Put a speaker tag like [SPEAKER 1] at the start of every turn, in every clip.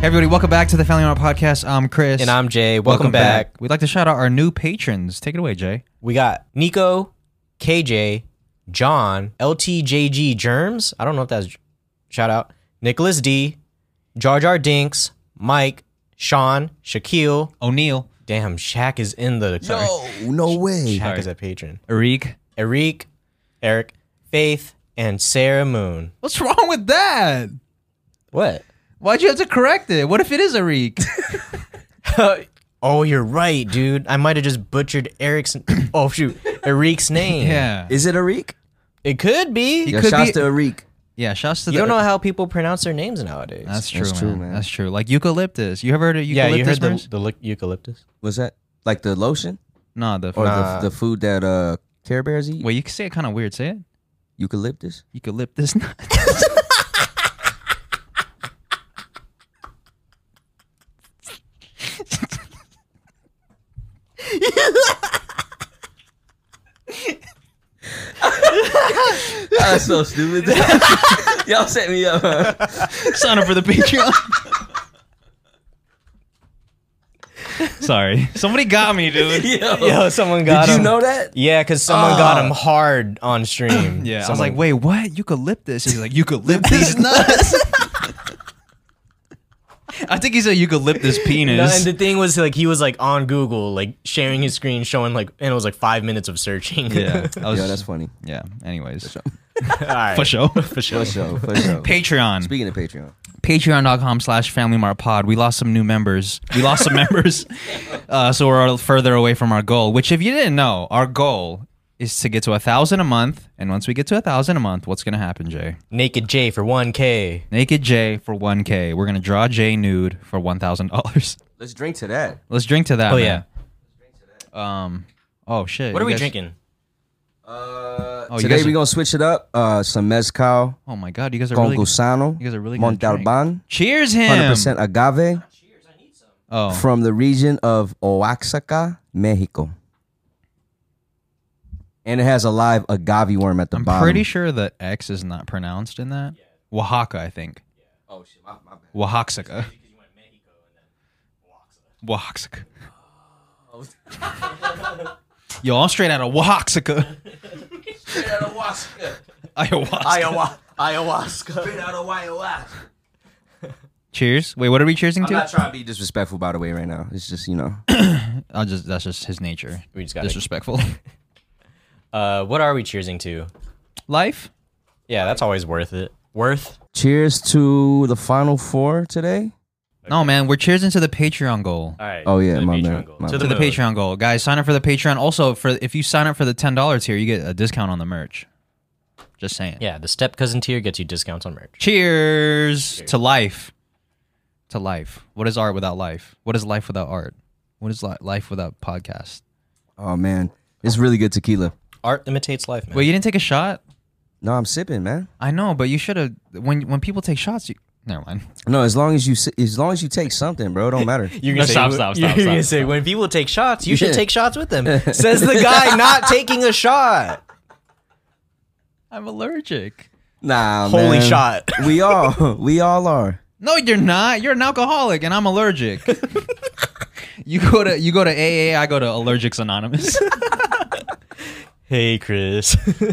[SPEAKER 1] Hey everybody, welcome back to the Family Hour Podcast. I'm Chris.
[SPEAKER 2] And I'm Jay. Welcome, back.
[SPEAKER 1] We'd like to shout out our new patrons. Take it away, Jay.
[SPEAKER 2] We got Nico, KJ, John, LTJG Germs. I don't know if that's shout out. Nicholas D, Jar Jar Dinks, Mike, Sean, Shaquille.
[SPEAKER 1] O'Neal,
[SPEAKER 2] Damn, Shaq is in the. Sorry.
[SPEAKER 1] Oh,
[SPEAKER 3] no way.
[SPEAKER 2] Shaq is a patron.
[SPEAKER 1] Eric.
[SPEAKER 2] Eric, Eric, Faith, and Sarah Moon.
[SPEAKER 1] What's wrong with that?
[SPEAKER 2] What?
[SPEAKER 1] Why'd you have to correct it? What if it is Eric?
[SPEAKER 2] oh, you're right, dude. I might have just butchered Eric's. Oh shoot, Eric's name.
[SPEAKER 1] yeah.
[SPEAKER 3] Is it Arik?
[SPEAKER 2] it could be.
[SPEAKER 1] It
[SPEAKER 3] Yeah,
[SPEAKER 1] could
[SPEAKER 3] shouts
[SPEAKER 1] be-
[SPEAKER 3] to Arik.
[SPEAKER 1] yeah, shouts to the
[SPEAKER 2] You don't know how people pronounce their names nowadays.
[SPEAKER 1] That's true,
[SPEAKER 3] That's
[SPEAKER 1] man.
[SPEAKER 3] true, man.
[SPEAKER 1] That's true. Like eucalyptus. You ever heard of
[SPEAKER 2] yeah,
[SPEAKER 1] eucalyptus?
[SPEAKER 2] you heard the,
[SPEAKER 1] Bruce?
[SPEAKER 2] the li- eucalyptus.
[SPEAKER 3] Was that like the lotion
[SPEAKER 1] No, the
[SPEAKER 3] or
[SPEAKER 2] Nah.
[SPEAKER 3] the, the food that uh Care Bears eat?
[SPEAKER 1] Well, you can say it kind of weird. Say it.
[SPEAKER 3] Eucalyptus.
[SPEAKER 1] Eucalyptus nuts.
[SPEAKER 3] That's so stupid. Y'all set me up.
[SPEAKER 1] Sign up for the Patreon. Sorry. Somebody got me, dude.
[SPEAKER 2] Yo, someone got
[SPEAKER 3] Did you
[SPEAKER 2] him.
[SPEAKER 3] know that?
[SPEAKER 2] Yeah, because someone got him hard on stream.
[SPEAKER 1] Yeah. I was
[SPEAKER 2] Someone-
[SPEAKER 1] like, wait, what? Eucalyptus? He's like, eucalyptus nuts. I think he said eucalyptus
[SPEAKER 2] No,
[SPEAKER 1] penis.
[SPEAKER 2] and the thing was, like, he was like on Google, like sharing his screen, showing like, and it was like five minutes of searching.
[SPEAKER 1] yeah. I was,
[SPEAKER 3] Yo, that's funny.
[SPEAKER 1] yeah. Anyways.
[SPEAKER 2] All right.
[SPEAKER 1] For sure. For
[SPEAKER 3] For
[SPEAKER 1] sure.
[SPEAKER 3] sure. For sure.
[SPEAKER 1] Patreon.
[SPEAKER 3] Speaking of Patreon,
[SPEAKER 1] patreon.com slash family mart pod we lost some new members we lost some members uh, so we're further away from our goal which if you didn't know our goal is to get to a thousand a month and once we get to a thousand a month what's gonna happen jay
[SPEAKER 2] Naked J for one K.
[SPEAKER 1] naked jay for 1k we're gonna draw jay nude for $1000
[SPEAKER 3] let's drink to that.
[SPEAKER 1] let's drink to that
[SPEAKER 2] Oh
[SPEAKER 1] man. yeah um oh shit
[SPEAKER 2] What
[SPEAKER 1] you
[SPEAKER 2] are we
[SPEAKER 1] guys-
[SPEAKER 2] drinking?
[SPEAKER 3] Uh,
[SPEAKER 1] Oh, you
[SPEAKER 3] today
[SPEAKER 1] guys
[SPEAKER 3] we
[SPEAKER 1] are-
[SPEAKER 3] gonna switch it up. Uh, some mezcal
[SPEAKER 1] oh my god you guys are
[SPEAKER 3] con
[SPEAKER 1] really
[SPEAKER 3] gusano.
[SPEAKER 1] you guys are really good at drink.
[SPEAKER 3] Montalban,
[SPEAKER 1] cheers him
[SPEAKER 3] hundred percent agave
[SPEAKER 1] oh
[SPEAKER 3] from the region of Oaxaca, Mexico. And it has a live agave worm at the
[SPEAKER 1] i'm
[SPEAKER 3] bottom.
[SPEAKER 1] pretty sure the x is not pronounced in that oaxaca i think
[SPEAKER 3] Oh shit, my, my bad.
[SPEAKER 1] Oaxaca. Oaxaca. Yo, I'm straight out of Oaxaca.
[SPEAKER 3] Ayahuasca.
[SPEAKER 1] Ayahuasca.
[SPEAKER 2] ayahuasca.
[SPEAKER 3] out of ayahuasca.
[SPEAKER 1] Cheers. Wait, what are we cheersing
[SPEAKER 3] I'm not
[SPEAKER 1] to?
[SPEAKER 3] trying to be disrespectful, by the way, right now. It's just, you know.
[SPEAKER 1] I'll Oh, just that's just his nature.
[SPEAKER 2] We just got it.
[SPEAKER 1] Disrespectful.
[SPEAKER 2] Uh, what are we cheersing to?
[SPEAKER 1] Life?
[SPEAKER 2] Yeah, that's always worth it. Worth.
[SPEAKER 3] Cheers to the final four today.
[SPEAKER 1] No, man, we're cheersing to the Patreon goal.
[SPEAKER 2] All right.
[SPEAKER 3] Oh, yeah,
[SPEAKER 2] to the
[SPEAKER 3] my
[SPEAKER 2] Patreon
[SPEAKER 3] bad,
[SPEAKER 2] goal.
[SPEAKER 3] my
[SPEAKER 2] To
[SPEAKER 3] bad.
[SPEAKER 1] To the
[SPEAKER 2] moon.
[SPEAKER 1] Patreon goal. Guys, sign up for the Patreon. Also, for if you sign up for the ten dollars here, you get a discount on the merch. Just saying.
[SPEAKER 2] Yeah, the step cousin tier gets you discounts on merch.
[SPEAKER 1] Cheers, to life. To life. What is art without life? What is life without art? What is li- life without podcast?
[SPEAKER 3] Oh, man. It's really good tequila.
[SPEAKER 2] Art imitates life, man.
[SPEAKER 1] Wait, you didn't take a shot?
[SPEAKER 3] No, I'm sipping, man.
[SPEAKER 1] I know, but you should have. When when people take shots, you never mind.
[SPEAKER 3] No, as long as you si- as long as you take something, bro, it don't matter.
[SPEAKER 2] You're
[SPEAKER 1] No, stop, stop,
[SPEAKER 2] you're
[SPEAKER 1] stop,
[SPEAKER 2] gonna
[SPEAKER 1] stop,
[SPEAKER 2] say when people take shots, you should
[SPEAKER 3] Yeah.
[SPEAKER 2] take shots with them. Says the guy not taking a shot.
[SPEAKER 1] I'm allergic.
[SPEAKER 3] Nah,
[SPEAKER 2] Holy
[SPEAKER 3] man.
[SPEAKER 2] shot.
[SPEAKER 3] We all we all are.
[SPEAKER 1] No, you're not. You're an alcoholic, and I'm allergic. you go to you go to AA. I go to Allergics Anonymous.
[SPEAKER 2] Hey, Chris.
[SPEAKER 3] All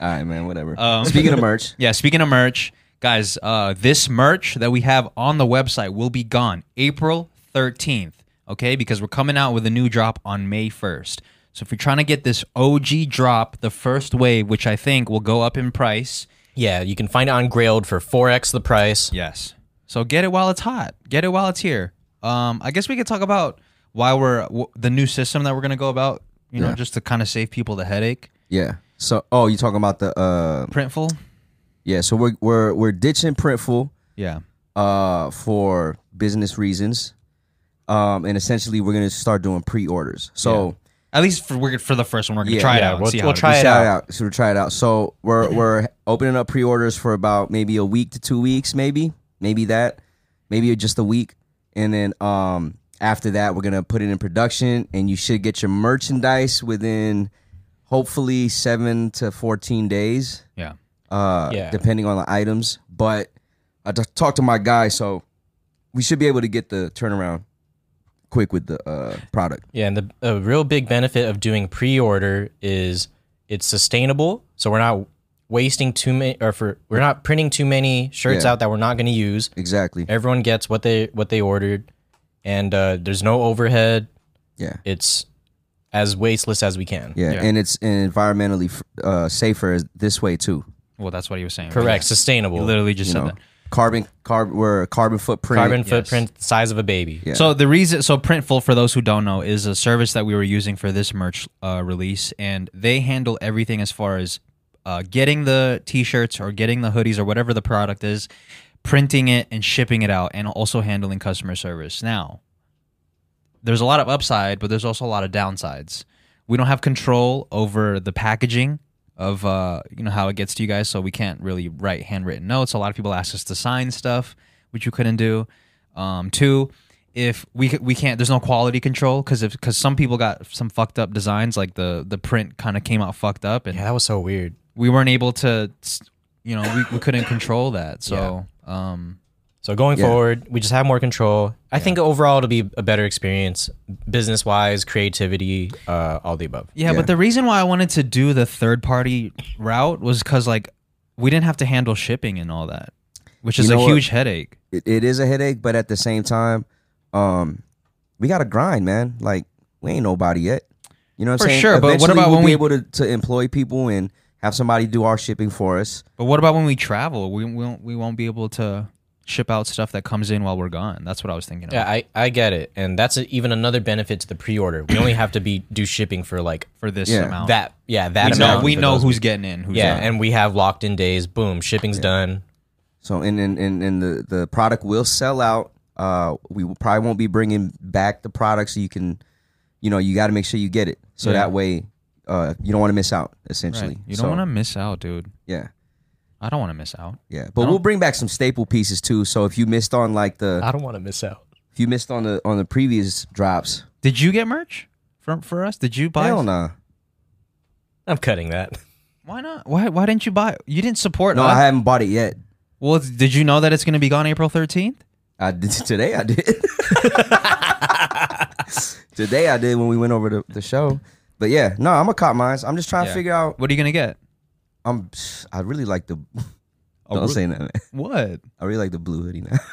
[SPEAKER 3] right, man, whatever.
[SPEAKER 1] Um,
[SPEAKER 3] Speaking of merch,
[SPEAKER 1] yeah. Speaking of merch, guys, uh, this merch that we have on the website will be gone April 13th. Okay, because we're coming out with a new drop on May 1st. So if you're trying to get this OG drop, the first wave, which I think will go up in price.
[SPEAKER 2] yeah, you can find it on Grailed for four x the price.
[SPEAKER 1] Yes. So get it while it's hot. Get it while it's here. Um, I guess we could talk about why we're w- the new system that we're gonna go about. You know, just to kind of save people the headache.
[SPEAKER 3] yeah. So, oh, you talking about the uh
[SPEAKER 1] Printful.
[SPEAKER 3] yeah, so we're we're we're ditching Printful
[SPEAKER 1] Yeah.
[SPEAKER 3] uh for business reasons. Um and essentially we're going to start doing pre-orders. So,
[SPEAKER 1] At least for we're, for the first one, we're gonna
[SPEAKER 3] Yeah,
[SPEAKER 1] try it
[SPEAKER 2] yeah,
[SPEAKER 1] out. and
[SPEAKER 2] we'll-
[SPEAKER 1] see how
[SPEAKER 2] we'll
[SPEAKER 1] it
[SPEAKER 2] try
[SPEAKER 1] is.
[SPEAKER 3] We
[SPEAKER 2] it out.
[SPEAKER 3] try it out. So we try it out. So we're we're opening up pre-orders for about maybe a week to two weeks, maybe maybe that, maybe just a week, and then um after that we're gonna put it in production, and you should get your merchandise within hopefully seven to fourteen days,
[SPEAKER 1] Yeah.
[SPEAKER 3] uh,
[SPEAKER 2] Yeah.
[SPEAKER 3] depending on the items. But I just talked to my guy, so we should be able to get the turnaround quick with the uh, product.
[SPEAKER 2] Yeah, and the a real big benefit of doing pre-order is it's sustainable, so we're not wasting too many, or for we're not printing too many shirts
[SPEAKER 3] Yeah.
[SPEAKER 2] out that we're not going to use.
[SPEAKER 3] Exactly.
[SPEAKER 2] Everyone gets what they what they ordered, and uh, there's no overhead.
[SPEAKER 3] Yeah.
[SPEAKER 2] It's as wasteless as we can.
[SPEAKER 3] Yeah,
[SPEAKER 1] Yeah.
[SPEAKER 3] and it's and environmentally f- uh, safer is this way too.
[SPEAKER 1] Well, that's what he was saying.
[SPEAKER 2] Correct,
[SPEAKER 1] He
[SPEAKER 2] sustainable.
[SPEAKER 1] literally just
[SPEAKER 3] You
[SPEAKER 1] said
[SPEAKER 3] know,
[SPEAKER 1] that.
[SPEAKER 3] carbon carbon where carbon footprint.
[SPEAKER 2] Carbon footprint, the size of a baby.
[SPEAKER 3] Yeah.
[SPEAKER 1] So the reason, so Printful, for those who don't know, is a service that we were using for this merch uh, release, and they handle everything as far as uh, getting the T-shirts or getting the hoodies or whatever the product is, printing it and shipping it out, and also handling customer service. Now, there's a lot of upside, but there's also a lot of downsides. We don't have control over the packaging of uh, you know how it gets to you guys, so we can't really write handwritten notes. A lot of people ask us to sign stuff, which you couldn't do. Um, two, if we c- we can't, there's no quality control because if because some people got some fucked up designs, like the the print kind of came out fucked up, and
[SPEAKER 2] Yeah, that was so weird.
[SPEAKER 1] we weren't able to, s- you know, we, we couldn't control that. So um,
[SPEAKER 2] So going
[SPEAKER 3] Yeah.
[SPEAKER 2] forward, we just have more control. I think overall it'll be a better experience, business wise, creativity, uh, all the above.
[SPEAKER 1] Yeah,
[SPEAKER 3] Yeah.
[SPEAKER 1] but the reason why I wanted to do the third party route was because like we didn't have to handle shipping and all that, which is
[SPEAKER 3] You
[SPEAKER 1] a
[SPEAKER 3] know what?
[SPEAKER 1] huge headache.
[SPEAKER 3] It, it is a headache, but at the same time, um, we gotta grind, man. Like we ain't nobody yet. You know what
[SPEAKER 1] For
[SPEAKER 3] I'm saying?
[SPEAKER 1] sure, but what
[SPEAKER 3] Eventually
[SPEAKER 1] about
[SPEAKER 3] we'll
[SPEAKER 1] when
[SPEAKER 3] be
[SPEAKER 1] we-
[SPEAKER 3] able to, to employ people and have somebody do our shipping for us?
[SPEAKER 1] But what about when we travel? We we won't, we won't be able to ship out stuff that comes in while we're gone. That's what I was thinking. Of.
[SPEAKER 2] Yeah, I, I get it, and that's a, even another benefit to the pre-order. We only have to be do shipping for like
[SPEAKER 1] for this
[SPEAKER 3] Yeah.
[SPEAKER 1] amount.
[SPEAKER 2] that. Yeah, that
[SPEAKER 1] we know
[SPEAKER 2] amount.
[SPEAKER 1] we
[SPEAKER 2] for
[SPEAKER 1] know
[SPEAKER 2] those-
[SPEAKER 1] who's getting in. Who's
[SPEAKER 2] Yeah,
[SPEAKER 1] out.
[SPEAKER 2] and we have locked in days. Boom, shipping's done.
[SPEAKER 3] So and and and, and the the product will sell out. Uh, we will- probably won't be bringing back the product, so you can, you know, you got to make sure you get it, so
[SPEAKER 1] Yeah.
[SPEAKER 3] that way, uh, you don't want to miss out. Essentially,
[SPEAKER 1] Right. you don't
[SPEAKER 3] So,
[SPEAKER 1] want to miss out, dude.
[SPEAKER 3] yeah.
[SPEAKER 1] I don't want to miss out.
[SPEAKER 3] Yeah, but we'll bring back some staple pieces too. So if you missed on like
[SPEAKER 1] Uh,
[SPEAKER 3] the
[SPEAKER 2] don't want to miss out.
[SPEAKER 3] if you missed on the on the previous drops,
[SPEAKER 1] Did you get merch from for us? Did you buy?
[SPEAKER 3] hell nah.
[SPEAKER 2] I'm cutting that.
[SPEAKER 1] Why not? Why why didn't you buy? You didn't support.
[SPEAKER 3] No,
[SPEAKER 1] us.
[SPEAKER 3] I haven't bought it yet.
[SPEAKER 1] well, did you know that it's going to be gone April thirteenth?
[SPEAKER 3] I did today. I did today. I did when we went over the, the show. But yeah, no, I'm a cop mine. I'm just trying
[SPEAKER 1] Yeah.
[SPEAKER 3] to figure out.
[SPEAKER 1] What are you going to get?
[SPEAKER 3] I'm. I really like the.
[SPEAKER 1] A
[SPEAKER 3] don't
[SPEAKER 1] ru-
[SPEAKER 3] say that. Man.
[SPEAKER 1] What?
[SPEAKER 3] I really like the blue hoodie now.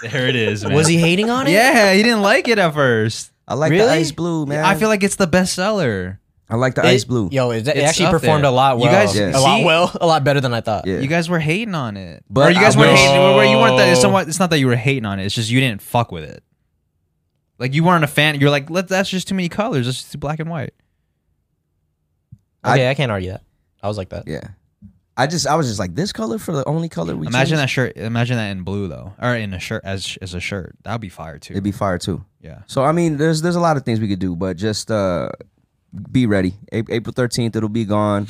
[SPEAKER 1] There it is, man.
[SPEAKER 2] Was he hating on it?
[SPEAKER 1] Yeah, he didn't like it at first.
[SPEAKER 3] I like
[SPEAKER 2] Really?
[SPEAKER 3] the ice blue, man.
[SPEAKER 1] I feel like it's the best seller.
[SPEAKER 3] I like the
[SPEAKER 2] It-
[SPEAKER 3] ice blue.
[SPEAKER 2] Yo, it, it
[SPEAKER 1] It's
[SPEAKER 2] actually
[SPEAKER 1] up
[SPEAKER 2] performed
[SPEAKER 1] there.
[SPEAKER 2] a lot
[SPEAKER 1] You
[SPEAKER 2] well.
[SPEAKER 1] guys-
[SPEAKER 3] Yeah.
[SPEAKER 2] a lot
[SPEAKER 1] see?
[SPEAKER 2] well, a lot better than I thought.
[SPEAKER 3] Yeah.
[SPEAKER 1] You guys were hating on it,
[SPEAKER 3] But
[SPEAKER 1] or you guys
[SPEAKER 3] I
[SPEAKER 1] weren't
[SPEAKER 3] wish-
[SPEAKER 1] hating. Where you weren't that. It's not, it's not that you were hating on it. It's just you didn't fuck with it. Like you weren't a fan. You're like, Let, that's just too many colors. That's just too black and white.
[SPEAKER 2] Okay, I, can't argue that. I was like that.
[SPEAKER 3] yeah. I just I was just like this color for the only color we
[SPEAKER 1] Imagine
[SPEAKER 3] chose?
[SPEAKER 1] that shirt. Imagine that in blue though, or in a shirt as as a shirt. That'd be fire too.
[SPEAKER 3] It'd be fire too.
[SPEAKER 1] yeah.
[SPEAKER 3] So I mean, there's there's a lot of things we could do, but just uh, be ready. A- April thirteenth, it'll be gone,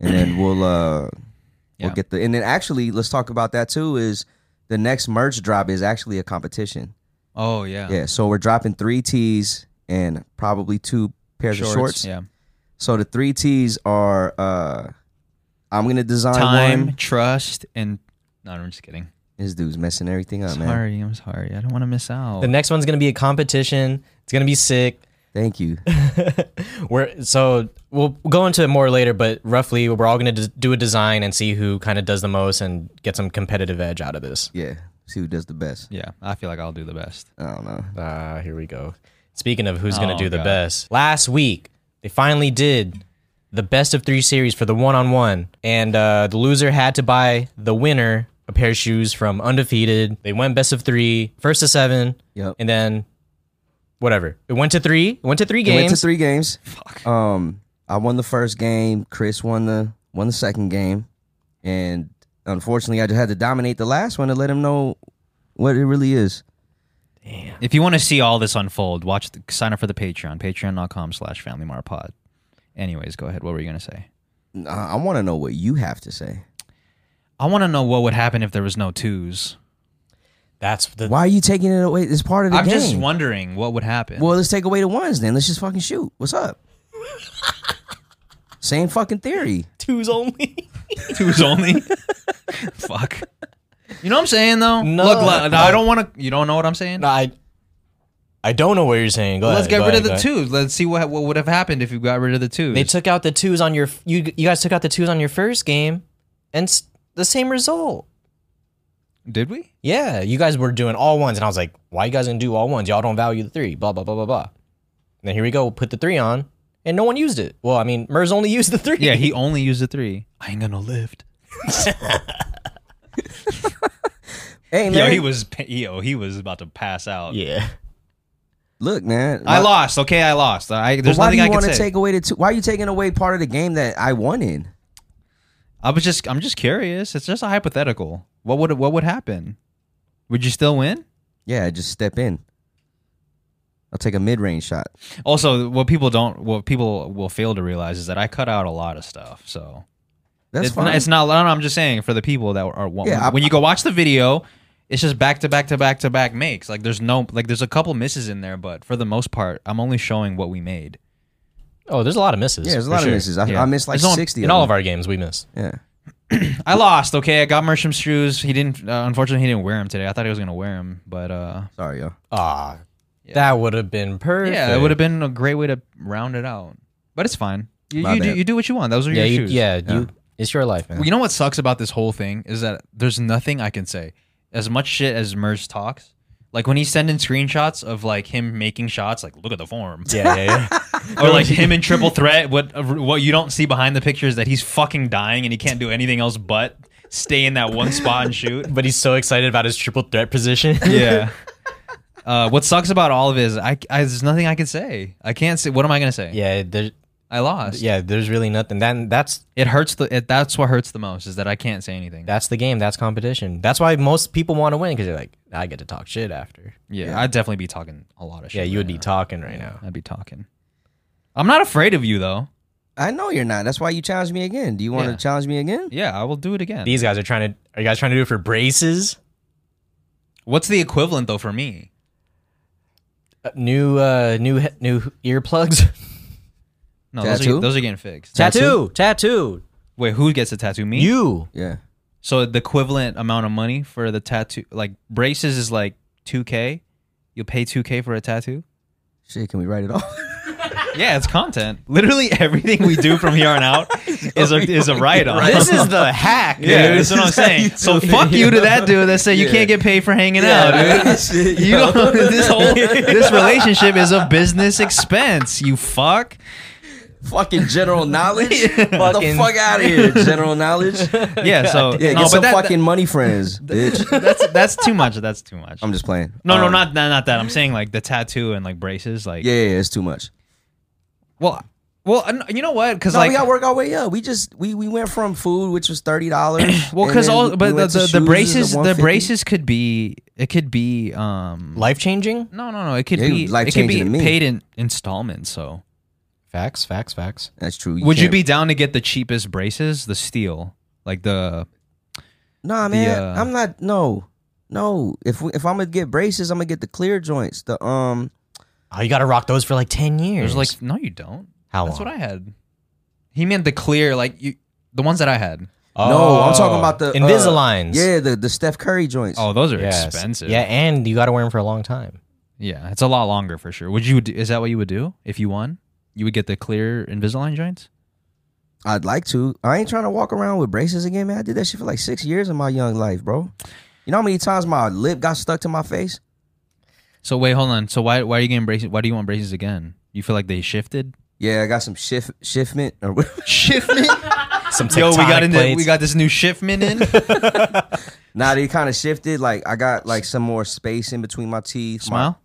[SPEAKER 3] and then we'll uh,
[SPEAKER 1] Yeah.
[SPEAKER 3] we'll get the. And then actually, let's talk about that too. Is the next merch drop is actually a competition.
[SPEAKER 1] Oh yeah.
[SPEAKER 3] Yeah, so we're dropping three tees and probably two pairs of shorts.
[SPEAKER 1] Yeah.
[SPEAKER 3] So the three tees are uh, I'm gonna design
[SPEAKER 1] Time,
[SPEAKER 3] one.
[SPEAKER 1] trust, and no, I'm just kidding.
[SPEAKER 3] This dude's messing everything up, Oh, man.
[SPEAKER 1] Sorry, I'm sorry. I don't want to miss out.
[SPEAKER 2] The next one's gonna be a competition. It's gonna be sick.
[SPEAKER 3] Thank you.
[SPEAKER 2] We're so we'll go into it more later, but roughly we're all gonna d- do a design and see who kind of does the most and get some competitive edge out of this.
[SPEAKER 3] Yeah, see who does the best.
[SPEAKER 1] yeah, I feel like I'll do the best.
[SPEAKER 3] I don't know.
[SPEAKER 2] Ah, here we go. Speaking of who's gonna
[SPEAKER 1] Oh,
[SPEAKER 2] do the
[SPEAKER 1] God.
[SPEAKER 2] best, last week they finally did the best of three series for the one-on-one, and uh, the loser had to buy the winner a pair of shoes from undefeated. They went best of three, first to seven,
[SPEAKER 3] Yep.
[SPEAKER 2] and then whatever. It went to three. It went to three games.
[SPEAKER 3] Went to three games. Um, I won the first game. Chris won the won the second game, and unfortunately, I just had to dominate the last one to let him know what it really is.
[SPEAKER 1] If you want to see all this unfold, watch the, sign up for the Patreon, patreon.com slash familymarpod. Anyways, go ahead. What were you going to say?
[SPEAKER 3] I, I want to know what you have to say.
[SPEAKER 1] I want to know what would happen if there was no twos.
[SPEAKER 2] That's the
[SPEAKER 3] Why are you taking it away? It's part of the
[SPEAKER 1] I'm
[SPEAKER 3] game.
[SPEAKER 1] just wondering what would happen.
[SPEAKER 3] well, let's take away the ones then. Let's just fucking shoot. What's up? Same fucking theory.
[SPEAKER 2] twos only.
[SPEAKER 1] twos only? Fuck. You know what I'm saying though?
[SPEAKER 2] No.
[SPEAKER 1] Look, look, I don't want to. You don't know what I'm saying?
[SPEAKER 2] No, I, I don't know what you're saying. Go
[SPEAKER 1] Let's
[SPEAKER 2] ahead,
[SPEAKER 1] get
[SPEAKER 2] go
[SPEAKER 1] rid of
[SPEAKER 2] ahead,
[SPEAKER 1] the
[SPEAKER 2] go ahead.
[SPEAKER 1] twos. Let's see what what would have happened if you got rid of the twos.
[SPEAKER 2] They took out the twos on your you you guys took out the twos on your first game, and s- the same result.
[SPEAKER 1] Did we?
[SPEAKER 2] Yeah, you guys were doing all ones, and I was like, why you guys gonna do all ones? Y'all don't value the three. Blah blah blah blah blah. And then here we go, put the three on, and no one used it. Well, I mean, Mers only used the three.
[SPEAKER 1] Yeah, he only used a three. I ain't gonna lift.
[SPEAKER 3] Hey
[SPEAKER 1] Yo,
[SPEAKER 3] man,
[SPEAKER 1] he was pa- yo, he was about to pass out.
[SPEAKER 2] yeah.
[SPEAKER 3] look, man.
[SPEAKER 1] I lost. Okay, I lost. I
[SPEAKER 3] But
[SPEAKER 1] there's
[SPEAKER 3] why do
[SPEAKER 1] nothing
[SPEAKER 3] you
[SPEAKER 1] I can
[SPEAKER 3] want to
[SPEAKER 1] say.
[SPEAKER 3] take away the two? Why are you taking away part of the game that I won in?
[SPEAKER 1] I was just I'm just curious. It's just a hypothetical. What would what would happen? Would you still win?
[SPEAKER 3] Yeah, just step in. I'll take a mid-range shot.
[SPEAKER 1] Also, what people don't what people will fail to realize is that I cut out a lot of stuff. So
[SPEAKER 3] That's
[SPEAKER 1] it's
[SPEAKER 3] fine.
[SPEAKER 1] Not, it's not. no, no, I'm just saying for the people that are when,
[SPEAKER 3] Yeah, I-
[SPEAKER 1] when you go watch the video, it's just back to back to back to back makes. Like there's no like there's a couple misses in there, but for the most part, I'm only showing what we made.
[SPEAKER 2] Oh, there's a lot of misses.
[SPEAKER 3] yeah, there's a
[SPEAKER 2] for
[SPEAKER 3] lot
[SPEAKER 2] sure.
[SPEAKER 3] of misses. I,
[SPEAKER 1] Yeah.
[SPEAKER 3] I missed like
[SPEAKER 1] It's on-
[SPEAKER 3] sixty.
[SPEAKER 2] In all of our games, we missed.
[SPEAKER 3] yeah.
[SPEAKER 1] I lost. Okay, I got Mersham shoes. He didn't. Uh, unfortunately, he didn't wear them today. I thought he was gonna wear them, but uh,
[SPEAKER 3] Sorry, y'all.
[SPEAKER 2] Ah, that would have been perfect.
[SPEAKER 1] yeah, it would have been a great way to round it out. But it's fine. You,
[SPEAKER 3] My
[SPEAKER 1] you do
[SPEAKER 3] bad.
[SPEAKER 1] you do what you want. Those are
[SPEAKER 2] Yeah,
[SPEAKER 1] your
[SPEAKER 2] you,
[SPEAKER 1] shoes.
[SPEAKER 2] yeah, you. It's your life, man.
[SPEAKER 1] You know what sucks about this whole thing is that there's nothing I can say. As much shit as Merz talks, like when he's sending screenshots of like him making shots, like look at the form,
[SPEAKER 2] yeah, yeah, yeah.
[SPEAKER 1] or like him in triple threat. What what you don't see behind the picture is that he's fucking dying and he can't do anything else but stay in that one spot and shoot.
[SPEAKER 2] but he's so excited about his triple threat position.
[SPEAKER 1] Yeah. Uh, what sucks about all of it is I, I there's nothing I can say. I can't say. What am I gonna say?
[SPEAKER 2] yeah, there,
[SPEAKER 1] I lost.
[SPEAKER 2] yeah. There's really nothing. Then that's
[SPEAKER 1] It hurts. The, it, that's what hurts the most is that I can't say anything.
[SPEAKER 2] that's the game. That's competition. That's why most people want to win because they're like, I get to talk shit after.
[SPEAKER 1] yeah, I'd definitely be talking a lot of shit.
[SPEAKER 2] Yeah, you would
[SPEAKER 1] right
[SPEAKER 2] be talking right now.
[SPEAKER 1] now. I'd be talking. I'm not afraid of you though.
[SPEAKER 3] I know you're not. That's why you challenged me again. Do you want
[SPEAKER 1] Yeah.
[SPEAKER 3] to challenge me again?
[SPEAKER 1] Yeah, I will do it again.
[SPEAKER 2] These guys are trying to. Are you guys trying to do it for braces?
[SPEAKER 1] What's the equivalent though for me?
[SPEAKER 2] Uh, new, uh, new, he- new earplugs.
[SPEAKER 1] No, those are,
[SPEAKER 3] Tattoo?
[SPEAKER 1] those are getting fixed.
[SPEAKER 2] tattoo, tattoo.
[SPEAKER 1] Wait, who gets a tattoo? Me.
[SPEAKER 2] You.
[SPEAKER 3] Yeah.
[SPEAKER 1] So the equivalent amount of money for the tattoo, like braces, is like 2k. You'll pay 2k for a tattoo.
[SPEAKER 3] Shit, can we write it off?
[SPEAKER 1] Yeah, it's content. Literally everything we do from here on out is a is a write off.
[SPEAKER 2] This is the hack, dude.
[SPEAKER 1] yeah, that's what I'm saying. So fuck you to that dude that said you can't get paid for hanging out, dude.
[SPEAKER 3] Shit,
[SPEAKER 1] You
[SPEAKER 3] yo.
[SPEAKER 1] don't, this whole this relationship is a business expense. You fuck.
[SPEAKER 3] fucking general knowledge.
[SPEAKER 2] Fucking-
[SPEAKER 3] the fuck out of here, general knowledge. Yeah,
[SPEAKER 1] Yeah. So
[SPEAKER 3] get
[SPEAKER 1] no,
[SPEAKER 3] some
[SPEAKER 1] but that-
[SPEAKER 3] fucking money friends, bitch.
[SPEAKER 1] that's that's too much. That's too much.
[SPEAKER 3] I'm just playing.
[SPEAKER 1] no, no,
[SPEAKER 3] Um,
[SPEAKER 1] not not not that. I'm saying like the tattoo and like braces. Like
[SPEAKER 3] Yeah, yeah, it's too much.
[SPEAKER 1] Well, well, I- you know what? Because
[SPEAKER 3] No,
[SPEAKER 1] like
[SPEAKER 3] we gotta work our way up. We just we we went from food, which was thirty dollars.
[SPEAKER 1] well, because all but the, the, the braces the braces could be it could be um
[SPEAKER 2] Life changing.
[SPEAKER 1] No, no, no. It could
[SPEAKER 3] Yeah,
[SPEAKER 1] be it could
[SPEAKER 3] life-changing
[SPEAKER 1] be
[SPEAKER 3] to me.
[SPEAKER 1] paid in installments. So,
[SPEAKER 2] Facts, facts, facts.
[SPEAKER 3] That's true.
[SPEAKER 1] would you
[SPEAKER 3] can't-
[SPEAKER 1] be down to get the cheapest braces, the steel, like the?
[SPEAKER 3] Nah, man.
[SPEAKER 1] uh,
[SPEAKER 3] I'm not. No, no. If we, if I'm gonna get braces, I'm gonna get the clear joints. The um.
[SPEAKER 2] Oh, you got to rock those for like ten years.
[SPEAKER 1] There's like no, you don't.
[SPEAKER 2] how
[SPEAKER 1] That's what
[SPEAKER 2] long?
[SPEAKER 1] I had. He meant the clear, like you, the ones that I had.
[SPEAKER 3] No, I'm
[SPEAKER 2] Oh,
[SPEAKER 3] talking about the uh,
[SPEAKER 2] Invisaligns.
[SPEAKER 3] yeah, the the Steph Curry joints.
[SPEAKER 1] Oh, those are
[SPEAKER 2] Yes.
[SPEAKER 1] expensive.
[SPEAKER 2] Yeah, and you got to wear them for a long time.
[SPEAKER 1] yeah, it's a lot longer for sure. Would you? do- Is that what you would do if you won? You would get the clear Invisalign joints.
[SPEAKER 3] I'd like to. I ain't trying to walk around with braces again, man. I did that shit for like six years of my young life, bro. You know how many times my lip got stuck to my face?
[SPEAKER 1] So wait, hold on. So why why are you getting braces? Why do you want braces again? You feel like they shifted?
[SPEAKER 3] Yeah, I got some shift shiftment or whatever.
[SPEAKER 1] Shiftment?
[SPEAKER 2] Some
[SPEAKER 1] Yo, we got
[SPEAKER 2] tectonic
[SPEAKER 1] into,
[SPEAKER 2] plates.
[SPEAKER 1] we got this new shiftment in.
[SPEAKER 3] nah, they kind of shifted. Like I got like some more space in between my teeth. My-
[SPEAKER 1] Smile.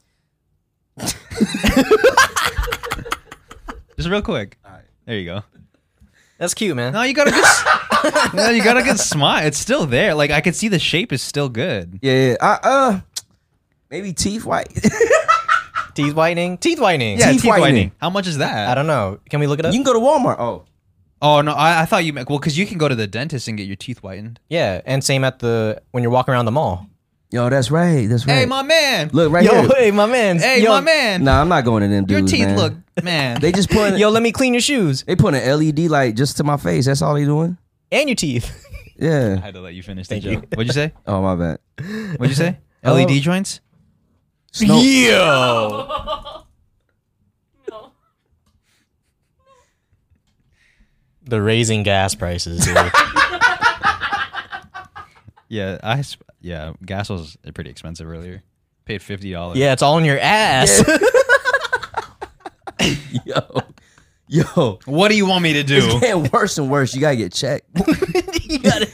[SPEAKER 1] Just real quick. There you go.
[SPEAKER 2] That's cute, man.
[SPEAKER 1] No, you got a good. s- no, you got a good smile. It's still there. Like I can see the shape is still good.
[SPEAKER 3] yeah, yeah. I, uh, maybe teeth white.
[SPEAKER 2] Teeth whitening. Teeth whitening.
[SPEAKER 3] Yeah. Teeth whitening.
[SPEAKER 1] How much is that?
[SPEAKER 2] I don't know. Can we look it up?
[SPEAKER 3] you can go to Walmart. Oh,
[SPEAKER 1] oh no, I, I thought you meant well because you can go to the dentist and get your teeth whitened.
[SPEAKER 2] yeah, and same at the when you're walking around the mall.
[SPEAKER 3] yo, that's right. That's right.
[SPEAKER 1] Hey, my man.
[SPEAKER 3] Look right here.
[SPEAKER 2] hey, my man.
[SPEAKER 1] hey, my man.
[SPEAKER 3] Nah, I'm not going to them
[SPEAKER 1] your
[SPEAKER 3] dudes.
[SPEAKER 1] teeth
[SPEAKER 3] man.
[SPEAKER 1] look, man.
[SPEAKER 3] They just putting
[SPEAKER 2] Yo, let me clean your shoes
[SPEAKER 3] E they put an LED light just to my face. That's all they doing.
[SPEAKER 2] and your teeth.
[SPEAKER 1] I
[SPEAKER 3] Yeah.
[SPEAKER 1] had to let you finish the
[SPEAKER 2] Thank you.
[SPEAKER 1] joke. What'd you say?
[SPEAKER 3] Oh my bad.
[SPEAKER 1] What'd you say?
[SPEAKER 3] Oh.
[SPEAKER 1] LED joints?
[SPEAKER 3] Snow.
[SPEAKER 2] Yo.
[SPEAKER 4] No.
[SPEAKER 2] The raising gas prices. Dude.
[SPEAKER 1] Yeah, I s- yeah, gas was pretty expensive earlier. Paid fifty dollars.
[SPEAKER 2] yeah, it's all in your ass.
[SPEAKER 3] Yo. Yo.
[SPEAKER 1] What do you want me to do?
[SPEAKER 3] It's getting worse and worse. You gotta get checked.
[SPEAKER 2] you gotta,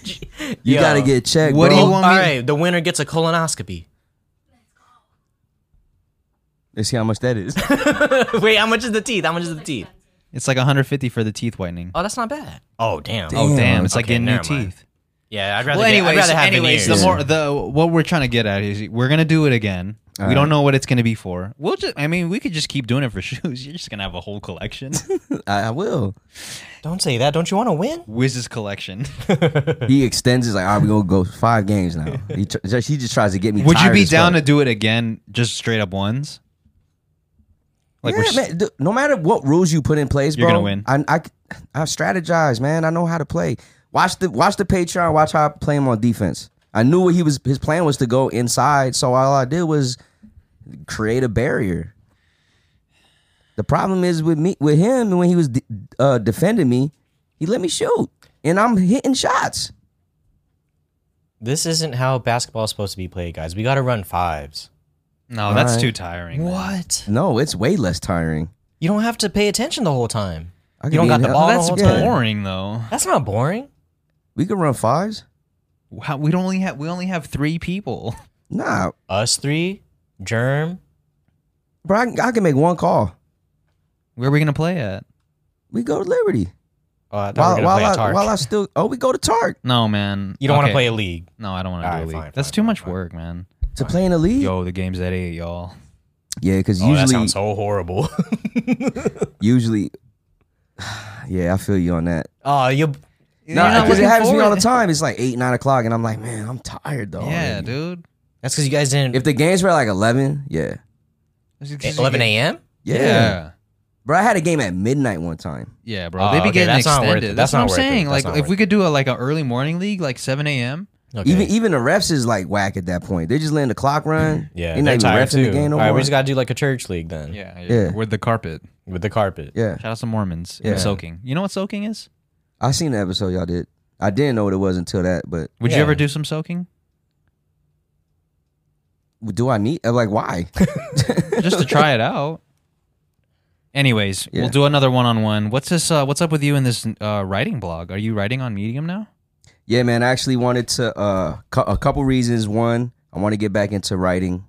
[SPEAKER 3] You
[SPEAKER 2] Yo.
[SPEAKER 3] gotta get checked.
[SPEAKER 1] What do
[SPEAKER 3] bro.
[SPEAKER 1] you want
[SPEAKER 2] All
[SPEAKER 1] me-
[SPEAKER 2] right, the winner gets a colonoscopy.
[SPEAKER 3] Let's see how much that is.
[SPEAKER 2] Wait, how much is the teeth? How much is the teeth?
[SPEAKER 1] It's like 150 for the teeth whitening.
[SPEAKER 2] Oh, that's not bad. Oh, damn.
[SPEAKER 3] Damn.
[SPEAKER 1] Oh damn, it's like
[SPEAKER 2] Okay,
[SPEAKER 1] getting new
[SPEAKER 2] never mind.
[SPEAKER 1] teeth.
[SPEAKER 2] Yeah, I'd rather.
[SPEAKER 1] Well,
[SPEAKER 2] get- I'd
[SPEAKER 1] anyways,
[SPEAKER 2] rather have
[SPEAKER 1] anyways, the
[SPEAKER 2] veneers.
[SPEAKER 1] more the what we're trying to get at is we're gonna do it again. we
[SPEAKER 3] Alright.
[SPEAKER 1] don't know what it's gonna be for. We'll just, I mean, we could just keep doing it for shoes. You're just gonna have a whole collection,
[SPEAKER 3] I, I will.
[SPEAKER 2] Don't say that. Don't you want to win?
[SPEAKER 1] Wiz's collection.
[SPEAKER 3] He extends. He's like, all right, we gonna go five games now. He, tr- just, he just tries to get me.
[SPEAKER 1] Would you be down to do it again, just straight up ones? Like
[SPEAKER 3] Like
[SPEAKER 1] we're
[SPEAKER 3] yeah,
[SPEAKER 1] s-
[SPEAKER 3] man, dude, no matter what rules you put in place,
[SPEAKER 1] You're
[SPEAKER 3] bro,
[SPEAKER 1] gonna win.
[SPEAKER 3] I, I I strategize, man. I know how to play. Watch the watch the Patreon. Watch how I play him on defense. I knew what he was. His plan was to go inside. So all I did was create a barrier. The problem is with me with him when he was de- uh, defending me, he let me shoot, and I'm hitting shots.
[SPEAKER 2] This isn't how basketball is supposed to be played, guys. We got to run fives.
[SPEAKER 1] no, that's
[SPEAKER 3] Alright.
[SPEAKER 1] too tiring. man.
[SPEAKER 2] What?
[SPEAKER 3] No, it's way less tiring.
[SPEAKER 2] You don't have to pay attention the whole time.
[SPEAKER 3] I could
[SPEAKER 2] You don't
[SPEAKER 3] be
[SPEAKER 2] got
[SPEAKER 3] in
[SPEAKER 2] the
[SPEAKER 3] hell-
[SPEAKER 2] ball
[SPEAKER 1] Well, that's
[SPEAKER 2] the whole time.
[SPEAKER 1] boring though.
[SPEAKER 2] That's not boring.
[SPEAKER 3] We could run fives.
[SPEAKER 1] How, we don't only have we only have three people.
[SPEAKER 3] Nah,
[SPEAKER 2] Us three, Germ.
[SPEAKER 3] bro, I, can- I can make one call.
[SPEAKER 1] Where are we gonna play at?
[SPEAKER 3] We go to Liberty
[SPEAKER 2] Oh, I thought
[SPEAKER 3] while,
[SPEAKER 2] we were gonna
[SPEAKER 3] while
[SPEAKER 2] play
[SPEAKER 3] I
[SPEAKER 2] a tarp.
[SPEAKER 3] while I still. Oh, we go to Tark
[SPEAKER 1] No, man.
[SPEAKER 2] you don't want to
[SPEAKER 1] Okay.
[SPEAKER 2] play a league.
[SPEAKER 1] No, I don't want to do
[SPEAKER 2] Alright,
[SPEAKER 1] a league.
[SPEAKER 2] fine,
[SPEAKER 1] that's
[SPEAKER 2] fine,
[SPEAKER 1] too
[SPEAKER 2] fine,
[SPEAKER 1] much
[SPEAKER 2] fine.
[SPEAKER 1] work, man.
[SPEAKER 3] to play in the league.
[SPEAKER 1] Yo, the game's at eight, y'all.
[SPEAKER 3] Yeah, because
[SPEAKER 2] Oh, that
[SPEAKER 3] usually,
[SPEAKER 2] sounds so horrible.
[SPEAKER 3] usually, yeah, I feel you on that.
[SPEAKER 2] oh, you.
[SPEAKER 1] You're not
[SPEAKER 3] No, because it
[SPEAKER 1] looking
[SPEAKER 3] happens to me all
[SPEAKER 1] forward-
[SPEAKER 3] the time. It's like eight, nine o'clock, and I'm like, man, I'm tired though.
[SPEAKER 1] Yeah,
[SPEAKER 3] already."
[SPEAKER 1] dude.
[SPEAKER 2] That's because you guys didn't.
[SPEAKER 3] If the games were like eleven, yeah,
[SPEAKER 2] Eh, 11 a.m.
[SPEAKER 3] yeah,
[SPEAKER 1] Yeah.
[SPEAKER 3] Bro, I had a game at midnight one time.
[SPEAKER 1] Yeah, bro.
[SPEAKER 2] Oh,
[SPEAKER 1] they be
[SPEAKER 2] okay,
[SPEAKER 1] getting
[SPEAKER 2] that's not worth
[SPEAKER 1] extended.
[SPEAKER 2] it.
[SPEAKER 1] That's,
[SPEAKER 2] That's
[SPEAKER 1] what I'm
[SPEAKER 2] not worth it.
[SPEAKER 1] saying.
[SPEAKER 2] That's
[SPEAKER 1] Like,
[SPEAKER 2] not
[SPEAKER 1] if
[SPEAKER 2] worth
[SPEAKER 1] we could do a like an early morning league, like seven a.m.
[SPEAKER 2] Okay.
[SPEAKER 3] Even even the refs is like whack at that point. They're just letting the clock run.
[SPEAKER 2] yeah,
[SPEAKER 3] They
[SPEAKER 2] they're
[SPEAKER 3] not even
[SPEAKER 2] tired
[SPEAKER 3] refing
[SPEAKER 2] too.
[SPEAKER 3] the game no
[SPEAKER 2] All right,
[SPEAKER 3] more.
[SPEAKER 2] we just gotta do like a church league then.
[SPEAKER 1] Yeah, yeah.
[SPEAKER 3] Yeah.
[SPEAKER 1] With the carpet.
[SPEAKER 2] With the carpet.
[SPEAKER 3] yeah,
[SPEAKER 1] Shout out to Mormons. and
[SPEAKER 3] Yeah.
[SPEAKER 1] soaking. You know what soaking is?
[SPEAKER 3] I seen the episode y'all did. I didn't know what it was until that. But
[SPEAKER 1] Would you
[SPEAKER 2] Yeah.
[SPEAKER 1] ever do some soaking?
[SPEAKER 3] do I need? I'm like, why?
[SPEAKER 1] Just to try it out. Anyways,
[SPEAKER 3] Yeah.
[SPEAKER 1] we'll do another one-on-one. What's this? Uh, what's up with you in this uh, writing blog? Are you writing on Medium now?
[SPEAKER 3] Yeah, man. I actually wanted to. Uh, cou- a couple reasons. One, I want to get back into writing,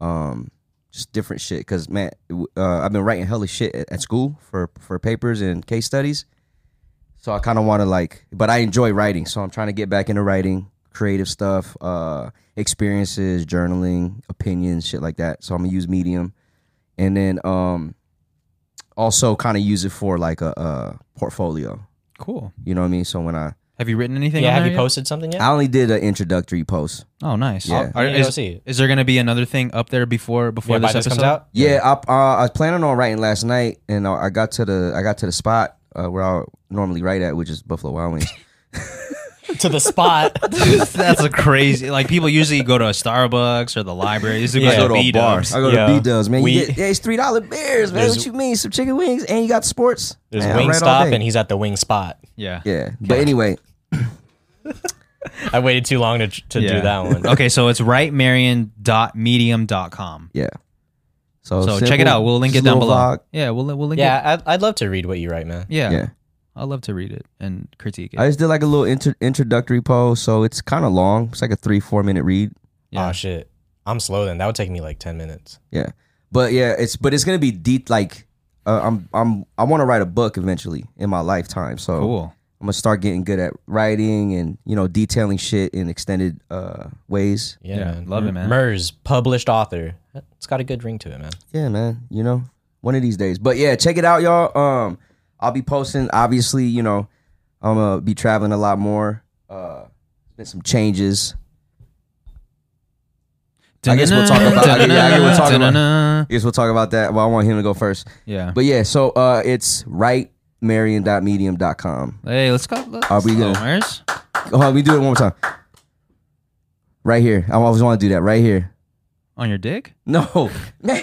[SPEAKER 3] um, just different shit. Cause man, it w- uh, I've been writing hella shit at, at school for for papers and case studies. So I kind of want to like, but I enjoy writing. So I'm trying to get back into writing, creative stuff, uh, experiences, journaling, opinions, shit like that. So I'm gonna use Medium, and then um, also kind of use it for like a, a portfolio.
[SPEAKER 1] Cool.
[SPEAKER 3] You know what I mean? So when I
[SPEAKER 1] Have you written anything?
[SPEAKER 2] Yeah.
[SPEAKER 1] on
[SPEAKER 2] Have
[SPEAKER 1] there
[SPEAKER 2] you
[SPEAKER 1] yet?
[SPEAKER 2] posted something yet?
[SPEAKER 3] I only did an introductory post.
[SPEAKER 1] Oh, nice.
[SPEAKER 3] Yeah.
[SPEAKER 2] I
[SPEAKER 1] Are-
[SPEAKER 2] didn't go
[SPEAKER 1] is,
[SPEAKER 2] see it.
[SPEAKER 1] is there going to be another thing up there before before
[SPEAKER 2] Yeah, by
[SPEAKER 1] this
[SPEAKER 2] this
[SPEAKER 1] episode
[SPEAKER 2] comes out.
[SPEAKER 3] Yeah, I, uh, I was planning on writing last night, and uh, I got to the I got to the spot uh, where I normally write at, which is Buffalo Wild Wings.
[SPEAKER 2] to the spot.
[SPEAKER 1] That's a crazy. Like people usually go to a Starbucks or the library. These
[SPEAKER 2] Yeah.
[SPEAKER 1] yeah,
[SPEAKER 2] Go
[SPEAKER 1] go
[SPEAKER 2] to
[SPEAKER 1] to
[SPEAKER 2] a
[SPEAKER 1] B Dubs.
[SPEAKER 3] I go
[SPEAKER 2] Yeah.
[SPEAKER 3] to B Dubs, man. You
[SPEAKER 2] We-
[SPEAKER 3] get, yeah, it's three dollar beers, man.
[SPEAKER 2] There's-
[SPEAKER 3] What you mean? Some chicken wings, and you got sports.
[SPEAKER 2] There's
[SPEAKER 3] Man, I
[SPEAKER 2] wing
[SPEAKER 3] write all
[SPEAKER 2] stop,
[SPEAKER 3] day.
[SPEAKER 2] and he's at the wing spot.
[SPEAKER 1] Yeah.
[SPEAKER 3] yeah. But anyway,
[SPEAKER 2] I waited too long to to
[SPEAKER 1] Yeah.
[SPEAKER 2] do that one.
[SPEAKER 1] Okay, so it's rightmarion.medium.com.
[SPEAKER 3] yeah. So,
[SPEAKER 1] So
[SPEAKER 3] simple,
[SPEAKER 1] check it out. We'll link
[SPEAKER 3] just
[SPEAKER 1] it
[SPEAKER 3] a
[SPEAKER 1] down
[SPEAKER 3] little
[SPEAKER 1] below.
[SPEAKER 3] vlog.
[SPEAKER 1] Yeah, we'll we'll link it.
[SPEAKER 2] Yeah, I, I'd love to read what you write, man.
[SPEAKER 1] Yeah.
[SPEAKER 3] Yeah.
[SPEAKER 1] I love to read it and critique it.
[SPEAKER 3] I just did like a little inter- introductory post, so it's kind of long. It's like a three four minute read.
[SPEAKER 1] Yeah.
[SPEAKER 2] Oh shit, I'm slow then. That would take me like ten minutes.
[SPEAKER 3] Yeah, but yeah, it's but it's gonna be deep. Like uh, I'm I'm I want to write a book eventually in my lifetime. So
[SPEAKER 1] cool.
[SPEAKER 3] I'm gonna start getting good at writing and you know detailing shit in extended uh ways.
[SPEAKER 2] Yeah,
[SPEAKER 1] Yeah,
[SPEAKER 2] man.
[SPEAKER 1] love it, man.
[SPEAKER 2] Mers, published author. It's got a good ring to it, man.
[SPEAKER 3] Yeah, man. You know, one of these days. But yeah, check it out, y'all. Um, I'll be posting. Obviously, you know, I'm gonna be traveling a lot more. Uh, been some changes. I guess we'll talk about- I guess- yeah, I guess we'll talk about- I guess we'll talk about that. Well, I want him to go first.
[SPEAKER 1] Yeah.
[SPEAKER 3] But yeah, so uh, it's right. Marion.medium.com.
[SPEAKER 1] Hey, let's go. Let's
[SPEAKER 3] Are we gonna-
[SPEAKER 1] Hello, Mars.
[SPEAKER 3] Hold on, we do it one more time. Right here. I always want to do that. Right here.
[SPEAKER 1] on your dick.
[SPEAKER 3] No. Man.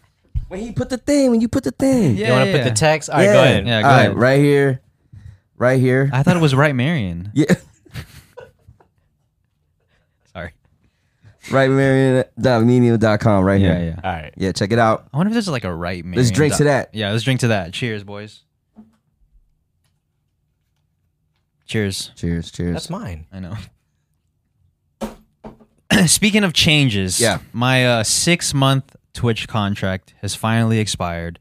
[SPEAKER 3] when he put the thing, when you put the thing.
[SPEAKER 1] Yeah,
[SPEAKER 2] you want to
[SPEAKER 1] yeah,
[SPEAKER 2] put
[SPEAKER 1] yeah.
[SPEAKER 2] the text? All right, go
[SPEAKER 3] Yeah.
[SPEAKER 2] ahead.
[SPEAKER 1] Yeah, go
[SPEAKER 3] All right,
[SPEAKER 1] ahead.
[SPEAKER 3] right here. Right here.
[SPEAKER 1] I thought it was right, Marion.
[SPEAKER 3] yeah.
[SPEAKER 1] Sorry.
[SPEAKER 3] Right, Marion.medium.com right
[SPEAKER 1] Yeah,
[SPEAKER 3] here.
[SPEAKER 1] yeah.
[SPEAKER 2] All right.
[SPEAKER 3] Yeah, check it out.
[SPEAKER 1] I wonder if there's like a right Marion.
[SPEAKER 3] Let's drink to that.
[SPEAKER 1] Yeah, let's drink to that. Cheers, boys. Cheers.
[SPEAKER 3] Cheers, cheers.
[SPEAKER 2] That's mine.
[SPEAKER 1] I know. Speaking of changes,
[SPEAKER 3] Yeah.
[SPEAKER 1] my uh, six month Twitch contract has finally expired.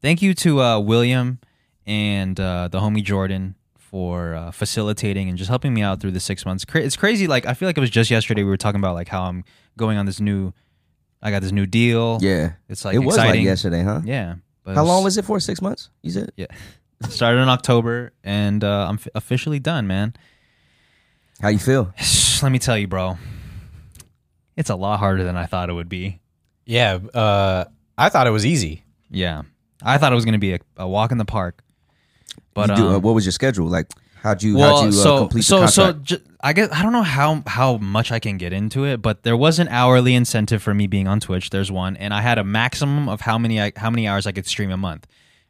[SPEAKER 1] Thank you to uh, William and uh, the homie Jordan for uh, facilitating and just helping me out through the six months. Cra- It's crazy. Like I feel like it was just yesterday we were talking about like how I'm going on this new. I got this new deal.
[SPEAKER 3] yeah.
[SPEAKER 1] it's like
[SPEAKER 3] it was
[SPEAKER 1] exciting.
[SPEAKER 3] like yesterday, huh?
[SPEAKER 1] Yeah. But
[SPEAKER 3] How long was it for? Six months? You said?
[SPEAKER 1] Yeah, started in October, and uh, I'm f- officially done, man.
[SPEAKER 3] How you feel?
[SPEAKER 1] Let me tell you, bro. It's a lot harder than I thought it would be.
[SPEAKER 2] Yeah. Uh, I thought it was easy.
[SPEAKER 1] Yeah. I thought it was going to be a, a walk in the park. But
[SPEAKER 3] You do-
[SPEAKER 1] um,
[SPEAKER 3] uh, what was your schedule? Like, how'd you,
[SPEAKER 1] well,
[SPEAKER 3] how'd you uh,
[SPEAKER 1] so
[SPEAKER 3] complete
[SPEAKER 1] so
[SPEAKER 3] the
[SPEAKER 1] so
[SPEAKER 3] contract?
[SPEAKER 1] ju- I guess I don't know how how much I can get into it, but there was an hourly incentive for me being on Twitch. There's one, and I had a maximum of how many I, how many hours I could stream a month.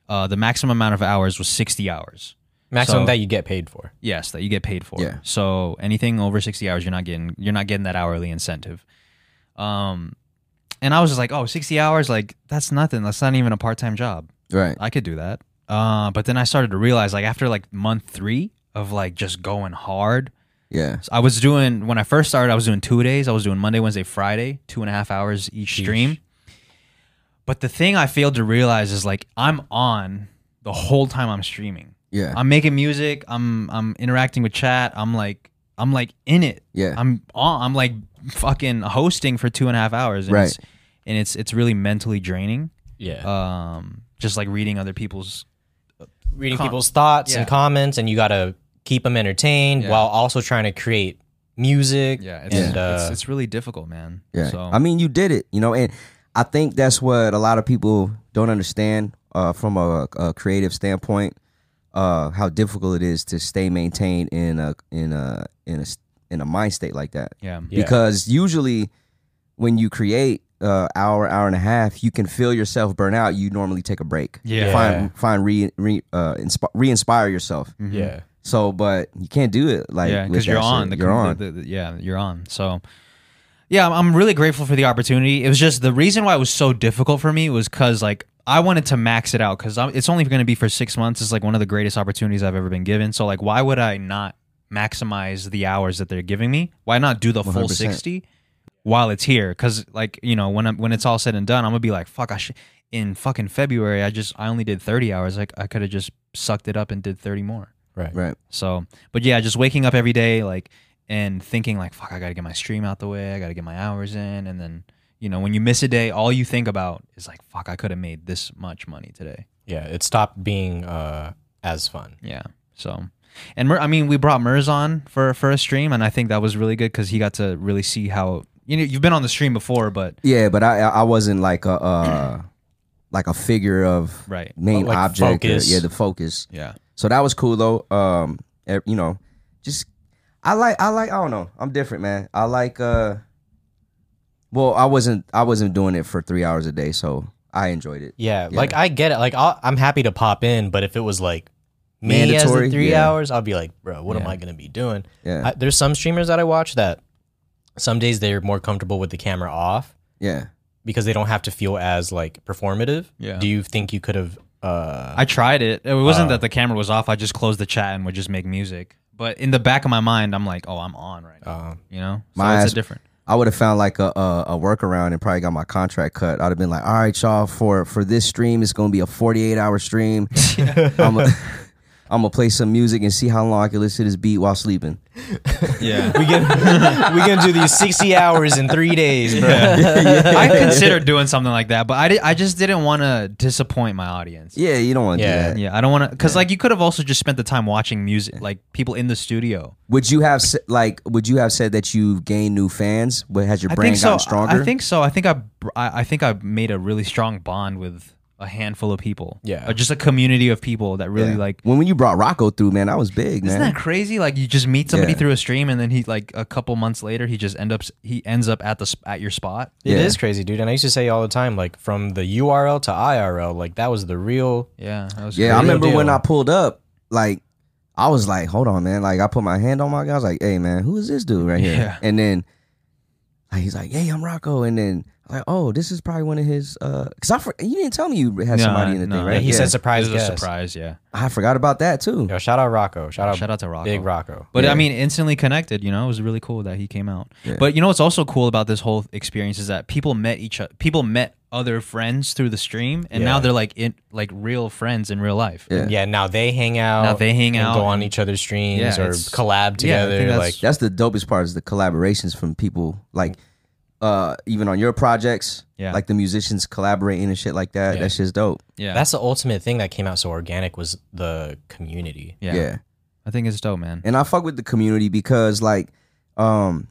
[SPEAKER 1] Uh, the maximum amount of hours was 60 hours.
[SPEAKER 2] Maximum
[SPEAKER 1] So-
[SPEAKER 2] that you get paid for.
[SPEAKER 1] Yes, that you get paid for.
[SPEAKER 3] Yeah.
[SPEAKER 1] So anything over sixty hours, you're not getting you're not getting that hourly incentive. Um, and I was just like, oh, 60 hours, like that's nothing. That's not even a part time job.
[SPEAKER 3] right.
[SPEAKER 1] I could do that. Uh, but then I started to realize, like after like month three of like just going hard,
[SPEAKER 3] Yeah.
[SPEAKER 1] so I was doing when I first started, I was doing two days. I was doing Monday, Wednesday, Friday, two and a half hours each stream. But the thing I failed to realize is like I'm on the whole time I'm streaming.
[SPEAKER 3] Yeah.
[SPEAKER 1] I'm making music. I'm I'm interacting with chat. I'm like I'm like in it.
[SPEAKER 3] Yeah.
[SPEAKER 1] I'm on. I'm like fucking hosting for two and a half hours. And
[SPEAKER 3] Right.
[SPEAKER 1] It's, and it's it's really mentally draining.
[SPEAKER 2] Yeah.
[SPEAKER 1] Um, just like reading other people's.
[SPEAKER 2] Reading
[SPEAKER 1] com-
[SPEAKER 2] people's thoughts
[SPEAKER 1] Yeah.
[SPEAKER 2] and comments, and you got to keep them entertained
[SPEAKER 1] Yeah.
[SPEAKER 2] while also trying to create music.
[SPEAKER 1] It's,
[SPEAKER 2] and, Uh,
[SPEAKER 1] it's it's really difficult, man.
[SPEAKER 3] Yeah.
[SPEAKER 1] So
[SPEAKER 3] I mean, you did it, you know, and I think that's what a lot of people don't understand uh, from a, a creative standpoint, uh, how difficult it is to stay maintained in a in a in a s- in a mind state like that.
[SPEAKER 1] yeah.
[SPEAKER 2] Yeah.
[SPEAKER 3] Because usually, when you create uh, hour hour and a half, you can feel yourself burn out. You normally take a break.
[SPEAKER 1] Yeah.
[SPEAKER 3] Find find re re uh, inspi- re-inspire yourself.
[SPEAKER 1] Mhm.
[SPEAKER 2] yeah.
[SPEAKER 3] So, but you can't do it like
[SPEAKER 1] yeah,
[SPEAKER 3] with
[SPEAKER 1] because you're
[SPEAKER 3] that
[SPEAKER 1] on.
[SPEAKER 3] shit.
[SPEAKER 1] The,
[SPEAKER 3] you're
[SPEAKER 1] com-
[SPEAKER 3] on.
[SPEAKER 1] the- the- the- yeah, you're on. So, yeah, I'm- I'm really grateful for the opportunity. It was just the reason why it was so difficult for me was because like I wanted to max it out because it's only going to be for six months. It's like one of the greatest opportunities I've ever been given. So like, why would I not maximize the hours that they're giving me? Why not do the full
[SPEAKER 3] 100%.
[SPEAKER 1] sixty while it's here? Because like you know when I'm, when it's all said and done, I'm gonna be like, fuck, I should. In fucking February, I just I only did 30 hours. Like I could have just sucked it up and did 30 more.
[SPEAKER 2] Right.
[SPEAKER 3] right.
[SPEAKER 1] So, but yeah, just waking up every day like and thinking like, fuck, I gotta get my stream out the way, I gotta get my hours in, and then you know when you miss a day, all you think about is like, fuck, I could have made this much money today.
[SPEAKER 2] Yeah. It stopped being uh, as fun.
[SPEAKER 1] Yeah. So, and Mer- I mean, we brought Mers on for for a stream, and I think that was really good because he got to really see how you know you've been on the stream before, but
[SPEAKER 3] Yeah, but I I I wasn't like a uh, like a figure of
[SPEAKER 1] right.
[SPEAKER 3] main
[SPEAKER 2] Like
[SPEAKER 3] object. or-
[SPEAKER 2] focus.
[SPEAKER 3] yeah, the focus.
[SPEAKER 1] Yeah.
[SPEAKER 3] So that was cool though. Um, eh, you know, just I like I like I don't know. I'm different, man. I like uh, well, I wasn't I wasn't doing it for three hours a day, so I enjoyed it.
[SPEAKER 2] Yeah, like I get it. Like I'll, I'm happy to pop in, but if it was like me as
[SPEAKER 3] Mandatory?
[SPEAKER 2] the three
[SPEAKER 3] Yeah.
[SPEAKER 2] hours, I'll be like, bro, what am
[SPEAKER 1] Yeah.
[SPEAKER 2] I gonna be doing?
[SPEAKER 3] Yeah,
[SPEAKER 2] I, there's some streamers that I watch that some days they're more comfortable with the camera off
[SPEAKER 3] yeah.
[SPEAKER 2] because they don't have to feel as like performative.
[SPEAKER 1] Yeah.
[SPEAKER 2] Do you think you could have? Uh,
[SPEAKER 1] I tried it. It wasn't
[SPEAKER 2] Uh,
[SPEAKER 1] that the camera was off. I just closed the chat and would just make music. But in the back of my mind, I'm like, oh, I'm on right now.
[SPEAKER 2] um,
[SPEAKER 1] You know, so
[SPEAKER 3] My
[SPEAKER 1] it's
[SPEAKER 3] ass-
[SPEAKER 1] a different.
[SPEAKER 3] I would have found like a, a a workaround and probably got my contract cut. I'd have been like, all right, y'all, for for this stream, it's gonna be a 48 hour stream. I'm gonna I'm gonna play some music and see how long I can listen to this beat while sleeping.
[SPEAKER 1] Yeah.
[SPEAKER 2] we can we can do these sixty hours in three days, bro.
[SPEAKER 1] I considered doing something like that, but I, did, I just didn't want to disappoint my audience.
[SPEAKER 3] Yeah, you don't want to
[SPEAKER 2] Yeah.
[SPEAKER 3] do that.
[SPEAKER 1] Yeah, I don't want to, because like you could have also just spent the time watching music, like people in the studio.
[SPEAKER 3] Would you have s- like Would you have said that you gained new fans? But has your
[SPEAKER 1] I
[SPEAKER 3] brand
[SPEAKER 1] think so.
[SPEAKER 3] gotten stronger?
[SPEAKER 1] I think so. I think I, br- I, I think I made a really strong bond with a handful of people.
[SPEAKER 2] Yeah.
[SPEAKER 1] Or just a community of people that really
[SPEAKER 3] Yeah.
[SPEAKER 1] like
[SPEAKER 3] when when you brought Rocco through, man, I was big,
[SPEAKER 1] Isn't
[SPEAKER 3] man.
[SPEAKER 1] that crazy? Like you just meet somebody
[SPEAKER 3] Yeah.
[SPEAKER 1] through a stream, and then he like a couple months later, he just end up he ends up at the sp- at your spot.
[SPEAKER 2] It is
[SPEAKER 3] Yeah.
[SPEAKER 2] crazy, dude. And I used to say all the time, like from the URL to IRL, like that was the real.
[SPEAKER 1] Yeah, that was
[SPEAKER 3] yeah, I
[SPEAKER 1] crazy.
[SPEAKER 3] remember when
[SPEAKER 2] deal.
[SPEAKER 3] I pulled up, like I was like, hold on, man. Like I put my hand on my guy, I was like, hey man, who is this dude right here?
[SPEAKER 1] Yeah.
[SPEAKER 3] And then like, he's like, hey, I'm Rocco. And then I'm like, oh, this is probably one of his uh because I for- you didn't tell me you had
[SPEAKER 1] No,
[SPEAKER 3] somebody in the
[SPEAKER 1] no.
[SPEAKER 3] thing,
[SPEAKER 1] Yeah,
[SPEAKER 3] right?
[SPEAKER 2] he
[SPEAKER 3] yeah.
[SPEAKER 2] said
[SPEAKER 1] It
[SPEAKER 2] surprise
[SPEAKER 1] was a
[SPEAKER 2] guest.
[SPEAKER 1] surprise. Yeah,
[SPEAKER 3] I forgot about that too.
[SPEAKER 2] Yo, shout out Rocco. Shout out,
[SPEAKER 1] shout out to Rocco.
[SPEAKER 2] Big Rocco.
[SPEAKER 1] But
[SPEAKER 3] Yeah.
[SPEAKER 1] I mean, instantly connected. You know, it was really cool that he came out.
[SPEAKER 3] Yeah.
[SPEAKER 1] But you know, what's also cool about this whole experience is that people met each other. People met other friends through the stream, and now
[SPEAKER 2] Yeah.
[SPEAKER 1] they're like in like real friends in real life.
[SPEAKER 3] Yeah.
[SPEAKER 2] yeah, now they hang out.
[SPEAKER 1] they hang
[SPEAKER 2] and go
[SPEAKER 1] out.
[SPEAKER 2] on each other's streams
[SPEAKER 1] Yeah,
[SPEAKER 2] or
[SPEAKER 1] it's-
[SPEAKER 2] collab
[SPEAKER 1] yeah, I think
[SPEAKER 2] together.
[SPEAKER 1] that's-
[SPEAKER 2] like
[SPEAKER 3] That's the dopest part is the collaborations from people like uh even on your projects.
[SPEAKER 1] Yeah.
[SPEAKER 3] Like the musicians collaborating and shit like that.
[SPEAKER 2] Yeah.
[SPEAKER 3] That shit's dope.
[SPEAKER 1] Yeah,
[SPEAKER 2] that's the ultimate thing that came out so organic was the community.
[SPEAKER 1] yeah.
[SPEAKER 3] yeah.
[SPEAKER 1] I think it's dope, man.
[SPEAKER 3] and I fuck with the community because like um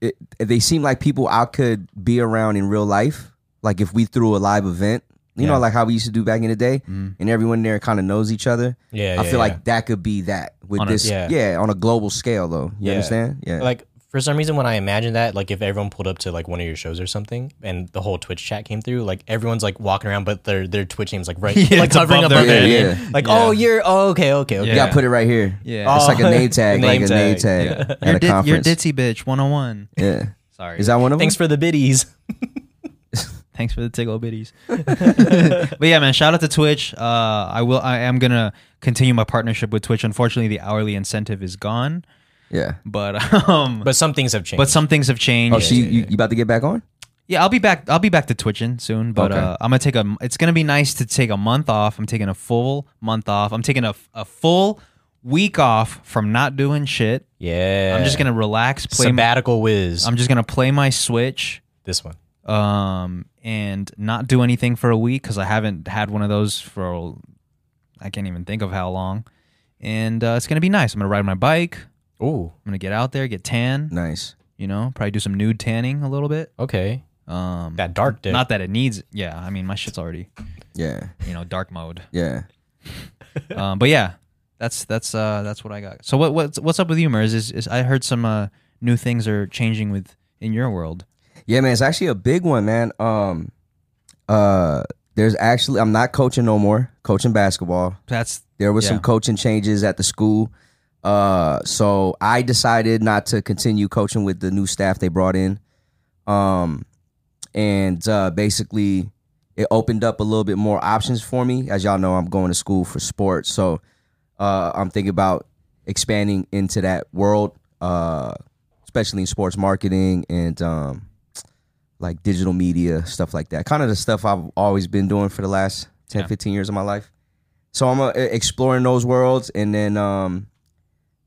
[SPEAKER 3] it, they seem like people I could be around in real life. Like if we threw a live event, you
[SPEAKER 1] Yeah.
[SPEAKER 3] know, like how we used to do back in the day,
[SPEAKER 1] Mm.
[SPEAKER 3] and everyone there kind of knows each other.
[SPEAKER 2] Yeah,
[SPEAKER 3] I
[SPEAKER 2] yeah,
[SPEAKER 3] feel
[SPEAKER 2] yeah.
[SPEAKER 3] like that could be that with
[SPEAKER 1] On a-
[SPEAKER 3] this,
[SPEAKER 2] yeah.
[SPEAKER 3] yeah. on a global scale though. You
[SPEAKER 2] Yeah.
[SPEAKER 3] understand? Yeah,
[SPEAKER 2] like for some reason when I imagine that, like if everyone pulled up to like one of your shows or something, and the whole Twitch chat came through, like everyone's like walking around, but their their Twitch name's like right,
[SPEAKER 1] Yeah,
[SPEAKER 2] like
[SPEAKER 1] it's
[SPEAKER 2] covering
[SPEAKER 1] above
[SPEAKER 2] up
[SPEAKER 1] their
[SPEAKER 2] their
[SPEAKER 3] head.
[SPEAKER 2] name.
[SPEAKER 3] Yeah, yeah.
[SPEAKER 2] Like
[SPEAKER 1] Yeah.
[SPEAKER 2] oh, you're oh, okay, okay, okay.
[SPEAKER 1] Yeah.
[SPEAKER 3] you gotta put it right here.
[SPEAKER 1] Yeah.
[SPEAKER 3] it's like a
[SPEAKER 2] Oh.
[SPEAKER 3] name tag,
[SPEAKER 2] Name
[SPEAKER 3] like
[SPEAKER 2] tag.
[SPEAKER 3] a name tag
[SPEAKER 1] Yeah.
[SPEAKER 3] at
[SPEAKER 1] You're,
[SPEAKER 3] a
[SPEAKER 1] di- you're
[SPEAKER 3] conference.
[SPEAKER 1] ditzy bitch 101.
[SPEAKER 3] yeah,
[SPEAKER 1] Sorry.
[SPEAKER 3] is that one of them?
[SPEAKER 2] Thanks for the biddies.
[SPEAKER 1] Thanks for the tickle bitties. but yeah, man, shout out to Twitch. Uh, I will. I am gonna continue my partnership with Twitch. Unfortunately, the hourly incentive is gone,
[SPEAKER 3] yeah.
[SPEAKER 1] but um, but,
[SPEAKER 2] But some things have changed.
[SPEAKER 1] some things have changed.
[SPEAKER 3] Oh, so you, you, you about to get back on?
[SPEAKER 1] yeah, I'll be back. I'll be back to Twitching soon. But
[SPEAKER 3] Okay.
[SPEAKER 1] uh, I'm gonna take a. It's gonna be nice to take a month off. I'm taking a full month off. I'm taking a, a full week off from not doing shit.
[SPEAKER 2] yeah,
[SPEAKER 1] I'm just gonna relax. Play. my-
[SPEAKER 2] sabbatical whiz.
[SPEAKER 1] I'm just gonna play my Switch.
[SPEAKER 2] this one.
[SPEAKER 1] um, and not do anything for a week because I haven't had one of those for I can't even think of how long. And uh, it's gonna be nice. I'm gonna ride my bike. I'm
[SPEAKER 2] Ooh,
[SPEAKER 1] gonna get out there, get tan.
[SPEAKER 3] Nice.
[SPEAKER 1] You know, probably do some nude tanning a little bit.
[SPEAKER 2] okay,
[SPEAKER 1] Um,
[SPEAKER 2] that dark dip.
[SPEAKER 1] not that it needs. Yeah, I mean, my shit's already
[SPEAKER 3] Yeah,
[SPEAKER 1] you know dark mode.
[SPEAKER 3] yeah.
[SPEAKER 1] um, but yeah, that's that's uh that's what I got. So what what's what's up with you, Mers? Is, is I heard some uh new things are changing with in your world.
[SPEAKER 3] Yeah, man, it's actually a big one, man. Um, uh, there's actually I'm not coaching no more. Coaching basketball.
[SPEAKER 1] That's
[SPEAKER 3] There was
[SPEAKER 1] Yeah.
[SPEAKER 3] some coaching changes at the school. Uh, so I decided not to continue coaching with the new staff they brought in. Um, and uh, basically, it opened up a little bit more options for me. As y'all know, I'm going to school for sports, so uh, I'm thinking about expanding into that world, uh, especially in sports marketing and um, like digital media stuff like that. Kind of the stuff I've always been doing for the last 10,
[SPEAKER 1] Yeah.
[SPEAKER 3] 15 years of my life. So I'm uh, exploring those worlds, and then um,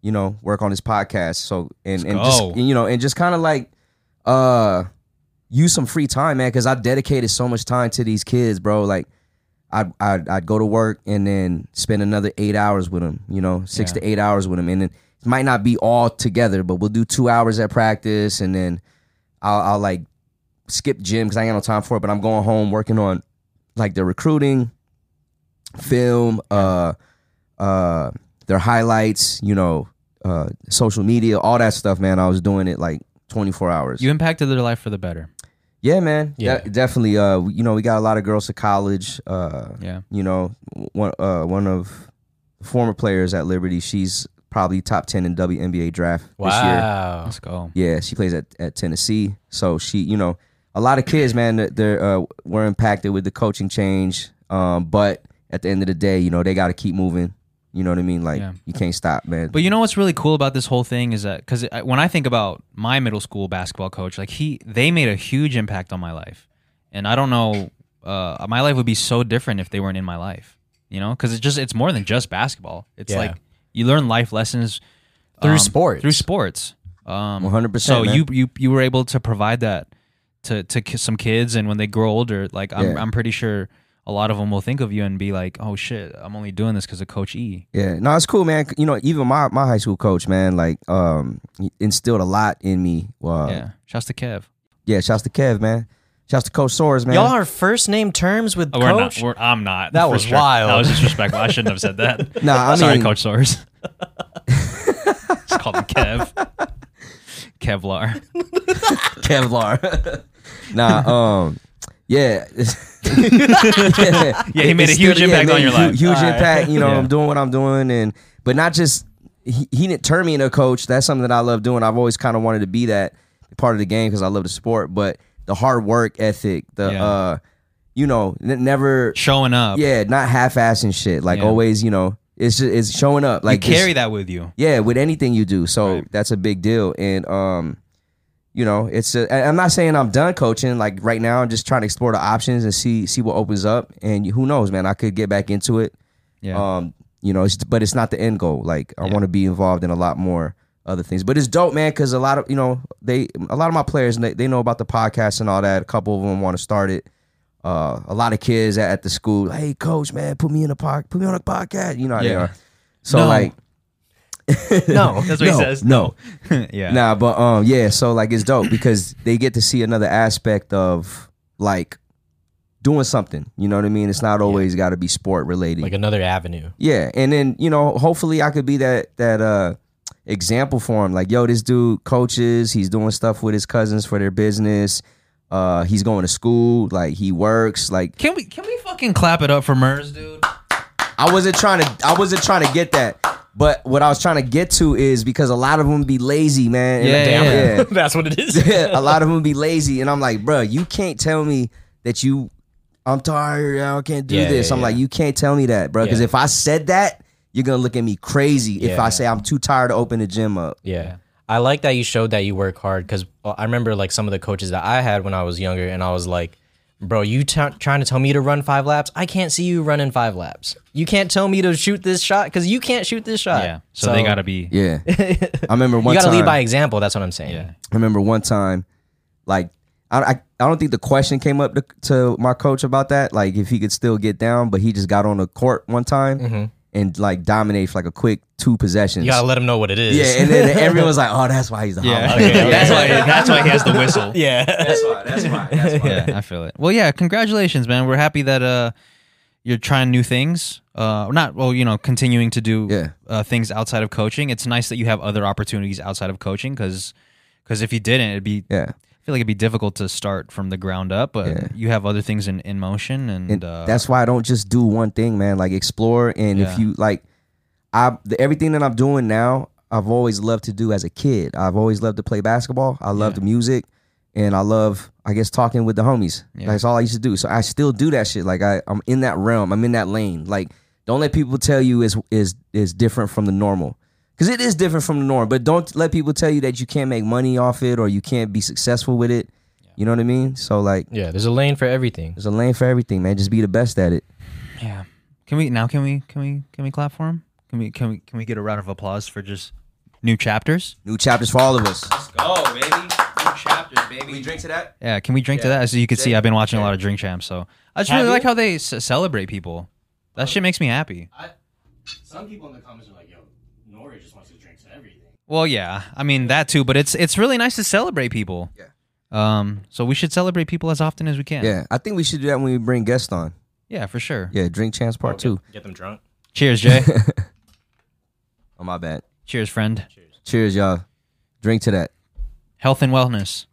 [SPEAKER 3] you know work on this podcast. So
[SPEAKER 1] Let's
[SPEAKER 3] and and just,
[SPEAKER 1] go.
[SPEAKER 3] you know and just kind of like uh use some free time, man, because I dedicated so much time to these kids, bro. Like, I'd, I'd I'd go to work and then spend another eight hours with them, you know, six
[SPEAKER 1] Yeah.
[SPEAKER 3] to eight hours with them, and then it might not be all together, but we'll do two hours at practice, and then I'll, I'll like skip gym because I ain't got no time for it, but I'm going home working on like their recruiting, film, uh, uh, their highlights, you know, uh, social media, all that stuff, man. I was doing it like 24 hours.
[SPEAKER 1] you impacted their life for the better.
[SPEAKER 3] Yeah, man.
[SPEAKER 2] Yeah.
[SPEAKER 3] Yeah, definitely. Uh, you know, we got a lot of girls to college. Uh,
[SPEAKER 1] Yeah.
[SPEAKER 3] you know, one uh, one of the former players at Liberty. She's probably top ten in WNBA draft this year.
[SPEAKER 2] wow.
[SPEAKER 1] Let's go.
[SPEAKER 3] Yeah, she plays at, at Tennessee. So she, you know, a lot of kids, man, that they're uh, were impacted with the coaching change. Um, but at the end of the day, you know, they got to keep moving. You know what I mean? Like
[SPEAKER 1] Yeah.
[SPEAKER 3] you can't stop, man.
[SPEAKER 1] But you know what's really cool about this whole thing is that because when I think about my middle school basketball coach, like he, they made a huge impact on my life, and I don't know, uh, my life would be so different if they weren't in my life, you know, because it's just it's more than just basketball. It's
[SPEAKER 2] Yeah.
[SPEAKER 1] like you learn life lessons um,
[SPEAKER 2] Through sports.
[SPEAKER 1] through sports, um,
[SPEAKER 3] 100%,
[SPEAKER 1] So
[SPEAKER 3] man.
[SPEAKER 1] you you you were able to provide that to to ki- some kids, and when they grow older, like I'm
[SPEAKER 3] Yeah.
[SPEAKER 1] I'm pretty sure a lot of them will think of you and be like, oh shit, I'm only doing this because of Coach E.
[SPEAKER 3] Yeah, no, it's cool, man. You know, even my, my high school coach, man, like um, he instilled a lot in me. Uh,
[SPEAKER 1] yeah, shouts to Kev.
[SPEAKER 3] yeah, shouts to Kev, man. Shouts to Coach Soares, man.
[SPEAKER 2] Y'all are first name terms with
[SPEAKER 1] Oh, we're
[SPEAKER 2] coach.
[SPEAKER 1] not. We're, I'm not.
[SPEAKER 2] That
[SPEAKER 1] for
[SPEAKER 2] was
[SPEAKER 1] sure.
[SPEAKER 2] wild.
[SPEAKER 1] That was disrespectful. I shouldn't have said that.
[SPEAKER 3] No, I
[SPEAKER 1] sorry,
[SPEAKER 3] mean-
[SPEAKER 1] Coach Soares. Just called him Kev. Kevlar.
[SPEAKER 3] Kevlar. nah, um, yeah. yeah,
[SPEAKER 1] Yeah, he made a
[SPEAKER 3] It's
[SPEAKER 1] huge
[SPEAKER 3] still- yeah,
[SPEAKER 1] impact
[SPEAKER 3] made
[SPEAKER 1] on
[SPEAKER 3] a
[SPEAKER 1] your
[SPEAKER 3] hu-
[SPEAKER 1] life.
[SPEAKER 3] Huge
[SPEAKER 2] Alright.
[SPEAKER 3] impact. You know,
[SPEAKER 1] Yeah.
[SPEAKER 3] I'm doing what I'm doing, and but not just he, he didn't turn me into a coach. That's something that I love doing. I've always kind of wanted to be that part of the game because I love the sport. But the hard work ethic, the
[SPEAKER 1] Yeah.
[SPEAKER 3] uh, you know, n- never,
[SPEAKER 1] Showing up.
[SPEAKER 3] yeah, not half-assing shit. Like
[SPEAKER 1] Yeah.
[SPEAKER 3] always, you know, it's just, it's showing up.
[SPEAKER 1] you
[SPEAKER 3] Like it's-
[SPEAKER 1] carry that with you.
[SPEAKER 3] yeah, with anything you do. So
[SPEAKER 1] Right.
[SPEAKER 3] that's a big deal. And um, you know, it's a, I- I'm not saying I'm done coaching. Like right now, I'm just trying to explore the options and see see what opens up. And who knows, man? I could get back into it.
[SPEAKER 1] Yeah.
[SPEAKER 3] Um, you know, it's, but it's not the end goal. Like I want to be involved in a lot more other things. But it's dope, man, because a lot of you know they a lot of my players they, they know about the podcast and all that. A couple of them want to start it. Uh, a lot of kids at, at the school, hey coach, man, put me in a pod, put me on a podcast. You know how they
[SPEAKER 1] Yeah.
[SPEAKER 3] are. So
[SPEAKER 1] No.
[SPEAKER 3] like,
[SPEAKER 2] no.
[SPEAKER 1] That's what
[SPEAKER 3] no,
[SPEAKER 1] he says.
[SPEAKER 3] no,
[SPEAKER 1] yeah.
[SPEAKER 3] Nah, but um, yeah. So like, it's dope because they get to see another aspect of like doing something. You know what I mean? It's not always got to be sport related.
[SPEAKER 2] Like another avenue.
[SPEAKER 3] yeah, and then you know, hopefully, I could be that that uh example for him. Like, yo, this dude coaches. He's doing stuff with his cousins for their business. Uh, he's going to school. Like, he works. Like,
[SPEAKER 1] Can we can we fucking clap it up for Mers, dude?
[SPEAKER 3] I wasn't trying to. I wasn't trying to get that. But what I was trying to get to is because a lot of them be lazy, man. And-
[SPEAKER 1] Yeah, yeah, yeah.
[SPEAKER 2] That's what it is.
[SPEAKER 3] a lot of them be lazy, and I'm like, bro, you can't tell me that you, I'm tired, I can't do
[SPEAKER 2] Yeah,
[SPEAKER 3] this.
[SPEAKER 2] yeah,
[SPEAKER 3] I'm
[SPEAKER 2] yeah.
[SPEAKER 3] like, you can't tell me that, bro, because
[SPEAKER 2] Yeah.
[SPEAKER 3] if I said that, you're gonna look at me crazy if
[SPEAKER 2] Yeah.
[SPEAKER 3] I say I'm too tired to open the gym up.
[SPEAKER 2] Yeah. I like that you showed that you work hard because I remember like some of the coaches that I had when I was younger, and I was like, bro, you t- trying to tell me to run five laps? I can't see you running five laps. You can't tell me to shoot this shot because you can't shoot this shot.
[SPEAKER 1] Yeah. So, they gotta be.
[SPEAKER 3] Yeah, I remember
[SPEAKER 2] You
[SPEAKER 3] one
[SPEAKER 2] gotta
[SPEAKER 3] time.
[SPEAKER 2] lead by example. That's what I'm saying.
[SPEAKER 1] Yeah.
[SPEAKER 3] I remember one time, like I, I, I don't think the question came up to, to my coach about that, like if he could still get down, but he just got on the court one time and like dominated for like a quick two possessions.
[SPEAKER 2] Mm-hmm. You gotta let them know what it is.
[SPEAKER 3] yeah, and then everyone was like, "Oh, that's why he's the
[SPEAKER 1] Yeah.
[SPEAKER 3] hot
[SPEAKER 2] Okay,
[SPEAKER 1] that's why.
[SPEAKER 2] yeah.
[SPEAKER 1] That's why he has the whistle.
[SPEAKER 2] yeah.
[SPEAKER 3] That's why. That's why. That's why.
[SPEAKER 1] yeah, I feel it. Well, yeah, congratulations, man. We're happy that uh you're trying new things. Uh not well, you know, continuing to do
[SPEAKER 3] Yeah.
[SPEAKER 1] uh, things outside of coaching. It's nice that you have other opportunities outside of coaching cuz cuz if you didn't, it'd be
[SPEAKER 3] Yeah.
[SPEAKER 1] I feel like it'd be difficult to start from the ground up, but you have other things in in motion and,
[SPEAKER 3] And
[SPEAKER 1] uh
[SPEAKER 3] that's why I don't just do one thing, man. Like explore, and
[SPEAKER 1] Yeah.
[SPEAKER 3] if you like, I the, everything that I'm doing now, I've always loved to do as a kid. I've always loved to play basketball. I love the music, and I love, I guess, talking with the homies. That's all I used to do. So I still do that shit. Like I, I'm in that realm. I'm in that lane. Like don't let people tell you is is is different from the normal. Cause it is different from the norm, but don't let people tell you that you can't make money off it or you can't be successful with it. You know what I mean? So like,
[SPEAKER 2] Yeah, there's a lane for everything.
[SPEAKER 3] there's a lane for everything, man. Just be the best at it.
[SPEAKER 1] yeah. Can we now can we can we can we clap for him? Can we can we can we get a round of applause for just new chapters?
[SPEAKER 3] New chapters for all of us.
[SPEAKER 1] Oh, baby. New chapters, baby.
[SPEAKER 3] drink to that?
[SPEAKER 1] Yeah, can we drink to
[SPEAKER 3] Yeah.
[SPEAKER 1] that? So you can see,
[SPEAKER 3] Drink.
[SPEAKER 1] I've been watching a lot of Drink Champs, so I just
[SPEAKER 2] Have
[SPEAKER 1] really
[SPEAKER 2] you?
[SPEAKER 1] like how they c- celebrate people. That shit makes me happy.
[SPEAKER 2] Some people in the comments are like, yo, Nori just wants to drink to everything.
[SPEAKER 1] Well, yeah, I mean that too, but it's it's really nice to celebrate people.
[SPEAKER 3] Yeah.
[SPEAKER 1] Um, so we should celebrate people as often as we can.
[SPEAKER 3] Yeah, I think we should do that when we bring guests on.
[SPEAKER 1] Yeah, for sure.
[SPEAKER 3] Yeah, drink chance part two.
[SPEAKER 2] Get them drunk.
[SPEAKER 1] Cheers, Jay.
[SPEAKER 3] Oh my bad.
[SPEAKER 1] Cheers, friend.
[SPEAKER 3] Cheers, y'all. Drink to that.
[SPEAKER 1] Health and wellness.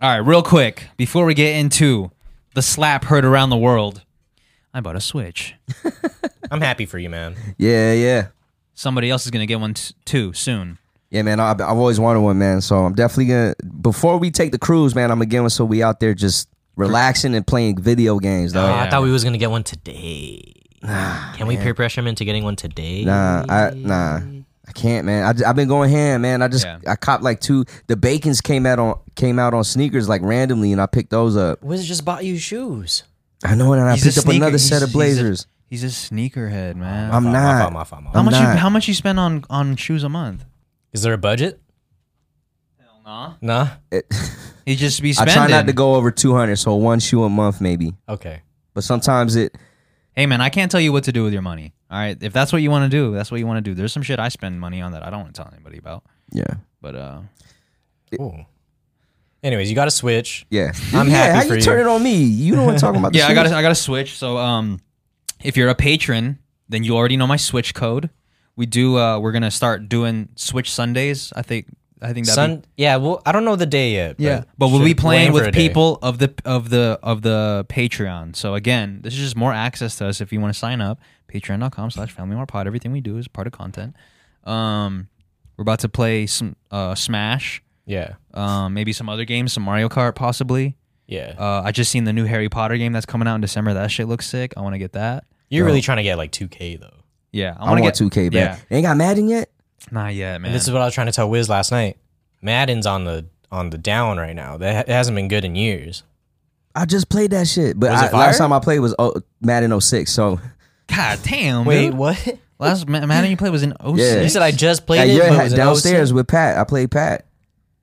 [SPEAKER 1] All right, real quick before we get into the slap heard around the world, I bought a Switch.
[SPEAKER 2] I'm happy for you, man.
[SPEAKER 3] Yeah, yeah,
[SPEAKER 1] Somebody else is gonna get one t- too soon.
[SPEAKER 3] yeah, man. I, I've always wanted one, man. So I'm definitely gonna. Before we take the cruise, man, I'm gonna get one. So we out there just relaxing and playing video games,
[SPEAKER 2] Oh,
[SPEAKER 3] dog.
[SPEAKER 1] yeah.
[SPEAKER 2] I thought we was gonna get one today. Can we peer pressure him into getting one today?
[SPEAKER 3] Nah, I nah. I can't, man. I, j- I've been going ham, man. I just
[SPEAKER 1] Yeah.
[SPEAKER 3] I copped like two. The bacon's came out on came out on sneakers like randomly, and I picked those up.
[SPEAKER 2] Wiz just bought you shoes.
[SPEAKER 3] I know, and I
[SPEAKER 1] He's a
[SPEAKER 3] picked up
[SPEAKER 1] sneaker-
[SPEAKER 3] another
[SPEAKER 1] he's-
[SPEAKER 3] set of
[SPEAKER 1] he's a-
[SPEAKER 3] blazers.
[SPEAKER 1] He's a sneakerhead, man.
[SPEAKER 3] I'm
[SPEAKER 2] My
[SPEAKER 3] not.
[SPEAKER 2] fault, my fault, my fault.
[SPEAKER 1] how
[SPEAKER 3] I'm
[SPEAKER 1] much?
[SPEAKER 3] not.
[SPEAKER 1] You, how much you spend on on shoes a month?
[SPEAKER 2] Is there a budget?
[SPEAKER 1] Hell nah.
[SPEAKER 2] Nah.
[SPEAKER 1] He just be
[SPEAKER 3] I
[SPEAKER 1] spending.
[SPEAKER 3] try not to go over 200, so one shoe a month maybe.
[SPEAKER 2] Okay.
[SPEAKER 3] But sometimes it,
[SPEAKER 1] Hey man, I can't tell you what to do with your money. All right, if that's what you want to do, that's what you want to do. There's some shit I spend money on that I don't want to tell anybody about.
[SPEAKER 3] yeah,
[SPEAKER 1] But uh,
[SPEAKER 2] Ooh. Anyways, you got to switch.
[SPEAKER 3] Yeah,
[SPEAKER 2] I'm
[SPEAKER 3] yeah,
[SPEAKER 2] happy
[SPEAKER 3] How
[SPEAKER 2] for
[SPEAKER 3] you
[SPEAKER 2] you.
[SPEAKER 3] turn it on me? You know what I'm talking about? the
[SPEAKER 1] yeah, I
[SPEAKER 3] shit.
[SPEAKER 1] gotta I gotta switch. So um, if you're a patron, then you already know my switch code. We do. Uh, we're gonna start doing switch Sundays. I think. I think that.
[SPEAKER 2] Sun. Yeah. Well, I don't know the day yet. But
[SPEAKER 1] Yeah, but we'll be
[SPEAKER 2] should-
[SPEAKER 1] playing
[SPEAKER 2] plan for
[SPEAKER 1] with
[SPEAKER 2] a day.
[SPEAKER 1] people of the of the of the Patreon. So again, this is just more access to us. If you want to sign up, patreon.com slash family more pod. Everything we do is part of content. Um, we're about to play some uh, Smash,
[SPEAKER 2] Yeah.
[SPEAKER 1] um, maybe some other games, some Mario Kart possibly.
[SPEAKER 2] Yeah.
[SPEAKER 1] Uh, I just seen the new Harry Potter game that's coming out in December. That shit looks sick. I want to get that.
[SPEAKER 2] You're really trying to get like 2K though.
[SPEAKER 1] Yeah, I,
[SPEAKER 3] I
[SPEAKER 1] wanna
[SPEAKER 3] want
[SPEAKER 1] get
[SPEAKER 3] 2K, man.
[SPEAKER 1] Yeah,
[SPEAKER 3] They ain't got Madden yet.
[SPEAKER 1] not yet, man.
[SPEAKER 2] And this is what I was trying to tell Wiz last night. Madden's on the on the down right now. That it hasn't been good in years.
[SPEAKER 3] I just played that shit, but
[SPEAKER 2] Was
[SPEAKER 3] I,
[SPEAKER 2] it fire?
[SPEAKER 3] last time I played was oh, Madden 06. So
[SPEAKER 1] God damn,
[SPEAKER 2] Wait,
[SPEAKER 1] dude.
[SPEAKER 2] what? You
[SPEAKER 1] Last Ma- Madden you played was in 06.
[SPEAKER 3] Yeah. You
[SPEAKER 2] said I just played
[SPEAKER 3] At
[SPEAKER 2] it,
[SPEAKER 3] your
[SPEAKER 2] but it oh
[SPEAKER 3] ha-
[SPEAKER 2] was in
[SPEAKER 3] downstairs
[SPEAKER 2] 06?
[SPEAKER 3] with Pat, I played Pat.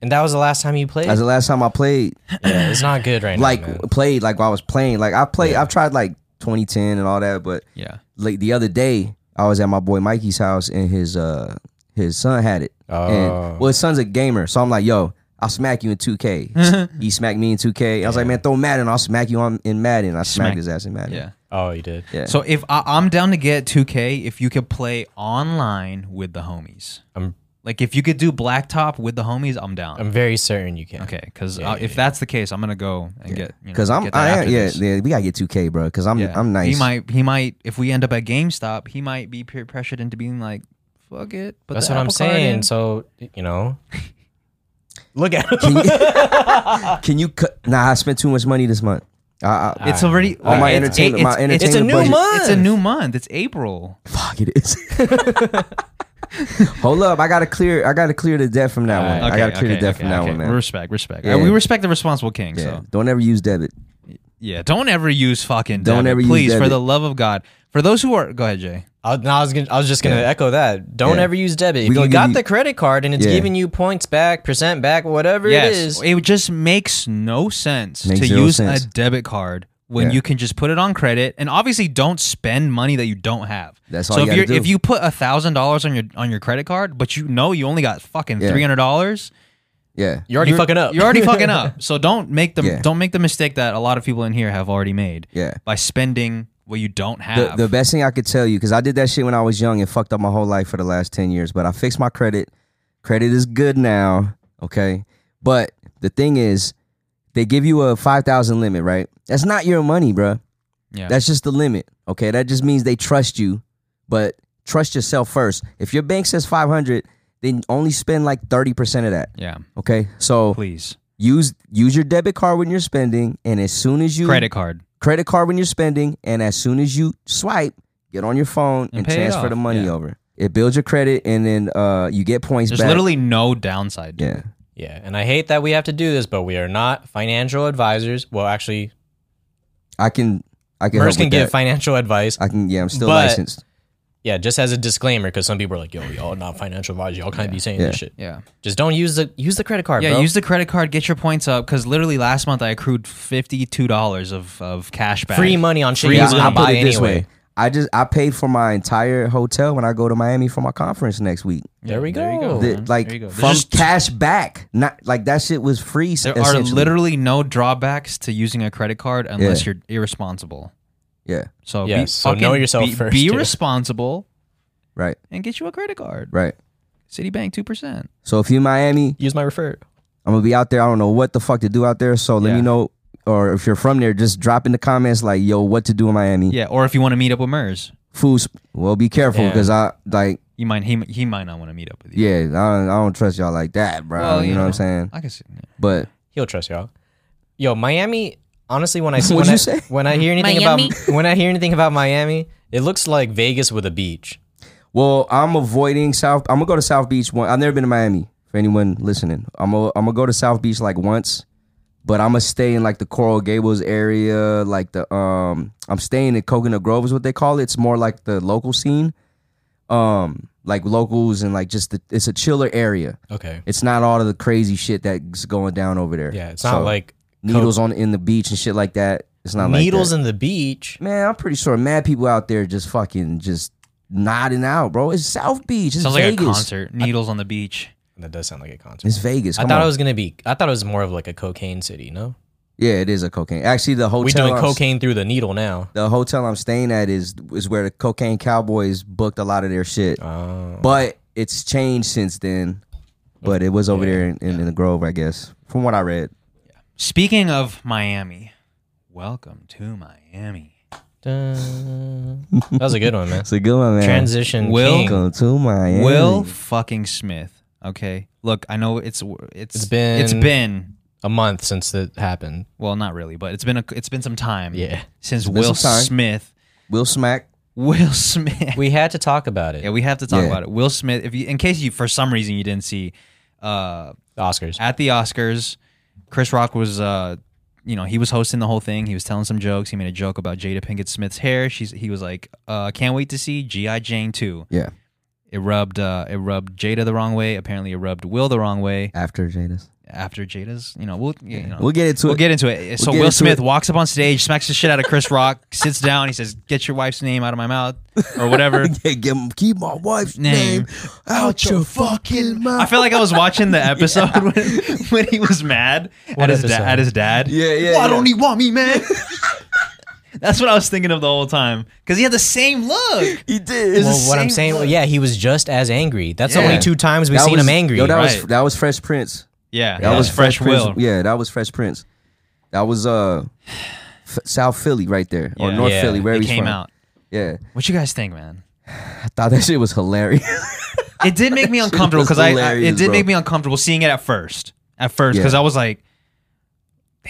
[SPEAKER 2] and that was the last time you played.
[SPEAKER 3] That's the last time I played.
[SPEAKER 2] yeah, it's not good right
[SPEAKER 3] Like
[SPEAKER 2] now. man.
[SPEAKER 3] played like while I was playing. Like I played. I've tried like 2010 and all that, but
[SPEAKER 1] yeah.
[SPEAKER 3] like the other day I was at my boy Mikey's house and his uh his son had it.
[SPEAKER 2] Oh.
[SPEAKER 3] And, well, his son's a gamer, so I'm like, yo, I'll smack you in 2K. he smacked me in 2K. I was like, man, throw Madden. I'll smack you on in Madden. I smacked
[SPEAKER 1] Smack.
[SPEAKER 3] his ass in Madden.
[SPEAKER 1] Yeah.
[SPEAKER 2] Oh, you did.
[SPEAKER 3] Yeah.
[SPEAKER 1] So if I, I'm down to get 2K, if you could play online with the homies,
[SPEAKER 2] I'm
[SPEAKER 1] like if you could do blacktop with the homies, I'm down.
[SPEAKER 2] I'm very certain you can.
[SPEAKER 1] okay, because if that's the case, I'm gonna go and get you know,
[SPEAKER 3] Cause I'm,
[SPEAKER 1] get that
[SPEAKER 3] I am,
[SPEAKER 1] after
[SPEAKER 3] yeah,
[SPEAKER 1] this.
[SPEAKER 3] yeah, we gotta get 2K, bro. Cause I'm,
[SPEAKER 1] Yeah.
[SPEAKER 3] I'm nice.
[SPEAKER 1] He might, he might. If we end up at GameStop, he might be peer pressured into being like, "Fuck it." But
[SPEAKER 2] That's what I'm saying. So you know, look at him.
[SPEAKER 3] Can you cut? Nah, I spent too much money this month. I, I,
[SPEAKER 1] It's already
[SPEAKER 3] All my
[SPEAKER 1] it's-
[SPEAKER 3] entertainment-
[SPEAKER 1] it's-
[SPEAKER 3] my
[SPEAKER 1] it's-
[SPEAKER 2] it's a
[SPEAKER 3] entertainment
[SPEAKER 2] new
[SPEAKER 3] budget.
[SPEAKER 2] month.
[SPEAKER 1] It's a new month. It's April.
[SPEAKER 3] fuck it is. Hold up, I gotta clear. I gotta clear the debt from that one. I gotta clear the debt from that one, man.
[SPEAKER 1] Respect, respect.
[SPEAKER 3] Yeah.
[SPEAKER 1] We respect the responsible king.
[SPEAKER 3] yeah,
[SPEAKER 1] So
[SPEAKER 3] don't ever use debit.
[SPEAKER 1] Yeah, don't ever use fucking
[SPEAKER 3] Don't
[SPEAKER 1] debit,
[SPEAKER 3] ever use
[SPEAKER 1] please, for
[SPEAKER 3] debit.
[SPEAKER 1] the love of God. For those who are, go ahead, Jay.
[SPEAKER 2] I, no, I was gonna, I was just gonna echo that. Don't
[SPEAKER 3] Yeah.
[SPEAKER 2] ever use debit. If
[SPEAKER 3] We gonna
[SPEAKER 2] you
[SPEAKER 3] give
[SPEAKER 2] got
[SPEAKER 3] you-
[SPEAKER 2] the credit card and it's
[SPEAKER 3] Yeah.
[SPEAKER 2] giving you points back, percent back, whatever it is,
[SPEAKER 1] it just makes no sense
[SPEAKER 3] Makes
[SPEAKER 1] to
[SPEAKER 3] zero
[SPEAKER 1] use
[SPEAKER 3] sense.
[SPEAKER 1] a debit card when
[SPEAKER 3] Yeah.
[SPEAKER 1] you can just put it on credit, and obviously don't spend money that you don't have.
[SPEAKER 3] That's all
[SPEAKER 1] so
[SPEAKER 3] you
[SPEAKER 1] if
[SPEAKER 3] gotta
[SPEAKER 1] you're
[SPEAKER 3] do.
[SPEAKER 1] if you put a thousand dollars on your on your credit card, but you know you only got fucking
[SPEAKER 3] Yeah.
[SPEAKER 1] three hundred dollars,
[SPEAKER 3] Yeah,
[SPEAKER 2] you're already fucking up.
[SPEAKER 1] you're already fucking up. So don't make the
[SPEAKER 3] Yeah.
[SPEAKER 1] don't make the mistake that a lot of people in here have already made.
[SPEAKER 3] Yeah.
[SPEAKER 1] by spending what you don't
[SPEAKER 3] the,
[SPEAKER 1] have.
[SPEAKER 3] the best thing I could tell you because I did that shit when I was young and fucked up my whole life for the last ten years. But I fixed my credit. Credit is good now. Okay, but the thing is, they give you a five thousand limit, right? That's not your money, bruh.
[SPEAKER 1] yeah.
[SPEAKER 3] That's just the limit. Okay, that just means they trust you, but trust yourself first. If your bank says 500, then only spend like 30% of that.
[SPEAKER 1] yeah,
[SPEAKER 3] Okay? So
[SPEAKER 1] please
[SPEAKER 3] use use your debit card when you're spending and as soon as you
[SPEAKER 1] credit card.
[SPEAKER 3] credit card when you're spending and as soon as you swipe, get on your phone and,
[SPEAKER 1] And pay it
[SPEAKER 3] transfer
[SPEAKER 1] off,
[SPEAKER 3] the money
[SPEAKER 1] yeah.
[SPEAKER 3] over. It builds your credit and then uh you get points
[SPEAKER 1] There's
[SPEAKER 3] back.
[SPEAKER 1] literally no downside. to
[SPEAKER 3] yeah.
[SPEAKER 2] Yeah, and I hate that we have to do this, but we are not financial advisors. Well, actually,
[SPEAKER 3] I can I can
[SPEAKER 2] Merce
[SPEAKER 3] help
[SPEAKER 2] can
[SPEAKER 3] with
[SPEAKER 2] give
[SPEAKER 3] that.
[SPEAKER 2] financial advice.
[SPEAKER 3] I can yeah, I'm still
[SPEAKER 2] But-
[SPEAKER 3] licensed.
[SPEAKER 2] Yeah, just as a disclaimer, because some people are like, "Yo, y'all not financial advisors. Y'all can't be saying
[SPEAKER 3] Yeah.
[SPEAKER 2] this shit."
[SPEAKER 1] Yeah.
[SPEAKER 2] Just don't use the use the credit card,
[SPEAKER 1] Yeah,
[SPEAKER 2] bro.
[SPEAKER 1] use the credit card, get your points up, because literally last month I accrued fifty two dollars of, of cash back.
[SPEAKER 2] free money on shit
[SPEAKER 1] Free
[SPEAKER 2] you're not
[SPEAKER 1] money.
[SPEAKER 2] gonna
[SPEAKER 1] I'll
[SPEAKER 2] buy anyway.
[SPEAKER 3] I just I paid for my entire hotel when I go to Miami for my conference next week.
[SPEAKER 2] There we go.
[SPEAKER 1] you go.
[SPEAKER 3] The-
[SPEAKER 1] man. There you go.
[SPEAKER 3] like
[SPEAKER 1] There's
[SPEAKER 3] from
[SPEAKER 1] just-
[SPEAKER 3] cash back. Not like that shit was free.
[SPEAKER 1] There are
[SPEAKER 3] essentially.
[SPEAKER 1] literally no drawbacks to using a credit card unless you're irresponsible.
[SPEAKER 3] yeah,
[SPEAKER 1] So be
[SPEAKER 2] Yes, so know
[SPEAKER 1] fucking-
[SPEAKER 2] yourself
[SPEAKER 1] be,
[SPEAKER 2] first,
[SPEAKER 1] Be
[SPEAKER 2] yeah.
[SPEAKER 1] responsible
[SPEAKER 3] right,
[SPEAKER 1] and get you a credit card.
[SPEAKER 3] right.
[SPEAKER 1] Citibank two percent.
[SPEAKER 3] So if you're Miami,
[SPEAKER 2] Use my refer.
[SPEAKER 3] I'm gonna be out there. I don't know what the fuck to do out there. So let
[SPEAKER 1] Yeah.
[SPEAKER 3] me know, or if you're from there, just drop in the comments like, "Yo, what to do in Miami?"
[SPEAKER 1] Yeah, or if you want to meet up with Mers,
[SPEAKER 3] Fools. Well, be careful
[SPEAKER 2] Yeah.
[SPEAKER 3] because I like,
[SPEAKER 1] you might he he might not want to meet up with you.
[SPEAKER 3] yeah, I don't, I don't trust y'all like that, bro.
[SPEAKER 1] Well,
[SPEAKER 3] you,
[SPEAKER 1] you
[SPEAKER 3] know, what I'm
[SPEAKER 1] know.
[SPEAKER 3] saying?
[SPEAKER 1] I can see. yeah.
[SPEAKER 3] But
[SPEAKER 2] He'll trust y'all. Yo, Miami. Honestly, when I see
[SPEAKER 3] What'd
[SPEAKER 2] when,
[SPEAKER 3] you
[SPEAKER 2] I,
[SPEAKER 3] say?
[SPEAKER 2] when I hear anything
[SPEAKER 4] Miami?
[SPEAKER 2] about when I hear anything about Miami, it looks like Vegas with a beach.
[SPEAKER 3] Well, I'm avoiding South. I'm gonna go to South Beach. One, I've never been to Miami. For anyone listening, I'm gonna I'm gonna go to South Beach like once, but I'm gonna stay in like the Coral Gables area, like the um. I'm staying in Coconut Grove is what they call it. It's more like the local scene, um, like locals and like just the, it's a chiller area.
[SPEAKER 2] Okay.
[SPEAKER 3] It's not all of the crazy shit that's going down over there.
[SPEAKER 2] Yeah, it's not
[SPEAKER 3] So,
[SPEAKER 2] like
[SPEAKER 3] needles on in the beach and shit like that. It's not like
[SPEAKER 2] needles
[SPEAKER 3] that.
[SPEAKER 2] in the beach.
[SPEAKER 3] Man, I'm pretty sure mad people out there just fucking just nodding out, bro. It's South Beach. It's
[SPEAKER 1] Sounds like a
[SPEAKER 3] Vegas.
[SPEAKER 1] concert. Needles on the beach.
[SPEAKER 2] That does sound like a concert.
[SPEAKER 3] It's Vegas.
[SPEAKER 2] I
[SPEAKER 3] come
[SPEAKER 2] thought
[SPEAKER 3] on.
[SPEAKER 2] it was gonna be. I thought it was more of like a cocaine city. No,
[SPEAKER 3] Yeah, it is a cocaine. Actually, the hotel
[SPEAKER 2] we doing
[SPEAKER 3] I'm-
[SPEAKER 2] cocaine through the needle now.
[SPEAKER 3] The hotel I'm staying at is is where the Cocaine Cowboys booked a lot of their shit.
[SPEAKER 2] Oh,
[SPEAKER 3] But it's changed since then. But it was over there in, in, in the Grove, I guess, from what I read.
[SPEAKER 1] Speaking of Miami, welcome to Miami.
[SPEAKER 2] Dun. that was a good one, man.
[SPEAKER 3] It's a good one, man.
[SPEAKER 2] Transition.
[SPEAKER 1] Will-
[SPEAKER 2] king.
[SPEAKER 3] Welcome to Miami.
[SPEAKER 1] Will fucking Smith. Okay, look, I know it's
[SPEAKER 2] It's been-
[SPEAKER 1] it's been
[SPEAKER 2] a month since it happened.
[SPEAKER 1] well, not really, but it's been a, it's been some time.
[SPEAKER 2] Yeah.
[SPEAKER 1] since
[SPEAKER 3] been
[SPEAKER 1] Will
[SPEAKER 3] some time.
[SPEAKER 1] Smith.
[SPEAKER 3] Will Smack.
[SPEAKER 1] Will Smith.
[SPEAKER 2] We had to talk about it.
[SPEAKER 1] yeah, we have to talk
[SPEAKER 3] Yeah.
[SPEAKER 1] about it. Will Smith. If you, in case you for some reason you didn't see, uh,
[SPEAKER 2] The Oscars.
[SPEAKER 1] at the Oscars, Chris Rock was, uh, you know, he was hosting the whole thing. He was telling some jokes. He made a joke about Jada Pinkett Smith's hair. She's he was like, uh, "Can't wait to see GI Jane 2.
[SPEAKER 3] Yeah.
[SPEAKER 1] It rubbed uh, it rubbed Jada the wrong way. Apparently, it rubbed Will the wrong way.
[SPEAKER 3] After Jada's.
[SPEAKER 1] After Jada's, you know, we'll you know,
[SPEAKER 3] We'll get into
[SPEAKER 1] we'll
[SPEAKER 3] it.
[SPEAKER 1] get into it. So
[SPEAKER 3] get
[SPEAKER 1] Will
[SPEAKER 3] into
[SPEAKER 1] Smith
[SPEAKER 3] it.
[SPEAKER 1] walks up on stage, smacks the shit out of Chris Rock, sits down. He says, "Get your wife's name out of my mouth," or whatever.
[SPEAKER 3] Hey, give 'em- keep my wife's
[SPEAKER 1] Name.
[SPEAKER 3] name, out your fucking mouth.
[SPEAKER 1] I feel like I was watching the episode when, when he was mad at his, da-
[SPEAKER 2] episode?
[SPEAKER 1] at his dad.
[SPEAKER 3] Yeah, yeah,
[SPEAKER 1] Why
[SPEAKER 3] yeah.
[SPEAKER 1] don't he want me, man? That's what I was thinking of the whole time because he had the same look.
[SPEAKER 3] he did.
[SPEAKER 1] It's the
[SPEAKER 2] Well, what I'm
[SPEAKER 1] same
[SPEAKER 2] saying, well,
[SPEAKER 1] look.
[SPEAKER 2] yeah, he was just as angry. That's the
[SPEAKER 1] Yeah.
[SPEAKER 2] only two times we've
[SPEAKER 3] That
[SPEAKER 2] seen
[SPEAKER 3] was-
[SPEAKER 2] him angry.
[SPEAKER 3] Yo, that was
[SPEAKER 1] Right.
[SPEAKER 3] that was Fresh Prince.
[SPEAKER 1] Yeah,
[SPEAKER 3] That was Fresh, Prince.
[SPEAKER 1] Will.
[SPEAKER 3] Yeah, that was Fresh Prince. That was uh F- South Philly right there or
[SPEAKER 1] Yeah.
[SPEAKER 3] North
[SPEAKER 2] Yeah,
[SPEAKER 3] Philly where
[SPEAKER 1] it
[SPEAKER 3] he's
[SPEAKER 1] came
[SPEAKER 3] from.
[SPEAKER 1] out.
[SPEAKER 3] Yeah,
[SPEAKER 1] What you guys think, man?
[SPEAKER 3] I thought that shit was hilarious.
[SPEAKER 1] It did make me
[SPEAKER 3] That shit
[SPEAKER 1] uncomfortable
[SPEAKER 3] was
[SPEAKER 1] because I, I- it
[SPEAKER 3] hilarious,
[SPEAKER 1] did
[SPEAKER 3] bro.
[SPEAKER 1] make me uncomfortable seeing it at first. At first, because
[SPEAKER 3] Yeah.
[SPEAKER 1] I was like,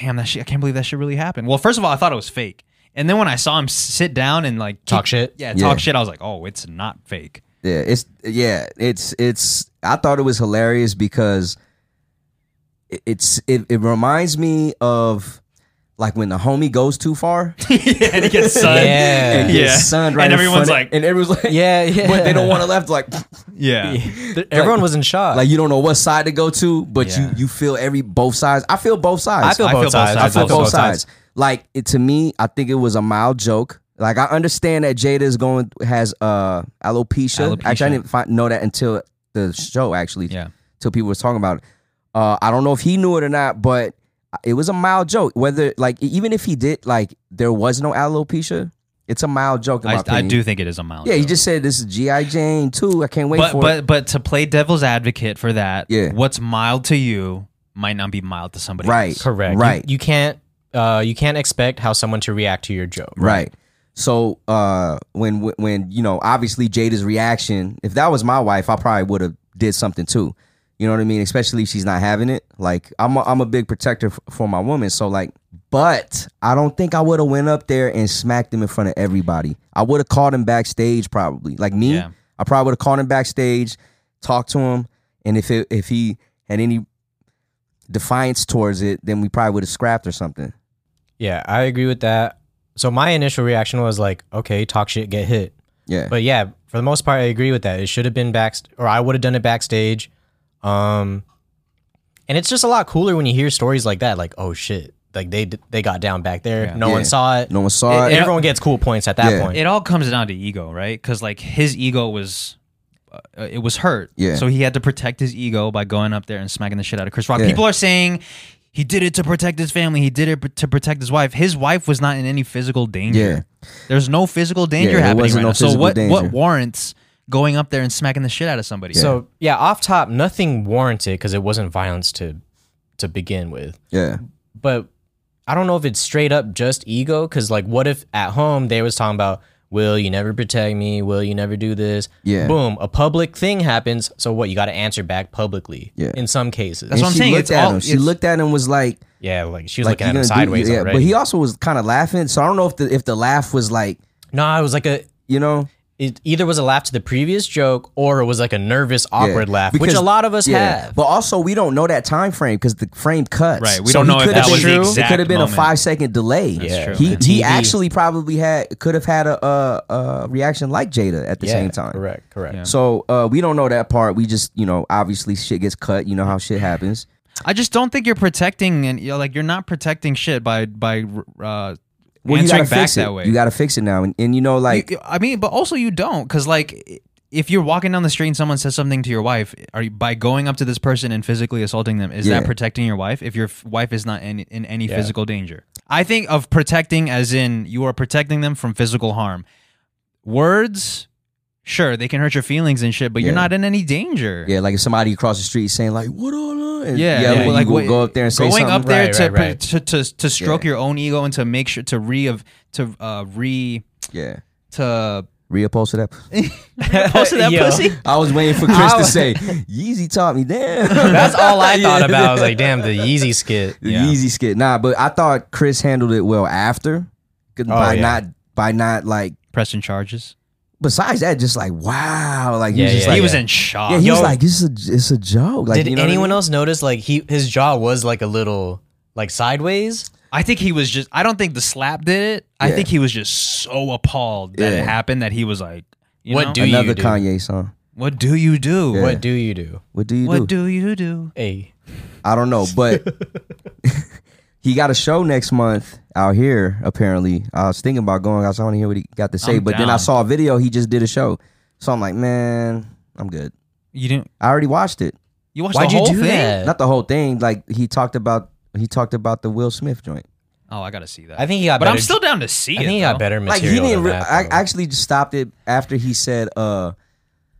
[SPEAKER 1] "Damn, that shit! I can't believe that shit really happened." Well, first of all, I thought it was fake, and then when I saw him s- sit down and like
[SPEAKER 2] Talk
[SPEAKER 1] keep-
[SPEAKER 2] shit?
[SPEAKER 1] yeah,
[SPEAKER 3] Yeah.
[SPEAKER 1] talk shit, I was like, "Oh, it's not fake."
[SPEAKER 3] yeah, it's yeah, it's it's. I thought it was hilarious because it, it's it, it reminds me of like when the homie goes too far.
[SPEAKER 1] and he gets sunned.
[SPEAKER 2] Yeah.
[SPEAKER 3] and
[SPEAKER 1] Yeah.
[SPEAKER 3] gets sunned right
[SPEAKER 1] And
[SPEAKER 3] in
[SPEAKER 1] everyone's
[SPEAKER 3] front of-
[SPEAKER 1] like-
[SPEAKER 3] and everyone's like,
[SPEAKER 2] yeah, yeah.
[SPEAKER 3] but they don't want to left like.
[SPEAKER 1] Yeah.
[SPEAKER 2] Everyone was in shock.
[SPEAKER 3] Like you don't know what side to go to, but
[SPEAKER 1] Uh, Yeah.
[SPEAKER 3] you you feel every both sides. I feel both sides.
[SPEAKER 2] I feel
[SPEAKER 1] I
[SPEAKER 2] both
[SPEAKER 1] feel both
[SPEAKER 2] sides.
[SPEAKER 1] sides.
[SPEAKER 3] I feel
[SPEAKER 1] feel
[SPEAKER 3] both sides. Like it, to me, I think it was a mild joke. Like I understand that Jada is going has uh alopecia.
[SPEAKER 1] Alopecia.
[SPEAKER 3] Actually, I didn't find, know that until the show. Actually,
[SPEAKER 1] Yeah.
[SPEAKER 3] till people was talking about it. Uh, I don't know if he knew it or not, but it was a mild joke. Whether like e, even if he did, like there was no alopecia, it's a mild joke. In my
[SPEAKER 1] I, I
[SPEAKER 3] opinion.
[SPEAKER 1] do think it is a mild.
[SPEAKER 3] Yeah, he
[SPEAKER 1] joke.
[SPEAKER 3] just said this is GI Jane too. I can't wait
[SPEAKER 1] But
[SPEAKER 3] for it.
[SPEAKER 1] but but to play devil's advocate for that,
[SPEAKER 3] Yeah.
[SPEAKER 1] what's mild to you might not be mild to somebody
[SPEAKER 3] Right.
[SPEAKER 1] else.
[SPEAKER 2] Correct. You-
[SPEAKER 3] Right.
[SPEAKER 2] You, can't. Uh, you can't expect how someone to react to your joke.
[SPEAKER 3] Right. So uh, when when you know, obviously Jada's reaction. If that was my wife, I probably would have did something too. You know what I mean? Especially if she's not having it. Like I'm a, I'm a big protector f- for my woman. So like, but I don't think I would have went up there and smacked him in front of everybody. I would have called him backstage probably. Like me,
[SPEAKER 1] Yeah.
[SPEAKER 3] I probably would have called him backstage, talked to him, and if it, if he had any defiance towards it, then we probably would have scrapped or something.
[SPEAKER 2] Yeah, I agree with that. So my initial reaction was like, okay, talk shit, get hit.
[SPEAKER 3] Yeah.
[SPEAKER 2] But yeah, for the most part, I agree with that. It should have been back, or I would have done it backstage. Um, and it's just a lot cooler when you hear stories like that. Like, oh shit, like they d- they got down back there. No
[SPEAKER 3] Yeah.
[SPEAKER 2] one saw it.
[SPEAKER 3] no one saw it.
[SPEAKER 2] And everyone gets cool points at that
[SPEAKER 3] Yeah.
[SPEAKER 2] point.
[SPEAKER 1] It all comes down to ego, right? Because like his ego was. Uh, it was hurt,
[SPEAKER 3] Yeah.
[SPEAKER 1] So he had to protect his ego by going up there and smacking the shit out of Chris Rock.
[SPEAKER 3] Yeah.
[SPEAKER 1] People are saying he did it to protect his family. He did it pr- to protect his wife. His wife was not in any physical danger.
[SPEAKER 3] Yeah.
[SPEAKER 1] There's no physical danger
[SPEAKER 3] there
[SPEAKER 1] happening
[SPEAKER 3] wasn't
[SPEAKER 1] right
[SPEAKER 3] no
[SPEAKER 1] now. So
[SPEAKER 3] physical
[SPEAKER 1] what what
[SPEAKER 3] danger.
[SPEAKER 1] warrants going up there and smacking the shit out of somebody?
[SPEAKER 2] So yeah, off top, nothing warranted because it wasn't violence to to begin with.
[SPEAKER 3] yeah.
[SPEAKER 2] but I don't know if it's straight up just ego. Cause like, what if at home they was talking about, will you never protect me? Will you never do this?
[SPEAKER 3] Yeah.
[SPEAKER 2] Boom, a public thing happens. So what? You got to answer back publicly.
[SPEAKER 3] Yeah.
[SPEAKER 2] In some cases.
[SPEAKER 1] That's what
[SPEAKER 3] And
[SPEAKER 1] I'm
[SPEAKER 3] she
[SPEAKER 1] saying.
[SPEAKER 3] Looked
[SPEAKER 1] It's
[SPEAKER 3] at
[SPEAKER 1] all-
[SPEAKER 3] him. She
[SPEAKER 1] it's-
[SPEAKER 3] looked at him was like,
[SPEAKER 2] yeah. Like she was
[SPEAKER 3] like
[SPEAKER 2] looking
[SPEAKER 3] you
[SPEAKER 2] at him
[SPEAKER 3] gonna
[SPEAKER 2] sideways.
[SPEAKER 3] do, yeah.
[SPEAKER 2] already.
[SPEAKER 3] But he also was kind of laughing, so I don't know if the if the laugh was like,
[SPEAKER 2] no, it was like a.
[SPEAKER 3] you know,
[SPEAKER 2] It either was a laugh to the previous joke or it was like a nervous,
[SPEAKER 3] yeah.
[SPEAKER 2] awkward laugh, which
[SPEAKER 3] Because-
[SPEAKER 2] a lot of us
[SPEAKER 3] yeah.
[SPEAKER 2] have.
[SPEAKER 3] But also, we don't know that time frame because the frame cuts.
[SPEAKER 1] Right, we don't know if
[SPEAKER 3] could
[SPEAKER 2] that
[SPEAKER 3] have been-
[SPEAKER 2] was the
[SPEAKER 3] It
[SPEAKER 1] exact
[SPEAKER 3] could have been
[SPEAKER 1] moment.
[SPEAKER 3] a five second delay.
[SPEAKER 2] Yeah. true.
[SPEAKER 3] He
[SPEAKER 2] The
[SPEAKER 3] he
[SPEAKER 2] TV.
[SPEAKER 3] actually probably had could have had a, uh uh reaction like Jada at the
[SPEAKER 2] Yeah,
[SPEAKER 3] same time.
[SPEAKER 2] Correct. Correct.
[SPEAKER 3] So uh, we don't know that part. We just you know obviously shit gets cut. You know how shit happens.
[SPEAKER 1] I just don't think you're protecting and you know, like you're not protecting shit by by uh,
[SPEAKER 3] Well, you
[SPEAKER 1] answering
[SPEAKER 3] gotta
[SPEAKER 1] back
[SPEAKER 3] fix it.
[SPEAKER 1] that way.
[SPEAKER 3] You gotta fix it now, and, and you know like
[SPEAKER 1] You- I mean, but also you don't because like if you're walking down the street and someone says something to your wife, are you, by going up to this person and physically assaulting them, is
[SPEAKER 3] Yeah.
[SPEAKER 1] that protecting your wife? If your f- wife is not in, in any
[SPEAKER 2] Yeah.
[SPEAKER 1] physical danger, I think of protecting as in you are protecting them from physical harm. Words, sure, they can hurt your feelings and shit, but
[SPEAKER 3] Yeah.
[SPEAKER 1] you're not in any danger.
[SPEAKER 3] Yeah, like if somebody across the street saying like "What on?" and-
[SPEAKER 1] Yeah,
[SPEAKER 3] yeah,
[SPEAKER 1] yeah,
[SPEAKER 3] well,
[SPEAKER 1] like
[SPEAKER 3] you will
[SPEAKER 1] what-
[SPEAKER 3] go up there and say
[SPEAKER 1] going
[SPEAKER 3] something.
[SPEAKER 1] up there
[SPEAKER 2] Right,
[SPEAKER 1] to,
[SPEAKER 2] right,
[SPEAKER 1] pr-
[SPEAKER 2] right.
[SPEAKER 1] to to to stroke
[SPEAKER 3] Yeah.
[SPEAKER 1] your own ego and to make sure to re of to uh re
[SPEAKER 3] Yeah,
[SPEAKER 1] to
[SPEAKER 3] reupholster that.
[SPEAKER 1] post that
[SPEAKER 2] Yo.
[SPEAKER 1] pussy.
[SPEAKER 3] I was waiting for Chris to
[SPEAKER 2] was-
[SPEAKER 3] say Yeezy taught me. Damn,
[SPEAKER 2] That's all I thought
[SPEAKER 3] Yeah.
[SPEAKER 2] about. I was like, damn, the Yeezy skit.
[SPEAKER 3] The
[SPEAKER 1] Yeah.
[SPEAKER 3] Yeezy skit. Nah, but I thought Chris handled it well after 'cause by
[SPEAKER 2] Oh, yeah.
[SPEAKER 3] not by not like.
[SPEAKER 1] Pressing charges.
[SPEAKER 3] Besides that, just like wow, like he
[SPEAKER 2] Yeah,
[SPEAKER 3] was just
[SPEAKER 2] yeah,
[SPEAKER 3] like
[SPEAKER 1] he
[SPEAKER 2] yeah.
[SPEAKER 1] was in shock.
[SPEAKER 3] Yeah, he was
[SPEAKER 2] Yo.
[SPEAKER 3] like, "This is a, it's a joke." Like,
[SPEAKER 2] Did
[SPEAKER 3] you know what I
[SPEAKER 2] anyone
[SPEAKER 3] mean?
[SPEAKER 2] else notice like he his jaw was like a little like sideways?
[SPEAKER 1] I think he was just. I don't think the slap did it. I
[SPEAKER 3] Yeah.
[SPEAKER 1] think he was just so appalled that
[SPEAKER 3] Yeah.
[SPEAKER 1] it happened that he was like, you
[SPEAKER 2] What
[SPEAKER 1] know,
[SPEAKER 2] do you-
[SPEAKER 3] Another
[SPEAKER 2] do?
[SPEAKER 3] Kanye song.
[SPEAKER 1] What do you do?
[SPEAKER 3] Yeah.
[SPEAKER 2] What do you do?
[SPEAKER 3] What do you
[SPEAKER 1] What
[SPEAKER 3] do?
[SPEAKER 1] do you do?
[SPEAKER 2] Hey,
[SPEAKER 3] I don't know, but he got a show next month out here. Apparently, I was thinking about going. I was want to hear what he got to say,
[SPEAKER 1] I'm
[SPEAKER 3] but then I
[SPEAKER 1] down.
[SPEAKER 3] saw a video. He just did a show, so I'm like, man, I'm good.
[SPEAKER 1] You didn't.
[SPEAKER 3] I already watched it.
[SPEAKER 1] You watched
[SPEAKER 2] why'd
[SPEAKER 1] the
[SPEAKER 2] you
[SPEAKER 1] whole
[SPEAKER 2] do
[SPEAKER 1] thing?
[SPEAKER 2] that?
[SPEAKER 3] Not the whole thing. Like he talked about, he talked about the Will Smith joint.
[SPEAKER 1] Oh, I gotta see that.
[SPEAKER 2] I think he got
[SPEAKER 1] but
[SPEAKER 2] better.
[SPEAKER 1] I'm still down to see
[SPEAKER 2] I
[SPEAKER 1] it.
[SPEAKER 2] think he got
[SPEAKER 1] though.
[SPEAKER 2] better
[SPEAKER 3] Like
[SPEAKER 2] material.
[SPEAKER 3] he didn't.
[SPEAKER 2] than
[SPEAKER 3] Re-
[SPEAKER 2] that,
[SPEAKER 3] I
[SPEAKER 2] though.
[SPEAKER 3] actually just stopped it after he said, "Uh,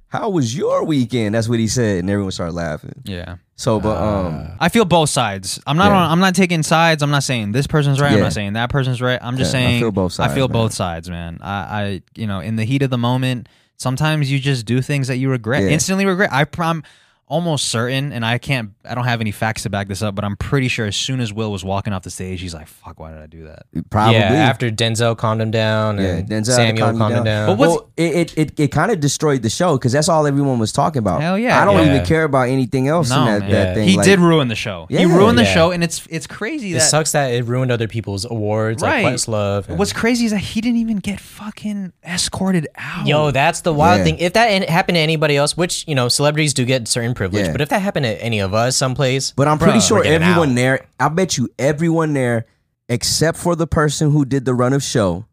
[SPEAKER 3] how was your weekend?" That's what he said, and everyone started laughing.
[SPEAKER 1] Yeah.
[SPEAKER 3] So, but um,
[SPEAKER 1] I feel both sides. I'm not.
[SPEAKER 3] Yeah.
[SPEAKER 1] On, I'm not taking sides. I'm not saying this person's right. I'm
[SPEAKER 3] Yeah.
[SPEAKER 1] not saying that person's right. I'm just
[SPEAKER 3] Yeah, I
[SPEAKER 1] saying
[SPEAKER 3] feel both
[SPEAKER 1] I feel
[SPEAKER 3] sides, man.
[SPEAKER 1] both sides, man. I, I, you know, in the heat of the moment, sometimes you just do things that you regret,
[SPEAKER 3] Yeah.
[SPEAKER 1] instantly regret. I, pr- I'm almost certain, and I can't. I don't have any facts to back this up, but I'm pretty sure as soon as Will was walking off the stage, he's like, "Fuck, why did I do that?"
[SPEAKER 3] probably
[SPEAKER 2] Uh, yeah, after Denzel calmed him down and
[SPEAKER 3] yeah, Denzel
[SPEAKER 2] Samuel
[SPEAKER 3] calmed
[SPEAKER 2] calmed,
[SPEAKER 3] me
[SPEAKER 2] him down.
[SPEAKER 1] But what- what's-
[SPEAKER 3] well, it it, it, it kind of destroyed the show because that's all everyone was talking about.
[SPEAKER 1] Hell yeah.
[SPEAKER 3] I don't
[SPEAKER 2] Yeah.
[SPEAKER 3] even care about anything else
[SPEAKER 1] No,
[SPEAKER 3] in that,
[SPEAKER 1] man.
[SPEAKER 3] that
[SPEAKER 2] Yeah.
[SPEAKER 3] thing.
[SPEAKER 1] He
[SPEAKER 3] like-
[SPEAKER 1] did ruin the show.
[SPEAKER 3] Yeah.
[SPEAKER 1] He ruined the
[SPEAKER 2] Yeah.
[SPEAKER 1] show, and it's it's crazy
[SPEAKER 2] it
[SPEAKER 1] that
[SPEAKER 2] sucks that it ruined other people's awards,
[SPEAKER 1] Right.
[SPEAKER 2] like What's Love. and-
[SPEAKER 1] what's crazy is that he didn't even get fucking escorted out.
[SPEAKER 2] Yo, that's the wild
[SPEAKER 3] Yeah.
[SPEAKER 2] thing. If that an- happened to anybody else, which you know, celebrities do get certain privilege,
[SPEAKER 3] Yeah.
[SPEAKER 2] but if that happened to any of us someplace,
[SPEAKER 3] But I'm pretty
[SPEAKER 2] Bruh,
[SPEAKER 3] sure
[SPEAKER 2] we're getting
[SPEAKER 3] everyone
[SPEAKER 2] out.
[SPEAKER 3] there. I bet you everyone there, except for the person who did the run of show,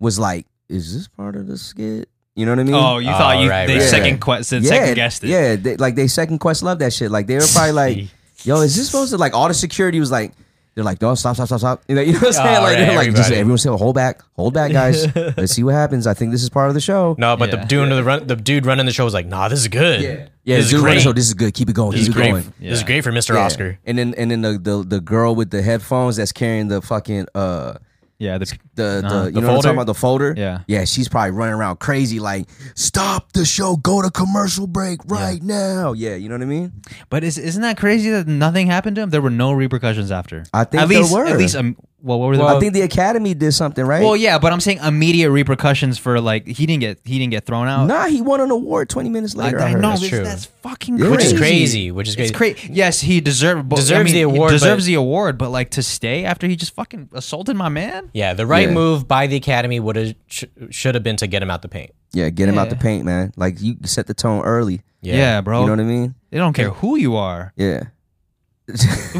[SPEAKER 3] was like, "Is this part of the skit?" You know what I mean?
[SPEAKER 1] Oh, you thought
[SPEAKER 2] Oh,
[SPEAKER 1] you
[SPEAKER 2] right,
[SPEAKER 1] they
[SPEAKER 3] right, right.
[SPEAKER 1] second quest
[SPEAKER 3] yeah,
[SPEAKER 1] second guessed it.
[SPEAKER 3] Yeah, they, like they second quest love that shit. Like they were probably like, "Yo, is this supposed to?" Like all the security was like. They're like, no, stop, stop, stop, stop. You know, you know what I'm saying?
[SPEAKER 2] Oh,
[SPEAKER 3] like,
[SPEAKER 2] right,
[SPEAKER 3] they're like, just
[SPEAKER 2] everybody.
[SPEAKER 3] everyone say, hold back, hold back, guys. Let's see what happens. I think this is part of the show.
[SPEAKER 2] no, but
[SPEAKER 1] Yeah.
[SPEAKER 2] the dude the run, the dude running the show was like, nah, this is good.
[SPEAKER 3] Yeah, yeah.
[SPEAKER 2] this
[SPEAKER 3] dude,
[SPEAKER 2] is
[SPEAKER 3] running
[SPEAKER 2] great.
[SPEAKER 3] the show, this is good. Keep it going.
[SPEAKER 2] this is
[SPEAKER 3] keep it
[SPEAKER 2] great.
[SPEAKER 3] going.
[SPEAKER 2] This is great for Mr.
[SPEAKER 3] Yeah.
[SPEAKER 2] Oscar.
[SPEAKER 3] And then and then the, the the girl with the headphones that's carrying the fucking uh
[SPEAKER 1] yeah. The,
[SPEAKER 3] the
[SPEAKER 1] Uh-huh.
[SPEAKER 3] the you
[SPEAKER 2] The
[SPEAKER 3] know what I'm
[SPEAKER 2] folder?
[SPEAKER 3] talking about the folder.
[SPEAKER 1] Yeah.
[SPEAKER 3] yeah. She's probably running around crazy like, stop the show, go to commercial break right now. Yeah, you know what I mean.
[SPEAKER 1] But is, isn't that crazy that nothing happened to him? There were no repercussions after.
[SPEAKER 3] I think
[SPEAKER 1] at
[SPEAKER 3] there
[SPEAKER 1] least,
[SPEAKER 3] were.
[SPEAKER 1] At least, um, well, what were the?
[SPEAKER 3] I think the Academy did something right.
[SPEAKER 1] well, yeah, but I'm saying immediate repercussions for like he didn't get he didn't get thrown out.
[SPEAKER 3] nah, he won an award 20 minutes
[SPEAKER 1] I,
[SPEAKER 3] later.
[SPEAKER 1] I
[SPEAKER 3] I, heard.
[SPEAKER 1] know
[SPEAKER 2] true.
[SPEAKER 1] that's, that's fucking
[SPEAKER 3] Yeah.
[SPEAKER 1] crazy.
[SPEAKER 3] Which is
[SPEAKER 2] crazy, which is
[SPEAKER 1] It's crazy. Yes, he deserved but,
[SPEAKER 2] Deserves
[SPEAKER 1] I mean,
[SPEAKER 2] the
[SPEAKER 1] he
[SPEAKER 2] award,
[SPEAKER 1] deserves
[SPEAKER 2] but-
[SPEAKER 1] the award, but like to stay after he just fucking assaulted my man.
[SPEAKER 2] Yeah, the right
[SPEAKER 3] Yeah.
[SPEAKER 2] move by the academy would have sh- should have been to get him out the paint.
[SPEAKER 3] Yeah, get him out the
[SPEAKER 1] Yeah.
[SPEAKER 3] paint, man. Like you set the tone early.
[SPEAKER 1] Yeah, bro.
[SPEAKER 3] You know what I mean?
[SPEAKER 1] They don't care who you are,
[SPEAKER 3] Yeah.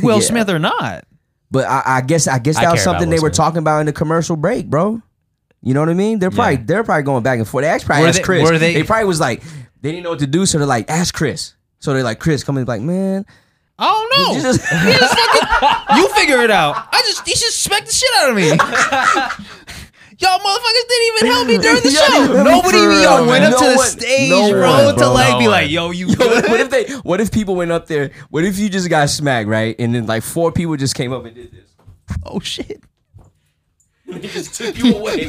[SPEAKER 1] Will
[SPEAKER 3] Yeah.
[SPEAKER 1] Smith or not.
[SPEAKER 3] But I, I guess I guess
[SPEAKER 2] I
[SPEAKER 3] that
[SPEAKER 2] care about
[SPEAKER 3] was something
[SPEAKER 2] Will
[SPEAKER 3] they were
[SPEAKER 2] Smith.
[SPEAKER 3] talking about in the commercial break, bro. You know what I mean? They're probably they're probably going back and forth. They asked probably
[SPEAKER 1] Were
[SPEAKER 3] asked
[SPEAKER 1] they-
[SPEAKER 3] Chris.
[SPEAKER 1] were they-
[SPEAKER 3] probably was like they didn't know what to do, so they're like ask Chris. So they're like Chris coming like man,
[SPEAKER 1] I don't know.
[SPEAKER 3] you just-
[SPEAKER 1] you figure it out. I just he just smacked the shit out of me. Y'all motherfuckers didn't even help me during the
[SPEAKER 3] Y'all didn't
[SPEAKER 1] show.
[SPEAKER 3] help me
[SPEAKER 1] Nobody
[SPEAKER 3] for
[SPEAKER 1] even
[SPEAKER 3] real,
[SPEAKER 1] y'all went
[SPEAKER 3] man.
[SPEAKER 1] up to
[SPEAKER 3] No
[SPEAKER 1] the
[SPEAKER 3] one-
[SPEAKER 1] stage,
[SPEAKER 3] no
[SPEAKER 1] bro, to
[SPEAKER 3] one, bro.
[SPEAKER 1] like be
[SPEAKER 2] No
[SPEAKER 1] like,
[SPEAKER 2] one.
[SPEAKER 1] yo, you
[SPEAKER 3] Yo, what,
[SPEAKER 1] good?
[SPEAKER 3] what if they? What if people went up there? What if you just got smacked right, and then like four people just came up and did this?
[SPEAKER 1] Oh shit.
[SPEAKER 3] They just took you away.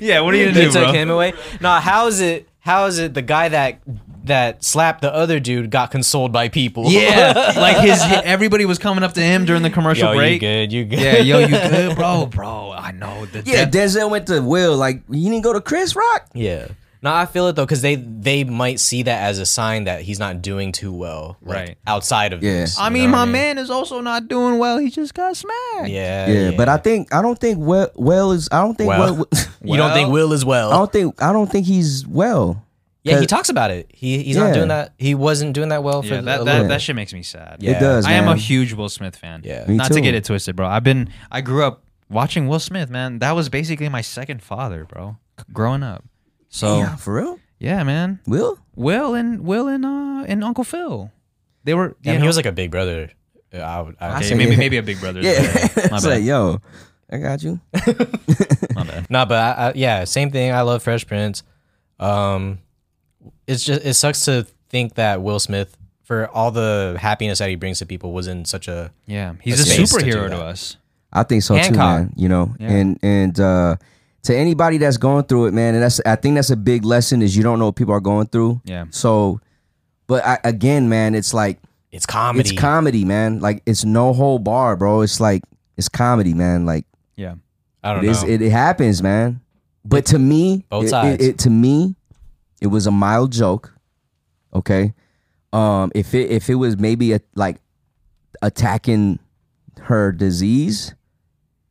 [SPEAKER 1] Yeah, what are you
[SPEAKER 2] They took him away. Now, how is it? How is it the guy that that slapped the other dude got consoled by people?
[SPEAKER 1] Yeah, like his everybody was coming up to him during the commercial
[SPEAKER 2] yo, you
[SPEAKER 1] break.
[SPEAKER 2] good? You good?
[SPEAKER 1] Yeah, yo, you good, bro, bro. I know the
[SPEAKER 3] Yeah,
[SPEAKER 1] depth-
[SPEAKER 3] Denzel went to Will. Like you didn't go to Chris Rock.
[SPEAKER 2] Yeah. No, I feel it though, because they they might see that as a sign that he's not doing too well, like,
[SPEAKER 1] Right.
[SPEAKER 2] Outside of
[SPEAKER 3] Yeah.
[SPEAKER 2] this,
[SPEAKER 1] I
[SPEAKER 2] you
[SPEAKER 1] mean,
[SPEAKER 2] know
[SPEAKER 1] my
[SPEAKER 2] what
[SPEAKER 1] man is also not doing well. He just got smacked.
[SPEAKER 2] Yeah,
[SPEAKER 3] Yeah, but I think I don't think Will. Will is I don't think
[SPEAKER 2] Well.
[SPEAKER 3] Will.
[SPEAKER 2] you don't think Will is
[SPEAKER 3] I
[SPEAKER 2] well?
[SPEAKER 3] don't think I don't think he's well.
[SPEAKER 2] Yeah, he talks about it. He he's
[SPEAKER 3] Yeah.
[SPEAKER 2] not doing that. He wasn't doing that well
[SPEAKER 1] Yeah,
[SPEAKER 2] for a
[SPEAKER 1] that,
[SPEAKER 2] little
[SPEAKER 1] that, that shit makes me sad.
[SPEAKER 2] Yeah.
[SPEAKER 3] It does.
[SPEAKER 1] I am a
[SPEAKER 3] man.
[SPEAKER 1] huge Will Smith fan.
[SPEAKER 2] Yeah. Me
[SPEAKER 1] Not
[SPEAKER 3] too.
[SPEAKER 1] to get it twisted, bro. I've been I grew up watching Will Smith, man. That was basically my second father, bro. c- Growing up. So
[SPEAKER 3] Oh, for real.
[SPEAKER 1] Yeah, man.
[SPEAKER 3] Will?
[SPEAKER 1] Will and Will and uh and Uncle Phil. They were.
[SPEAKER 2] And
[SPEAKER 1] You
[SPEAKER 2] he
[SPEAKER 1] know,
[SPEAKER 2] was like a big brother. Uh, I would, I would
[SPEAKER 1] okay,
[SPEAKER 3] say-
[SPEAKER 1] maybe maybe a big brother.
[SPEAKER 3] Yeah.
[SPEAKER 1] My
[SPEAKER 3] it's like,
[SPEAKER 1] bad.
[SPEAKER 3] yo, I got you.
[SPEAKER 1] My bad.
[SPEAKER 2] Nah, but I, I, yeah, same thing. I love Fresh Prince. Um, it's just it sucks to think that Will Smith, for all the happiness that he brings to people, was in such a
[SPEAKER 1] Yeah,
[SPEAKER 2] A
[SPEAKER 1] he's a,
[SPEAKER 2] space to do
[SPEAKER 1] superhero to,
[SPEAKER 2] that.
[SPEAKER 1] us.
[SPEAKER 3] I think so too,
[SPEAKER 2] Hancock.
[SPEAKER 3] man. You know,
[SPEAKER 1] Yeah.
[SPEAKER 3] and and uh, to anybody that's going through it, man, and that's I think that's a big lesson is you don't know what people are going through.
[SPEAKER 1] Yeah.
[SPEAKER 3] So, but I, again, man, it's like
[SPEAKER 2] it's comedy.
[SPEAKER 3] it's comedy, man. Like it's no whole bar, bro. It's like it's comedy, man. Like
[SPEAKER 1] Yeah.
[SPEAKER 2] I don't
[SPEAKER 3] it is,
[SPEAKER 2] know.
[SPEAKER 3] it, it happens, man. But to me,
[SPEAKER 2] Both
[SPEAKER 3] it- it-
[SPEAKER 2] sides.
[SPEAKER 3] it- to me, it was a mild joke. Okay, um, if it if it was maybe a, like attacking her disease,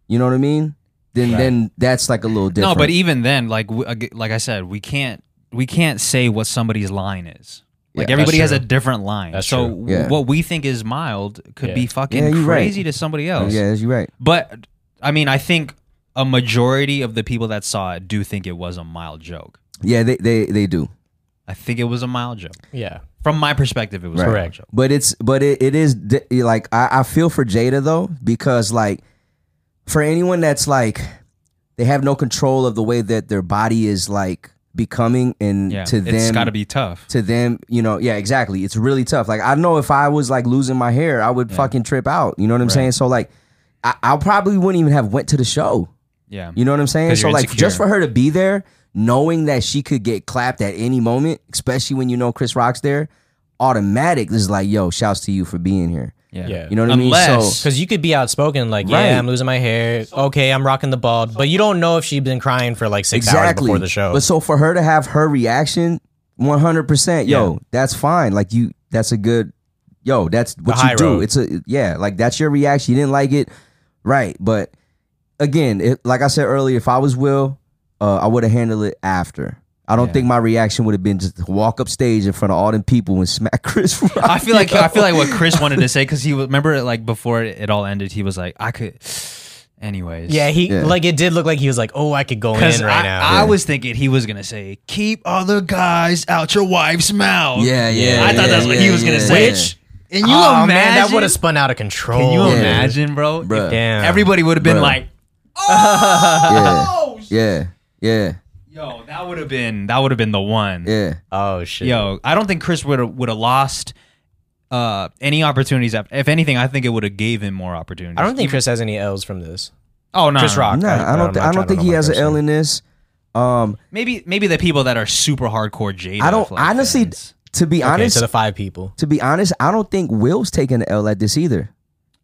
[SPEAKER 3] you know what I mean? Then then that's like a little different.
[SPEAKER 1] No, but
[SPEAKER 2] E
[SPEAKER 1] even then, like w- ag- like I said, we can't we can't say what somebody's line is. Like
[SPEAKER 3] Yeah,
[SPEAKER 1] everybody has a
[SPEAKER 2] that's true.
[SPEAKER 1] different line.
[SPEAKER 2] That's
[SPEAKER 1] so
[SPEAKER 2] true.
[SPEAKER 3] Yeah.
[SPEAKER 1] what we think is mild could
[SPEAKER 2] Yeah.
[SPEAKER 1] be fucking
[SPEAKER 3] Yeah, you're right.
[SPEAKER 1] crazy to somebody else.
[SPEAKER 3] yeah, you're right.
[SPEAKER 1] But I mean, I think a majority of the people that saw it do think it was a mild joke.
[SPEAKER 3] Yeah, they they they do.
[SPEAKER 1] I think it was a mild joke.
[SPEAKER 2] yeah,
[SPEAKER 1] From my perspective, it was a mild
[SPEAKER 2] Correct.
[SPEAKER 1] joke.
[SPEAKER 3] But it's but it, it is di- like I, I feel for Jada though because like for anyone that's like they have no control of the way that their body is like becoming and
[SPEAKER 1] Yeah,
[SPEAKER 3] to
[SPEAKER 1] it's
[SPEAKER 3] them
[SPEAKER 1] got to be tough.
[SPEAKER 3] to them you know yeah exactly it's really tough like I know if I was like losing my hair I would fucking trip out you know what I'm saying so like I, I probably wouldn't even have went to the show
[SPEAKER 1] Yeah,
[SPEAKER 3] you know what I'm saying?
[SPEAKER 1] 'Cause
[SPEAKER 3] So
[SPEAKER 1] you're
[SPEAKER 3] like
[SPEAKER 1] insecure.
[SPEAKER 3] just for her to be there, knowing that she could get clapped at any moment, especially when you know Chris Rock's there, automatic is like, yo, shouts to you for being here.
[SPEAKER 1] yeah,
[SPEAKER 2] Yeah.
[SPEAKER 3] You know what I mean?
[SPEAKER 1] Unless-
[SPEAKER 3] So
[SPEAKER 2] because Oh. you could be outspoken, like,
[SPEAKER 3] Right.
[SPEAKER 2] yeah, I'm losing my hair. Okay, I'm rocking the bald, but you don't know if she's been crying for like six hours
[SPEAKER 3] exactly.
[SPEAKER 2] before the show.
[SPEAKER 3] But so for her to have her reaction, one hundred percent, yo, that's fine. Like you that's a good yo, that's what
[SPEAKER 2] high
[SPEAKER 3] you do.
[SPEAKER 2] road.
[SPEAKER 3] It's a yeah, like that's your reaction. You didn't like it, right. But again, it, like I said earlier, if I was Will, uh, I would have handled it after. I don't
[SPEAKER 1] Yeah.
[SPEAKER 3] think my reaction would have been just to walk up stage in front of all them people and smack Chris Rock.
[SPEAKER 1] I feel like
[SPEAKER 3] you know?
[SPEAKER 1] I feel like what Chris wanted to say because he was, remember like before it all ended, he was like, I could. Anyways,
[SPEAKER 2] yeah, he
[SPEAKER 3] Yeah.
[SPEAKER 2] like it did look like he was like, oh, I could go in
[SPEAKER 1] Because
[SPEAKER 2] right
[SPEAKER 1] I,
[SPEAKER 2] now.
[SPEAKER 1] I was thinking he was gonna say, "Keep other guys out your wife's mouth."
[SPEAKER 3] Yeah, yeah.
[SPEAKER 1] I thought
[SPEAKER 3] yeah,
[SPEAKER 1] that's what he
[SPEAKER 3] yeah,
[SPEAKER 1] was gonna
[SPEAKER 3] yeah.
[SPEAKER 1] say.
[SPEAKER 2] Which-
[SPEAKER 1] and you
[SPEAKER 2] Aw,
[SPEAKER 1] imagine
[SPEAKER 2] oh, man, that would have spun out of control.
[SPEAKER 1] Can you
[SPEAKER 2] man.
[SPEAKER 1] imagine, bro?
[SPEAKER 3] Bruh.
[SPEAKER 1] If
[SPEAKER 2] Damn.
[SPEAKER 1] Everybody would have been
[SPEAKER 3] Bruh.
[SPEAKER 1] like,
[SPEAKER 3] Yeah.
[SPEAKER 1] Oh,
[SPEAKER 3] Yeah. Yeah.
[SPEAKER 1] "Yo, that would have been that would have been the one."
[SPEAKER 3] Yeah.
[SPEAKER 2] Oh shit.
[SPEAKER 1] Yo, I don't think Chris would have would have lost uh any opportunities. After, if anything, I think it would have gave him more opportunities.
[SPEAKER 2] I don't think Chris has any L's from this.
[SPEAKER 1] Oh no,
[SPEAKER 2] Chris
[SPEAKER 1] no, no.
[SPEAKER 2] Rock.
[SPEAKER 3] Nah, I,
[SPEAKER 2] I'm
[SPEAKER 3] don't
[SPEAKER 2] not
[SPEAKER 3] th- I
[SPEAKER 2] trying
[SPEAKER 3] don't
[SPEAKER 2] to
[SPEAKER 3] think he
[SPEAKER 2] Um, know
[SPEAKER 3] has an
[SPEAKER 2] Chris.
[SPEAKER 3] L in this. Um
[SPEAKER 1] Maybe maybe the people that are super hardcore Jada.
[SPEAKER 3] I don't
[SPEAKER 1] Fleck
[SPEAKER 3] honestly
[SPEAKER 1] fans.
[SPEAKER 3] to be
[SPEAKER 2] Okay,
[SPEAKER 3] honest
[SPEAKER 2] to the five people.
[SPEAKER 3] to be honest, I don't think Will's taking the L at this either.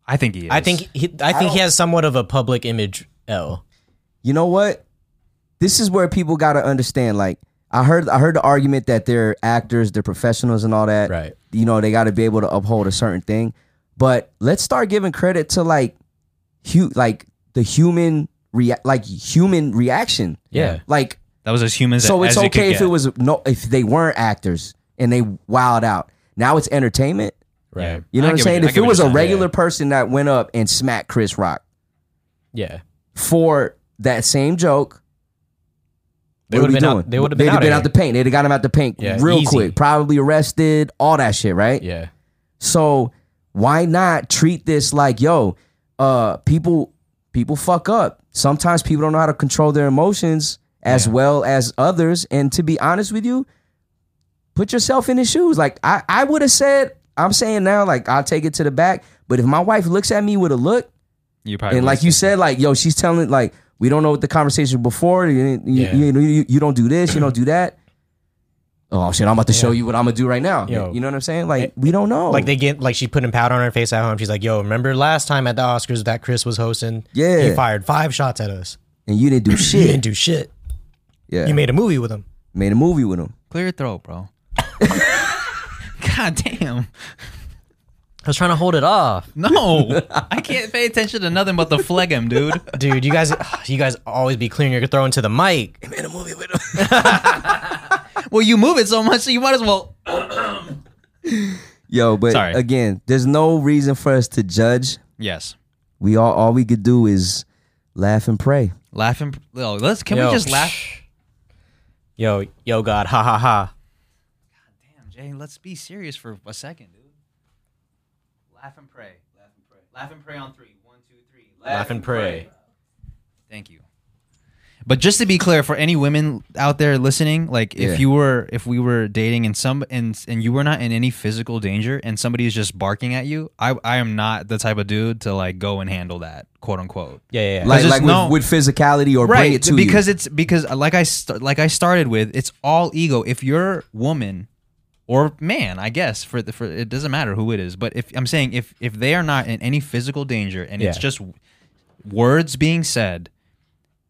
[SPEAKER 1] I think he. Is.
[SPEAKER 2] I think he, I think he has somewhat of a public image L.
[SPEAKER 3] You know what? This is where people gotta understand. Like I heard I heard the argument that they're actors, they're professionals and all that.
[SPEAKER 2] Right.
[SPEAKER 3] You know, they gotta be able to uphold a certain thing. But let's start giving credit to like hu- like the human rea- like human reaction.
[SPEAKER 2] Yeah.
[SPEAKER 3] Like
[SPEAKER 1] that was as human as
[SPEAKER 3] so it's
[SPEAKER 1] as could
[SPEAKER 3] okay if
[SPEAKER 1] get.
[SPEAKER 3] it was no if they weren't actors and they wowed out. Now it's entertainment.
[SPEAKER 1] Yeah.
[SPEAKER 2] Right.
[SPEAKER 3] You know
[SPEAKER 1] I
[SPEAKER 3] what I'm
[SPEAKER 1] get what
[SPEAKER 3] saying?
[SPEAKER 1] you- I
[SPEAKER 3] if
[SPEAKER 1] get
[SPEAKER 3] it
[SPEAKER 1] what
[SPEAKER 3] was
[SPEAKER 1] you're
[SPEAKER 3] a
[SPEAKER 1] saying,
[SPEAKER 3] regular person that went up and smacked Chris Rock
[SPEAKER 2] Yeah.
[SPEAKER 3] for that same joke,
[SPEAKER 2] They would
[SPEAKER 3] what
[SPEAKER 2] have
[SPEAKER 3] are we
[SPEAKER 2] been
[SPEAKER 3] doing?
[SPEAKER 2] out. They would have been
[SPEAKER 3] They'd
[SPEAKER 2] out.
[SPEAKER 3] been
[SPEAKER 2] of
[SPEAKER 3] out the
[SPEAKER 2] here.
[SPEAKER 3] paint. They'd have got him out the paint
[SPEAKER 2] Yeah,
[SPEAKER 3] real
[SPEAKER 2] easy.
[SPEAKER 3] quick. Probably arrested, all that shit, right?
[SPEAKER 2] Yeah.
[SPEAKER 3] So why not treat this like, yo, uh, people people fuck up. Sometimes people don't know how to control their emotions as well as others. And to be honest with you, put yourself in his shoes. Like I, I would have said, I'm saying now, like I'll take it to the back. But if my wife looks at me with a look,
[SPEAKER 1] you probably
[SPEAKER 3] and
[SPEAKER 1] would.
[SPEAKER 3] like you said, like yo, she's telling like we don't know what the conversation before. You didn't- you,
[SPEAKER 2] Yeah.
[SPEAKER 3] you, know, you, you don't do this, you don't do that. Oh shit, I'm about to show you what I'm gonna do right now.
[SPEAKER 2] Yo.
[SPEAKER 3] You know what I'm saying? Like we don't know.
[SPEAKER 2] Like they get like she putting powder on her face at home. She's like, "Yo, remember last time at the Oscars that Chris was hosting?
[SPEAKER 3] Yeah.
[SPEAKER 2] He fired five shots at us.
[SPEAKER 3] and you didn't do
[SPEAKER 2] You didn't
[SPEAKER 3] shit.
[SPEAKER 2] do shit.
[SPEAKER 3] Yeah,
[SPEAKER 2] You
[SPEAKER 3] made,
[SPEAKER 2] made a movie with him.
[SPEAKER 3] a movie with him.
[SPEAKER 1] clear your throat, bro. God damn.
[SPEAKER 2] I was trying to hold it off,
[SPEAKER 1] No, I can't pay attention to nothing but the phlegm, dude.
[SPEAKER 2] dude. You guys, you guys always be clearing your throat into the mic.
[SPEAKER 3] Made a movie with him.
[SPEAKER 1] Well, you move it so much, so you might as well.
[SPEAKER 3] yo, but
[SPEAKER 1] Sorry.
[SPEAKER 3] again, there's no reason for us to judge.
[SPEAKER 1] Yes,
[SPEAKER 3] We all all we could do is laugh and pray.
[SPEAKER 1] laugh and oh, let's. Can
[SPEAKER 2] Yo,
[SPEAKER 1] we just laugh?
[SPEAKER 2] psh. Yo, yo, God, ha ha ha.
[SPEAKER 1] Damn, Jay, let's be serious for a second, dude. Laugh and pray. Laugh and pray. Laugh and pray on three. One, two, three.
[SPEAKER 2] Laugh and pray.
[SPEAKER 1] Thank you. But just to be clear, for any women out there listening, like
[SPEAKER 3] Yeah.
[SPEAKER 1] if you were, if we were dating and some, and and you were not in any physical danger, and somebody is just barking at you, I I am not the type of dude to like go and handle that, quote unquote.
[SPEAKER 2] Yeah, yeah, yeah.
[SPEAKER 3] Like
[SPEAKER 1] just
[SPEAKER 3] like
[SPEAKER 1] no-
[SPEAKER 3] with, with physicality or bring it to you.
[SPEAKER 1] because it's because uh, like I st- like I started with, it's all ego. If you're woman or man, I guess for the for it doesn't matter who it is, but if I'm saying if if they are not in any physical danger and it's
[SPEAKER 2] Yeah.
[SPEAKER 1] just w- words being said,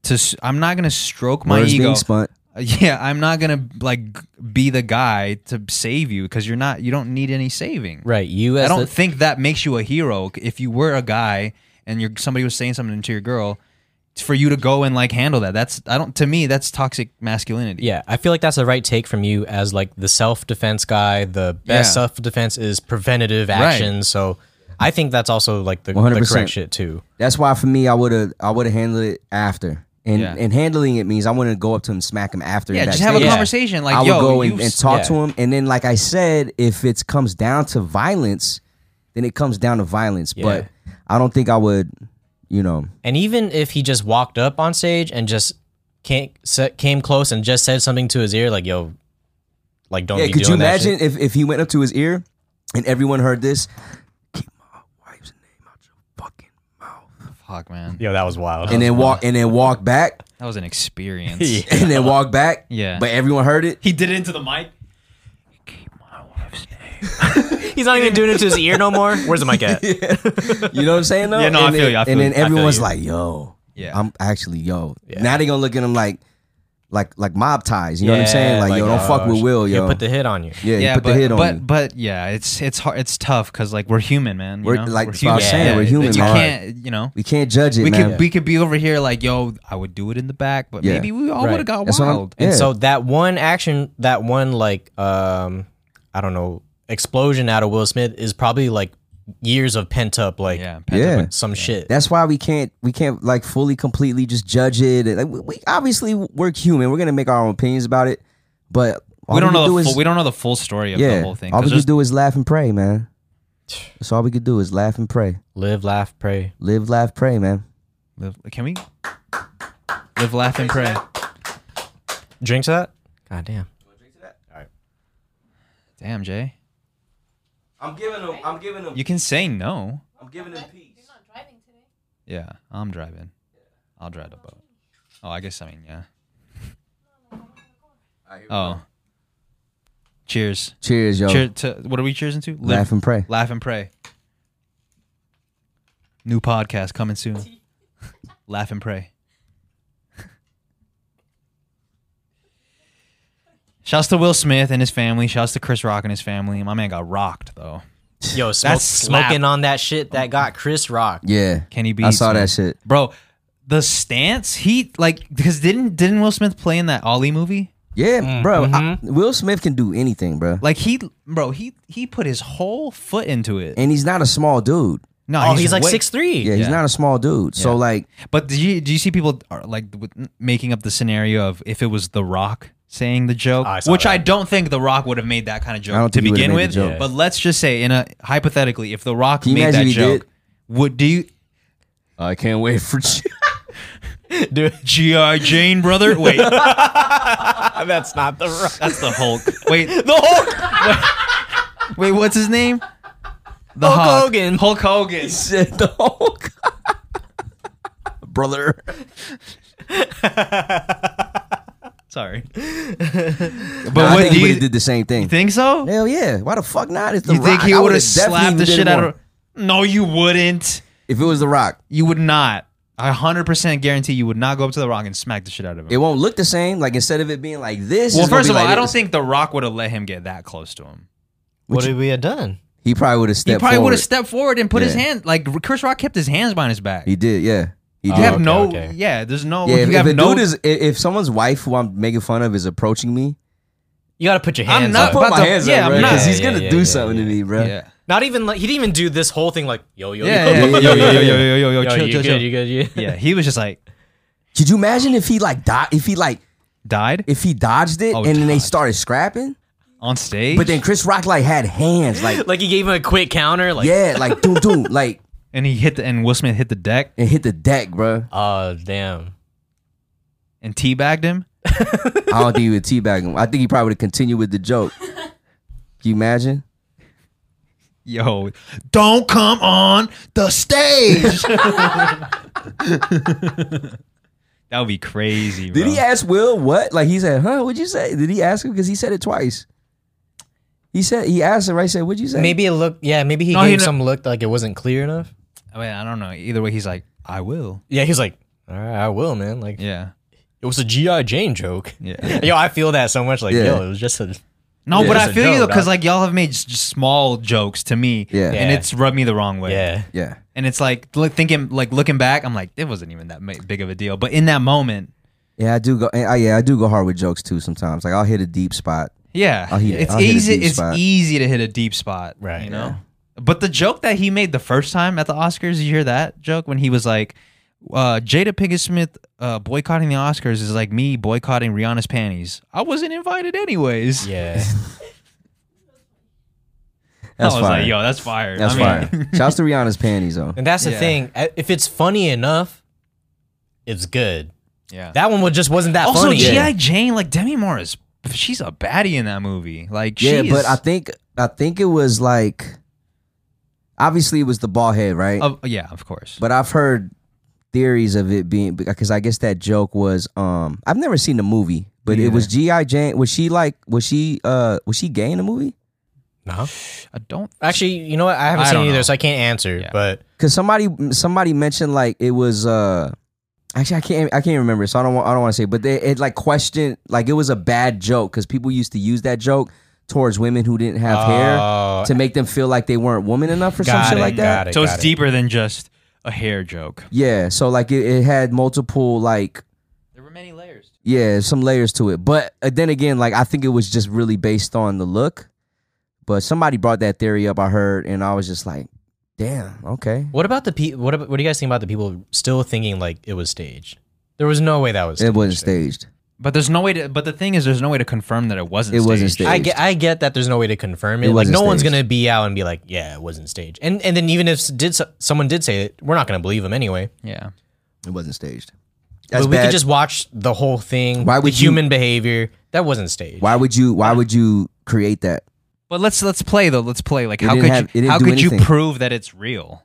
[SPEAKER 1] to s- I'm not gonna stroke my
[SPEAKER 3] Words
[SPEAKER 1] ego.
[SPEAKER 3] being spun.
[SPEAKER 1] yeah, I'm not gonna like be the guy to save you because you're not. You don't need any saving.
[SPEAKER 2] right. You as
[SPEAKER 1] I don't
[SPEAKER 2] the,
[SPEAKER 1] think that makes you a hero. If you were a guy and you're somebody was saying something to your girl, it's for you to go and like handle that. That's I don't. To me, that's toxic masculinity.
[SPEAKER 2] yeah, I feel like that's the right take from you as like the self defense guy. The best
[SPEAKER 1] Yeah.
[SPEAKER 2] self defense is preventative action. So I think that's also like the, the
[SPEAKER 3] 100%.
[SPEAKER 2] correct shit too.
[SPEAKER 3] That's why for me, I would have I would have handled it after. And
[SPEAKER 1] Yeah.
[SPEAKER 3] and handling it means I want to go up to him, smack him after.
[SPEAKER 1] yeah.
[SPEAKER 3] and
[SPEAKER 1] Just have a
[SPEAKER 2] Yeah.
[SPEAKER 3] backstage.
[SPEAKER 1] conversation. Like,
[SPEAKER 3] I would
[SPEAKER 1] yo,
[SPEAKER 3] go
[SPEAKER 1] you
[SPEAKER 3] and, and
[SPEAKER 1] s-
[SPEAKER 3] talk
[SPEAKER 2] yeah.
[SPEAKER 3] to him, and then like I said, if it comes down to violence, then it comes down to violence. But I don't think I would, you know.
[SPEAKER 2] And even if he just walked up on stage and just can't sa- came close and just said something to his ear, like yo, like don't.
[SPEAKER 3] Yeah,
[SPEAKER 2] be
[SPEAKER 3] could
[SPEAKER 2] doing
[SPEAKER 3] you
[SPEAKER 2] that
[SPEAKER 3] imagine
[SPEAKER 2] shit.
[SPEAKER 3] if, if he went up to his ear and everyone heard this? Keep my wife's name out your fucking mouth.
[SPEAKER 1] Fuck, man.
[SPEAKER 2] Yo, that was wild.
[SPEAKER 3] And then walk and then walk back
[SPEAKER 1] That was an experience.
[SPEAKER 3] and then walk back.
[SPEAKER 1] Yeah.
[SPEAKER 3] But everyone heard it.
[SPEAKER 1] He did it into the mic.
[SPEAKER 2] He's not even doing it to his ear no more. Where's the mic at?
[SPEAKER 3] You know what I'm saying? Though?
[SPEAKER 1] Yeah, no, I
[SPEAKER 3] and
[SPEAKER 1] feel
[SPEAKER 3] then,
[SPEAKER 1] you, I feel
[SPEAKER 3] and then
[SPEAKER 1] you, I feel
[SPEAKER 3] everyone's
[SPEAKER 2] you.
[SPEAKER 3] like, "Yo,
[SPEAKER 1] Yeah.
[SPEAKER 3] I'm actually yo." Now they gonna look at him like, like, like mob ties. You know what I'm saying?
[SPEAKER 2] Yeah,
[SPEAKER 3] Like, yo, don't
[SPEAKER 2] oh,
[SPEAKER 1] uh,
[SPEAKER 3] fuck with
[SPEAKER 2] shit.
[SPEAKER 3] Will,
[SPEAKER 2] He
[SPEAKER 3] yo.
[SPEAKER 2] put the hit on you.
[SPEAKER 3] yeah, he
[SPEAKER 1] yeah,
[SPEAKER 3] put
[SPEAKER 1] but
[SPEAKER 3] the hit on
[SPEAKER 1] but
[SPEAKER 3] you.
[SPEAKER 1] but yeah, it's it's hard. It's tough because like we're human, man. you
[SPEAKER 3] We're-
[SPEAKER 1] know?
[SPEAKER 3] like, that's what I was
[SPEAKER 2] human. saying, we're
[SPEAKER 3] human,
[SPEAKER 1] You
[SPEAKER 3] man.
[SPEAKER 1] can't. You know.
[SPEAKER 3] we can't judge it,
[SPEAKER 1] We
[SPEAKER 3] man.
[SPEAKER 1] could we could be over here like yo, I would do it in the back, but
[SPEAKER 3] Yeah.
[SPEAKER 1] maybe we all
[SPEAKER 2] Right.
[SPEAKER 1] would have got
[SPEAKER 3] That's what I'm-
[SPEAKER 1] wild.
[SPEAKER 3] yeah.
[SPEAKER 2] And so that one action, that one like um I don't know, explosion out of Will Smith is probably like years of pent up like
[SPEAKER 1] yeah,
[SPEAKER 3] Yeah.
[SPEAKER 2] some shit.
[SPEAKER 3] That's why we can't we can't like fully completely just judge it. Like we, we obviously we're human. We're gonna make our own opinions about it, but all
[SPEAKER 1] we don't
[SPEAKER 3] can
[SPEAKER 1] know
[SPEAKER 3] do
[SPEAKER 1] the
[SPEAKER 3] is-
[SPEAKER 1] full, we don't know the full story of
[SPEAKER 3] yeah,
[SPEAKER 1] the whole thing.
[SPEAKER 3] all
[SPEAKER 1] 'cause
[SPEAKER 3] we
[SPEAKER 1] there's-
[SPEAKER 3] can do is laugh and pray, man. That's all we could do is laugh and pray,
[SPEAKER 2] Live, laugh, pray.
[SPEAKER 3] live, laugh, pray, man.
[SPEAKER 1] live- can we live, laugh, and pray?
[SPEAKER 2] Drink to that? God damn.
[SPEAKER 1] Damn, Jay,
[SPEAKER 3] I'm giving him. I'm giving him.
[SPEAKER 1] you can say no.
[SPEAKER 3] I'm giving him peace.
[SPEAKER 4] You're not driving today.
[SPEAKER 1] Yeah, I'm driving. I'll drive the boat. Oh, I guess I mean yeah. Oh, cheers.
[SPEAKER 3] Cheers, yo.
[SPEAKER 1] Cheer to what are we cheersing to? Live,
[SPEAKER 3] Laugh and pray.
[SPEAKER 1] laugh and pray. New podcast coming soon. laugh and pray. Shouts to Will Smith and his family. Shouts to Chris Rock and his family. My man got rocked though.
[SPEAKER 2] Yo,
[SPEAKER 1] slap.
[SPEAKER 2] smoke, smoking on that shit that got Chris Rock.
[SPEAKER 3] Yeah,
[SPEAKER 1] Can he be?
[SPEAKER 3] I saw that shit.
[SPEAKER 1] bro. The stance he like because didn't didn't Will Smith play in that Ollie movie?
[SPEAKER 3] Yeah, bro. I- Will Smith can do anything, bro.
[SPEAKER 1] Mm-hmm. Like he, bro, he he put his whole foot into it.
[SPEAKER 3] And he's not a small dude.
[SPEAKER 1] No,
[SPEAKER 2] Oh, he's, like
[SPEAKER 1] way-
[SPEAKER 2] six three.
[SPEAKER 3] Yeah, he's
[SPEAKER 1] Yeah.
[SPEAKER 3] not a small dude. So
[SPEAKER 1] Yeah.
[SPEAKER 3] like,
[SPEAKER 1] But do you do you see people are like with, making up the scenario of if it was The Rock saying the joke,
[SPEAKER 2] I saw
[SPEAKER 1] which
[SPEAKER 2] that.
[SPEAKER 1] I don't think The Rock would have made that kind of
[SPEAKER 3] I
[SPEAKER 1] joke
[SPEAKER 3] don't
[SPEAKER 1] to
[SPEAKER 3] think he would've
[SPEAKER 1] begin
[SPEAKER 3] made the
[SPEAKER 1] with.
[SPEAKER 3] joke.
[SPEAKER 1] But let's just say in a hypothetically, if The Rock
[SPEAKER 3] you
[SPEAKER 1] made
[SPEAKER 3] imagine
[SPEAKER 1] that
[SPEAKER 3] if he
[SPEAKER 1] joke,
[SPEAKER 3] did?
[SPEAKER 1] would do you?
[SPEAKER 3] I can't wait for.
[SPEAKER 2] Dude,
[SPEAKER 1] G.I. Jane, brother. Wait, that's
[SPEAKER 2] that's not the Rock.
[SPEAKER 1] the Hulk. Wait, the Hulk. Wait, what's his name? The
[SPEAKER 2] Hulk
[SPEAKER 1] Hawk.
[SPEAKER 2] Hogan.
[SPEAKER 1] Hulk Hogan.
[SPEAKER 3] said the Hulk. Brother.
[SPEAKER 1] Sorry. but
[SPEAKER 3] But I
[SPEAKER 1] what do
[SPEAKER 3] think he
[SPEAKER 1] you
[SPEAKER 3] would've did the same thing.
[SPEAKER 1] think so?
[SPEAKER 3] Hell yeah. Why the fuck not? It's the
[SPEAKER 1] You
[SPEAKER 3] rock.
[SPEAKER 1] think he
[SPEAKER 3] I
[SPEAKER 1] would have
[SPEAKER 3] would've definitely
[SPEAKER 1] slapped the
[SPEAKER 3] did it
[SPEAKER 1] shit out
[SPEAKER 3] more.
[SPEAKER 1] of? No, you wouldn't.
[SPEAKER 3] If it was the rock,
[SPEAKER 1] You would not. I hundred percent guarantee you would not go up to the Rock and smack the shit out of him.
[SPEAKER 3] it won't look the same. Like instead of it being like this.
[SPEAKER 1] well,
[SPEAKER 3] it's gonna
[SPEAKER 1] first
[SPEAKER 3] be
[SPEAKER 1] of all,
[SPEAKER 3] like
[SPEAKER 1] I don't
[SPEAKER 3] this.
[SPEAKER 1] think the Rock would have let him get that close to him.
[SPEAKER 2] What did we have done?
[SPEAKER 3] he probably would have stepped.
[SPEAKER 1] He probably
[SPEAKER 3] forward.
[SPEAKER 1] would have stepped forward and put his
[SPEAKER 3] Yeah.
[SPEAKER 1] hand like Chris Rock kept his hands behind his back.
[SPEAKER 3] He did. Yeah. He
[SPEAKER 1] you
[SPEAKER 3] did.
[SPEAKER 1] have
[SPEAKER 2] okay,
[SPEAKER 1] no,
[SPEAKER 2] okay.
[SPEAKER 1] yeah. There's no,
[SPEAKER 3] yeah.
[SPEAKER 1] you
[SPEAKER 3] If, if
[SPEAKER 1] have
[SPEAKER 3] a
[SPEAKER 1] no.
[SPEAKER 3] dude is, i- if someone's wife who I'm making fun of is approaching me,
[SPEAKER 2] You gotta put your
[SPEAKER 1] I'm
[SPEAKER 2] hands
[SPEAKER 1] not
[SPEAKER 2] up.
[SPEAKER 1] About
[SPEAKER 3] put my
[SPEAKER 1] to-
[SPEAKER 3] hands
[SPEAKER 1] yeah, I'm
[SPEAKER 3] up, bro,
[SPEAKER 1] not-
[SPEAKER 3] because he's
[SPEAKER 2] yeah,
[SPEAKER 3] gonna
[SPEAKER 2] yeah,
[SPEAKER 3] do
[SPEAKER 2] yeah,
[SPEAKER 3] something to me, bro.
[SPEAKER 1] yeah,
[SPEAKER 2] Not even like he didn't even do this whole thing like yo yo
[SPEAKER 1] yeah,
[SPEAKER 2] yo.
[SPEAKER 1] yeah, yeah, yo, yo, yo, yo, yo, yo,
[SPEAKER 2] Yo,
[SPEAKER 1] chill,
[SPEAKER 2] you
[SPEAKER 1] chill,
[SPEAKER 2] good, you
[SPEAKER 1] chill.
[SPEAKER 2] good, you
[SPEAKER 1] Yeah, he was just like,
[SPEAKER 3] Could you imagine if he like died? If he like
[SPEAKER 1] died
[SPEAKER 3] If he dodged it
[SPEAKER 1] Oh,
[SPEAKER 3] and then they
[SPEAKER 1] dodged.
[SPEAKER 3] started scrapping,
[SPEAKER 1] on stage.
[SPEAKER 3] but then Chris Rock like had hands, like
[SPEAKER 2] Like he gave him a quick counter. Like,
[SPEAKER 3] yeah, like dude, dude, like
[SPEAKER 1] and he hit the and Will Smith hit the deck
[SPEAKER 3] and hit the deck, bro.
[SPEAKER 2] oh damn.
[SPEAKER 1] and teabagged him.
[SPEAKER 3] I don't think he would teabag him. I think he probably would continue with the joke. Can you imagine?
[SPEAKER 1] Yo, don't come on the stage. that would be crazy. bro.
[SPEAKER 3] Did he ask Will what? Like he said, huh? What'd you say? Did he ask him? Because he said it twice. He said he asked him, right? He said, What'd you say?
[SPEAKER 2] Maybe it looked. Yeah, maybe he
[SPEAKER 1] No, he
[SPEAKER 2] gave
[SPEAKER 1] kn-
[SPEAKER 2] some look like it wasn't clear enough.
[SPEAKER 1] I mean, Oh, I don't know. Either way, he's like, I will.
[SPEAKER 2] Yeah, he's like, all right, I will, man. Like
[SPEAKER 1] Yeah.
[SPEAKER 2] it was a GI Jane joke.
[SPEAKER 1] Yeah.
[SPEAKER 2] yo, I feel that so much. Like,
[SPEAKER 3] Yeah.
[SPEAKER 2] yo, it was just a.
[SPEAKER 1] No,
[SPEAKER 2] Yeah.
[SPEAKER 1] but
[SPEAKER 2] Just
[SPEAKER 1] I
[SPEAKER 2] a
[SPEAKER 1] feel you though,
[SPEAKER 2] joke,
[SPEAKER 1] because
[SPEAKER 2] dog.
[SPEAKER 1] like y'all have made s- just small jokes to me,
[SPEAKER 3] Yeah.
[SPEAKER 1] and
[SPEAKER 2] Yeah.
[SPEAKER 1] it's rubbed me the wrong way.
[SPEAKER 2] Yeah.
[SPEAKER 3] Yeah.
[SPEAKER 1] and it's like look, thinking, like looking back, I'm like, it wasn't even that ma- big of a deal. But in that moment,
[SPEAKER 3] Yeah, I do go I, yeah, I do go hard with jokes too sometimes. Like I'll hit a deep spot.
[SPEAKER 1] yeah,
[SPEAKER 3] I'll hit-
[SPEAKER 1] it's
[SPEAKER 3] I'll hit a
[SPEAKER 1] easy.
[SPEAKER 3] deep
[SPEAKER 1] It's
[SPEAKER 3] spot.
[SPEAKER 1] easy to hit a deep spot,
[SPEAKER 2] Right.
[SPEAKER 1] You know. But the joke that he made the first time at the Oscars, you hear that joke when he was like, uh, "Jada Pinkett Smith uh, boycotting the Oscars is like me boycotting Rihanna's panties. I wasn't invited anyways."
[SPEAKER 2] Yeah.
[SPEAKER 3] That's
[SPEAKER 1] I was
[SPEAKER 3] fire.
[SPEAKER 1] like, "Yo, that's fire.
[SPEAKER 3] That's
[SPEAKER 1] I mean,
[SPEAKER 3] fire. Shouts to Rihanna's panties though.
[SPEAKER 2] and that's the
[SPEAKER 1] Yeah.
[SPEAKER 2] thing. I- If it's funny enough, it's good.
[SPEAKER 1] yeah.
[SPEAKER 2] That one was just wasn't that
[SPEAKER 1] also,
[SPEAKER 2] funny.
[SPEAKER 1] GI Jane, like Demi Moore is, she's a baddie in that movie. Like,
[SPEAKER 3] Yeah,
[SPEAKER 1] she's,
[SPEAKER 3] but I think I think it was like obviously it was the ball head, right?
[SPEAKER 1] of- yeah, of course.
[SPEAKER 3] But I've heard theories of it being because I guess that joke was um I've never seen the movie, but
[SPEAKER 1] Me
[SPEAKER 3] it was GI Jane. Was she like was she uh was she gay in the movie?
[SPEAKER 2] No.
[SPEAKER 1] I don't.
[SPEAKER 2] Uh-huh. Actually, you know what? I
[SPEAKER 1] I
[SPEAKER 2] haven't seen
[SPEAKER 1] don't
[SPEAKER 2] it either,
[SPEAKER 1] know.
[SPEAKER 2] so I can't answer.
[SPEAKER 1] Yeah.
[SPEAKER 2] But
[SPEAKER 3] Cause somebody somebody mentioned like it was uh actually I can't I can't remember so I don't wa- I don't want to say but they it like questioned like it was a bad joke because people used to use that joke towards women who didn't have
[SPEAKER 2] Oh.
[SPEAKER 3] hair to make them feel like they weren't woman enough or some
[SPEAKER 2] Got
[SPEAKER 3] shit
[SPEAKER 2] it,
[SPEAKER 3] like that.
[SPEAKER 2] got it,
[SPEAKER 1] so it's
[SPEAKER 2] got it.
[SPEAKER 1] deeper than just a hair joke.
[SPEAKER 3] Yeah, so like it, it had multiple like
[SPEAKER 1] There were many layers.
[SPEAKER 3] yeah some layers to it, but uh, then again like I think it was just really based on the look. But somebody brought that theory up I heard and I was just like, damn okay.
[SPEAKER 2] what about the people? What, about- what do you guys think about the people still thinking like it was staged? There was no way that was.
[SPEAKER 3] It wasn't staged.
[SPEAKER 1] But there's no way to. But the thing is, there's no way to confirm that it wasn't.
[SPEAKER 3] It wasn't
[SPEAKER 1] staged.
[SPEAKER 2] I get, I get that there's no way to confirm it.
[SPEAKER 3] It
[SPEAKER 2] like
[SPEAKER 3] wasn't
[SPEAKER 2] no one's
[SPEAKER 3] staged.
[SPEAKER 2] gonna be out and be like, yeah, it wasn't staged. And and then even if s- did s- someone did say it, we're not gonna believe them anyway.
[SPEAKER 1] Yeah.
[SPEAKER 3] It wasn't staged.
[SPEAKER 2] but we could just watch the whole thing.
[SPEAKER 3] Why
[SPEAKER 2] the
[SPEAKER 3] would you-
[SPEAKER 2] human behavior that wasn't staged?
[SPEAKER 3] Why would you? Why would you create that?
[SPEAKER 1] But let's let's play though. Let's play. Like,
[SPEAKER 3] It
[SPEAKER 1] how
[SPEAKER 3] didn't
[SPEAKER 1] could
[SPEAKER 3] have- it
[SPEAKER 1] you?
[SPEAKER 3] didn't
[SPEAKER 1] How
[SPEAKER 3] do
[SPEAKER 1] could you
[SPEAKER 3] anything.
[SPEAKER 1] prove that it's real?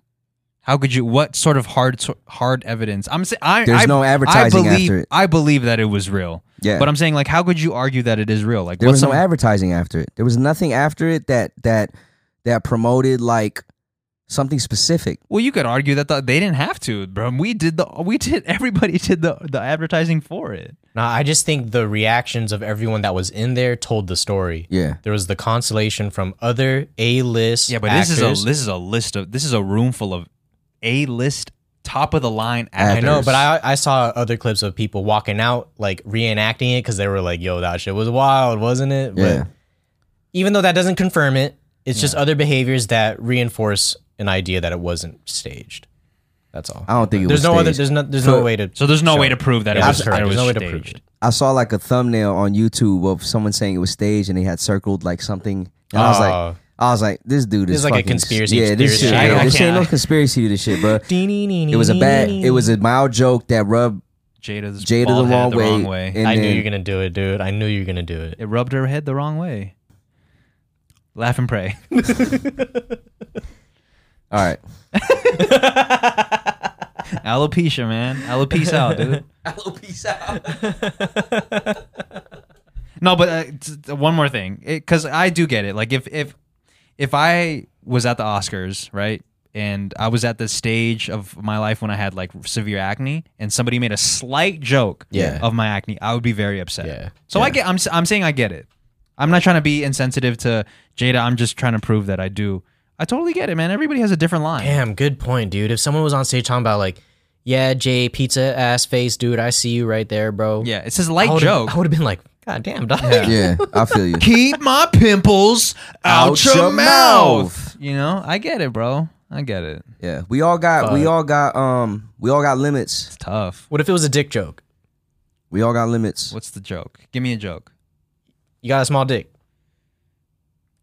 [SPEAKER 1] How could you? What sort of hard so- hard evidence? I'm saying I,
[SPEAKER 3] There's
[SPEAKER 1] I-
[SPEAKER 3] no advertising
[SPEAKER 1] I believe,
[SPEAKER 3] after it.
[SPEAKER 1] I believe that it was real.
[SPEAKER 3] Yeah.
[SPEAKER 1] But I'm saying like, how could you argue that it is real? Like,
[SPEAKER 3] There
[SPEAKER 1] what's
[SPEAKER 3] was no
[SPEAKER 1] some-
[SPEAKER 3] advertising after it. There was nothing after it that that that promoted like something specific.
[SPEAKER 1] Well, you could argue that the, they didn't have to, bro. We did the we did everybody did the the advertising for it.
[SPEAKER 2] No, I just think the reactions of everyone that was in there told the story.
[SPEAKER 3] Yeah.
[SPEAKER 2] There was the consolation from other A list.
[SPEAKER 1] Yeah, but this is a this is a list of this is a room full of a list top of the line
[SPEAKER 2] I
[SPEAKER 1] actors.
[SPEAKER 2] know, but I I saw other clips of people walking out like reenacting it because they were like, "Yo, that shit was wild, wasn't it?" But
[SPEAKER 3] Yeah.
[SPEAKER 2] even though that doesn't confirm it, it's just other behaviors that reinforce an idea that it wasn't staged. That's all.
[SPEAKER 3] I don't think it
[SPEAKER 2] there's
[SPEAKER 3] was
[SPEAKER 2] no other.
[SPEAKER 3] staged.
[SPEAKER 2] There's no. There's
[SPEAKER 3] So-
[SPEAKER 2] no way to.
[SPEAKER 1] so there's no
[SPEAKER 2] show
[SPEAKER 1] way
[SPEAKER 2] it.
[SPEAKER 1] to prove that
[SPEAKER 2] Yeah,
[SPEAKER 1] it was
[SPEAKER 2] that's correct.
[SPEAKER 1] that it was
[SPEAKER 2] There's no way
[SPEAKER 1] staged.
[SPEAKER 2] to prove it.
[SPEAKER 3] I saw like a thumbnail on YouTube of someone saying it was staged, and they had circled like something. And I was
[SPEAKER 2] Oh.
[SPEAKER 3] like, I was like, this dude is
[SPEAKER 2] This is like a
[SPEAKER 3] fucking-
[SPEAKER 2] conspiracy
[SPEAKER 3] Yeah, this
[SPEAKER 2] theorist
[SPEAKER 3] shit.
[SPEAKER 2] shit.
[SPEAKER 3] ain't-
[SPEAKER 1] I
[SPEAKER 3] this ain't
[SPEAKER 1] can't-
[SPEAKER 3] no conspiracy to this shit, bro.
[SPEAKER 2] It
[SPEAKER 3] It was a bad. It was a mild joke that rubbed
[SPEAKER 1] Jada's
[SPEAKER 3] Jada
[SPEAKER 1] bald
[SPEAKER 3] the,
[SPEAKER 1] head
[SPEAKER 3] wrong,
[SPEAKER 1] the
[SPEAKER 3] way,
[SPEAKER 1] wrong way.
[SPEAKER 3] and
[SPEAKER 2] I knew
[SPEAKER 3] then-
[SPEAKER 2] you were gonna do it, dude. I knew you were gonna do it.
[SPEAKER 1] it rubbed her head the wrong way. Laugh and pray.
[SPEAKER 3] All right.
[SPEAKER 1] Alopecia, man. Alopecia out, dude. No, but uh, t- t- one more thing, because I do get it. Like if if if I was at the Oscars, right, and I was at the stage of my life when I had like severe acne, and somebody made a slight joke
[SPEAKER 2] Yeah.
[SPEAKER 1] of my acne, I would be very upset.
[SPEAKER 2] Yeah.
[SPEAKER 1] So I get. I'm s- I'm saying I get it. I'm not trying to be insensitive to Jada. I'm just trying to prove that I do. I totally get it, man. Everybody has a different line.
[SPEAKER 2] Damn, good point, dude. If someone was on stage talking about like, yeah, Jay, pizza ass face, dude, I see you right there, bro.
[SPEAKER 1] Yeah, it's just a
[SPEAKER 2] I
[SPEAKER 1] light
[SPEAKER 2] would've-
[SPEAKER 1] joke.
[SPEAKER 2] I would have been like, God damn, dog.
[SPEAKER 3] Yeah, I feel you.
[SPEAKER 1] Keep my pimples out,
[SPEAKER 3] Out
[SPEAKER 1] your,
[SPEAKER 3] your
[SPEAKER 1] mouth. You know, I get it, bro. I get it.
[SPEAKER 3] Yeah, we all got. We
[SPEAKER 2] Fuck.
[SPEAKER 3] all got. Um, we all got limits.
[SPEAKER 1] It's tough.
[SPEAKER 2] What if it was a dick joke?
[SPEAKER 3] We all got limits.
[SPEAKER 1] What's the joke? Give me a joke.
[SPEAKER 2] You got a small dick.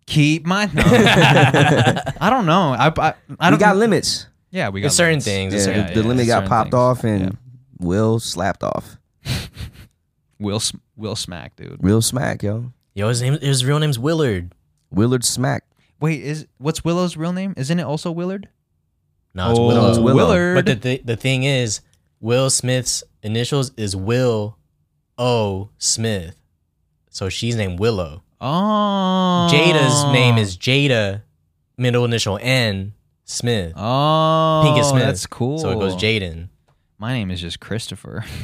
[SPEAKER 1] Keep my. No. I don't know. I I, I
[SPEAKER 3] we
[SPEAKER 1] don't.
[SPEAKER 3] got limits.
[SPEAKER 1] yeah, we got
[SPEAKER 2] It's certain
[SPEAKER 1] limits.
[SPEAKER 2] things.
[SPEAKER 3] Yeah,
[SPEAKER 2] it's certain
[SPEAKER 1] yeah,
[SPEAKER 3] the, the
[SPEAKER 1] yeah,
[SPEAKER 3] limit got
[SPEAKER 1] certain
[SPEAKER 3] popped
[SPEAKER 1] things.
[SPEAKER 3] off and
[SPEAKER 1] Yeah.
[SPEAKER 3] Will slapped off.
[SPEAKER 1] Will Sm- Will Smack, dude.
[SPEAKER 3] Will smack, yo.
[SPEAKER 2] Yo, his name, his real name's Willard.
[SPEAKER 3] Willard smack.
[SPEAKER 1] Wait, is what's Willow's real name? Isn't it also Willard?
[SPEAKER 2] No, it's
[SPEAKER 1] Oh,
[SPEAKER 2] Willard.
[SPEAKER 3] it's Willow.
[SPEAKER 1] Willard.
[SPEAKER 2] But the, the the thing is, Will Smith's initials is Will O Smith, so she's named Willow.
[SPEAKER 1] oh,
[SPEAKER 2] Jada's name is Jada, middle initial N Smith.
[SPEAKER 1] Oh,
[SPEAKER 2] Pink is Smith.
[SPEAKER 1] That's cool.
[SPEAKER 2] So it goes Jaden.
[SPEAKER 1] My name is just Christopher.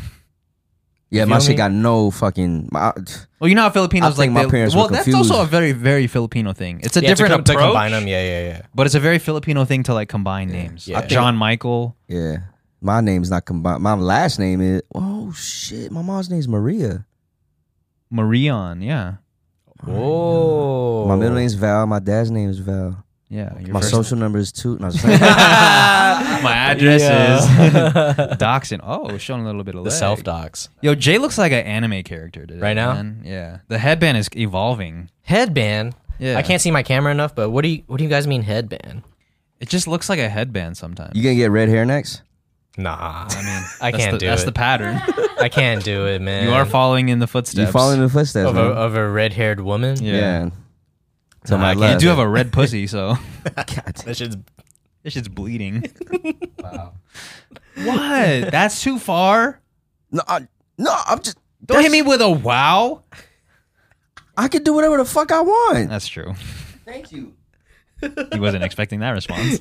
[SPEAKER 3] Yeah,
[SPEAKER 2] You
[SPEAKER 3] my
[SPEAKER 2] feel
[SPEAKER 3] shit
[SPEAKER 2] me?
[SPEAKER 3] got no fucking. My,
[SPEAKER 1] Well, you know how Filipinos
[SPEAKER 3] I
[SPEAKER 1] like
[SPEAKER 3] think my
[SPEAKER 1] they-
[SPEAKER 3] parents
[SPEAKER 1] Well,
[SPEAKER 3] were
[SPEAKER 1] that's
[SPEAKER 3] confused.
[SPEAKER 1] also a very very Filipino thing. It's a
[SPEAKER 2] Yeah,
[SPEAKER 1] different
[SPEAKER 2] to, com-
[SPEAKER 1] approach,
[SPEAKER 2] to combine them. Yeah, yeah, yeah.
[SPEAKER 1] but it's a very Filipino thing to like combine names.
[SPEAKER 2] yeah. I think-
[SPEAKER 1] John Michael.
[SPEAKER 3] yeah, my name's not combined. My last name is. Oh shit, my mom's name's Maria.
[SPEAKER 1] Marion, yeah,
[SPEAKER 2] Oh,
[SPEAKER 3] My middle name's Val. My dad's name is Val.
[SPEAKER 1] yeah. your
[SPEAKER 3] my
[SPEAKER 1] first-
[SPEAKER 3] social number is two. No, I'm just like-
[SPEAKER 1] My address is
[SPEAKER 2] the
[SPEAKER 1] Doxin. Oh, showing a little bit of leg.
[SPEAKER 2] self docs
[SPEAKER 1] Yo, Jay looks like an anime character today.
[SPEAKER 2] Right now?
[SPEAKER 1] man. yeah. The headband is evolving.
[SPEAKER 2] headband.
[SPEAKER 1] Yeah.
[SPEAKER 2] I can't see my camera enough, but what do you what do you guys mean headband?
[SPEAKER 1] It just looks like a headband sometimes.
[SPEAKER 3] you gonna get red hair next?
[SPEAKER 2] Nah,
[SPEAKER 1] I mean,
[SPEAKER 2] I
[SPEAKER 1] that's
[SPEAKER 2] can't
[SPEAKER 1] the,
[SPEAKER 2] do
[SPEAKER 1] That's
[SPEAKER 2] it.
[SPEAKER 1] the pattern.
[SPEAKER 2] I can't do it, man.
[SPEAKER 1] you are following in the footsteps.
[SPEAKER 3] You following the footsteps?
[SPEAKER 2] of a,
[SPEAKER 3] man.
[SPEAKER 2] of a red haired woman.
[SPEAKER 1] Yeah.
[SPEAKER 3] yeah.
[SPEAKER 2] Nah,
[SPEAKER 3] To
[SPEAKER 2] I
[SPEAKER 3] my
[SPEAKER 2] can't
[SPEAKER 1] You
[SPEAKER 3] left.
[SPEAKER 1] do have a red pussy, so
[SPEAKER 2] That shit's
[SPEAKER 1] this shit's bleeding. wow. What? That's too far.
[SPEAKER 3] no, I, no, I'm just.
[SPEAKER 1] Don't
[SPEAKER 3] that's-
[SPEAKER 1] hit me with a wow.
[SPEAKER 3] I can do whatever the fuck I want.
[SPEAKER 1] That's true.
[SPEAKER 3] Thank you.
[SPEAKER 1] He wasn't expecting that response.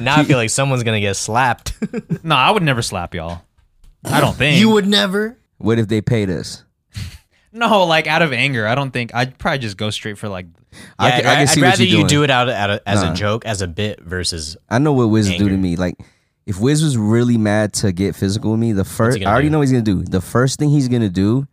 [SPEAKER 2] now I feel like someone's gonna get slapped.
[SPEAKER 1] no, I would never slap y'all. I don't think
[SPEAKER 2] would never.
[SPEAKER 3] What if they paid us?
[SPEAKER 1] No, like out of anger. I don't think I'd probably just go straight for like.
[SPEAKER 2] Yeah, I
[SPEAKER 3] I, can, I can
[SPEAKER 2] would
[SPEAKER 3] see
[SPEAKER 2] rather
[SPEAKER 3] what
[SPEAKER 2] you
[SPEAKER 3] you're doing.
[SPEAKER 2] do it out, of- out of, as
[SPEAKER 3] Nah.
[SPEAKER 2] a joke, as a bit, versus
[SPEAKER 3] I know what Wiz do
[SPEAKER 2] Anger.
[SPEAKER 3] to me. Like, if Wiz was really mad to get physical with me, the first
[SPEAKER 2] he
[SPEAKER 3] I
[SPEAKER 2] gonna
[SPEAKER 3] already
[SPEAKER 2] do?
[SPEAKER 3] know what he's gonna do. The first thing he's gonna do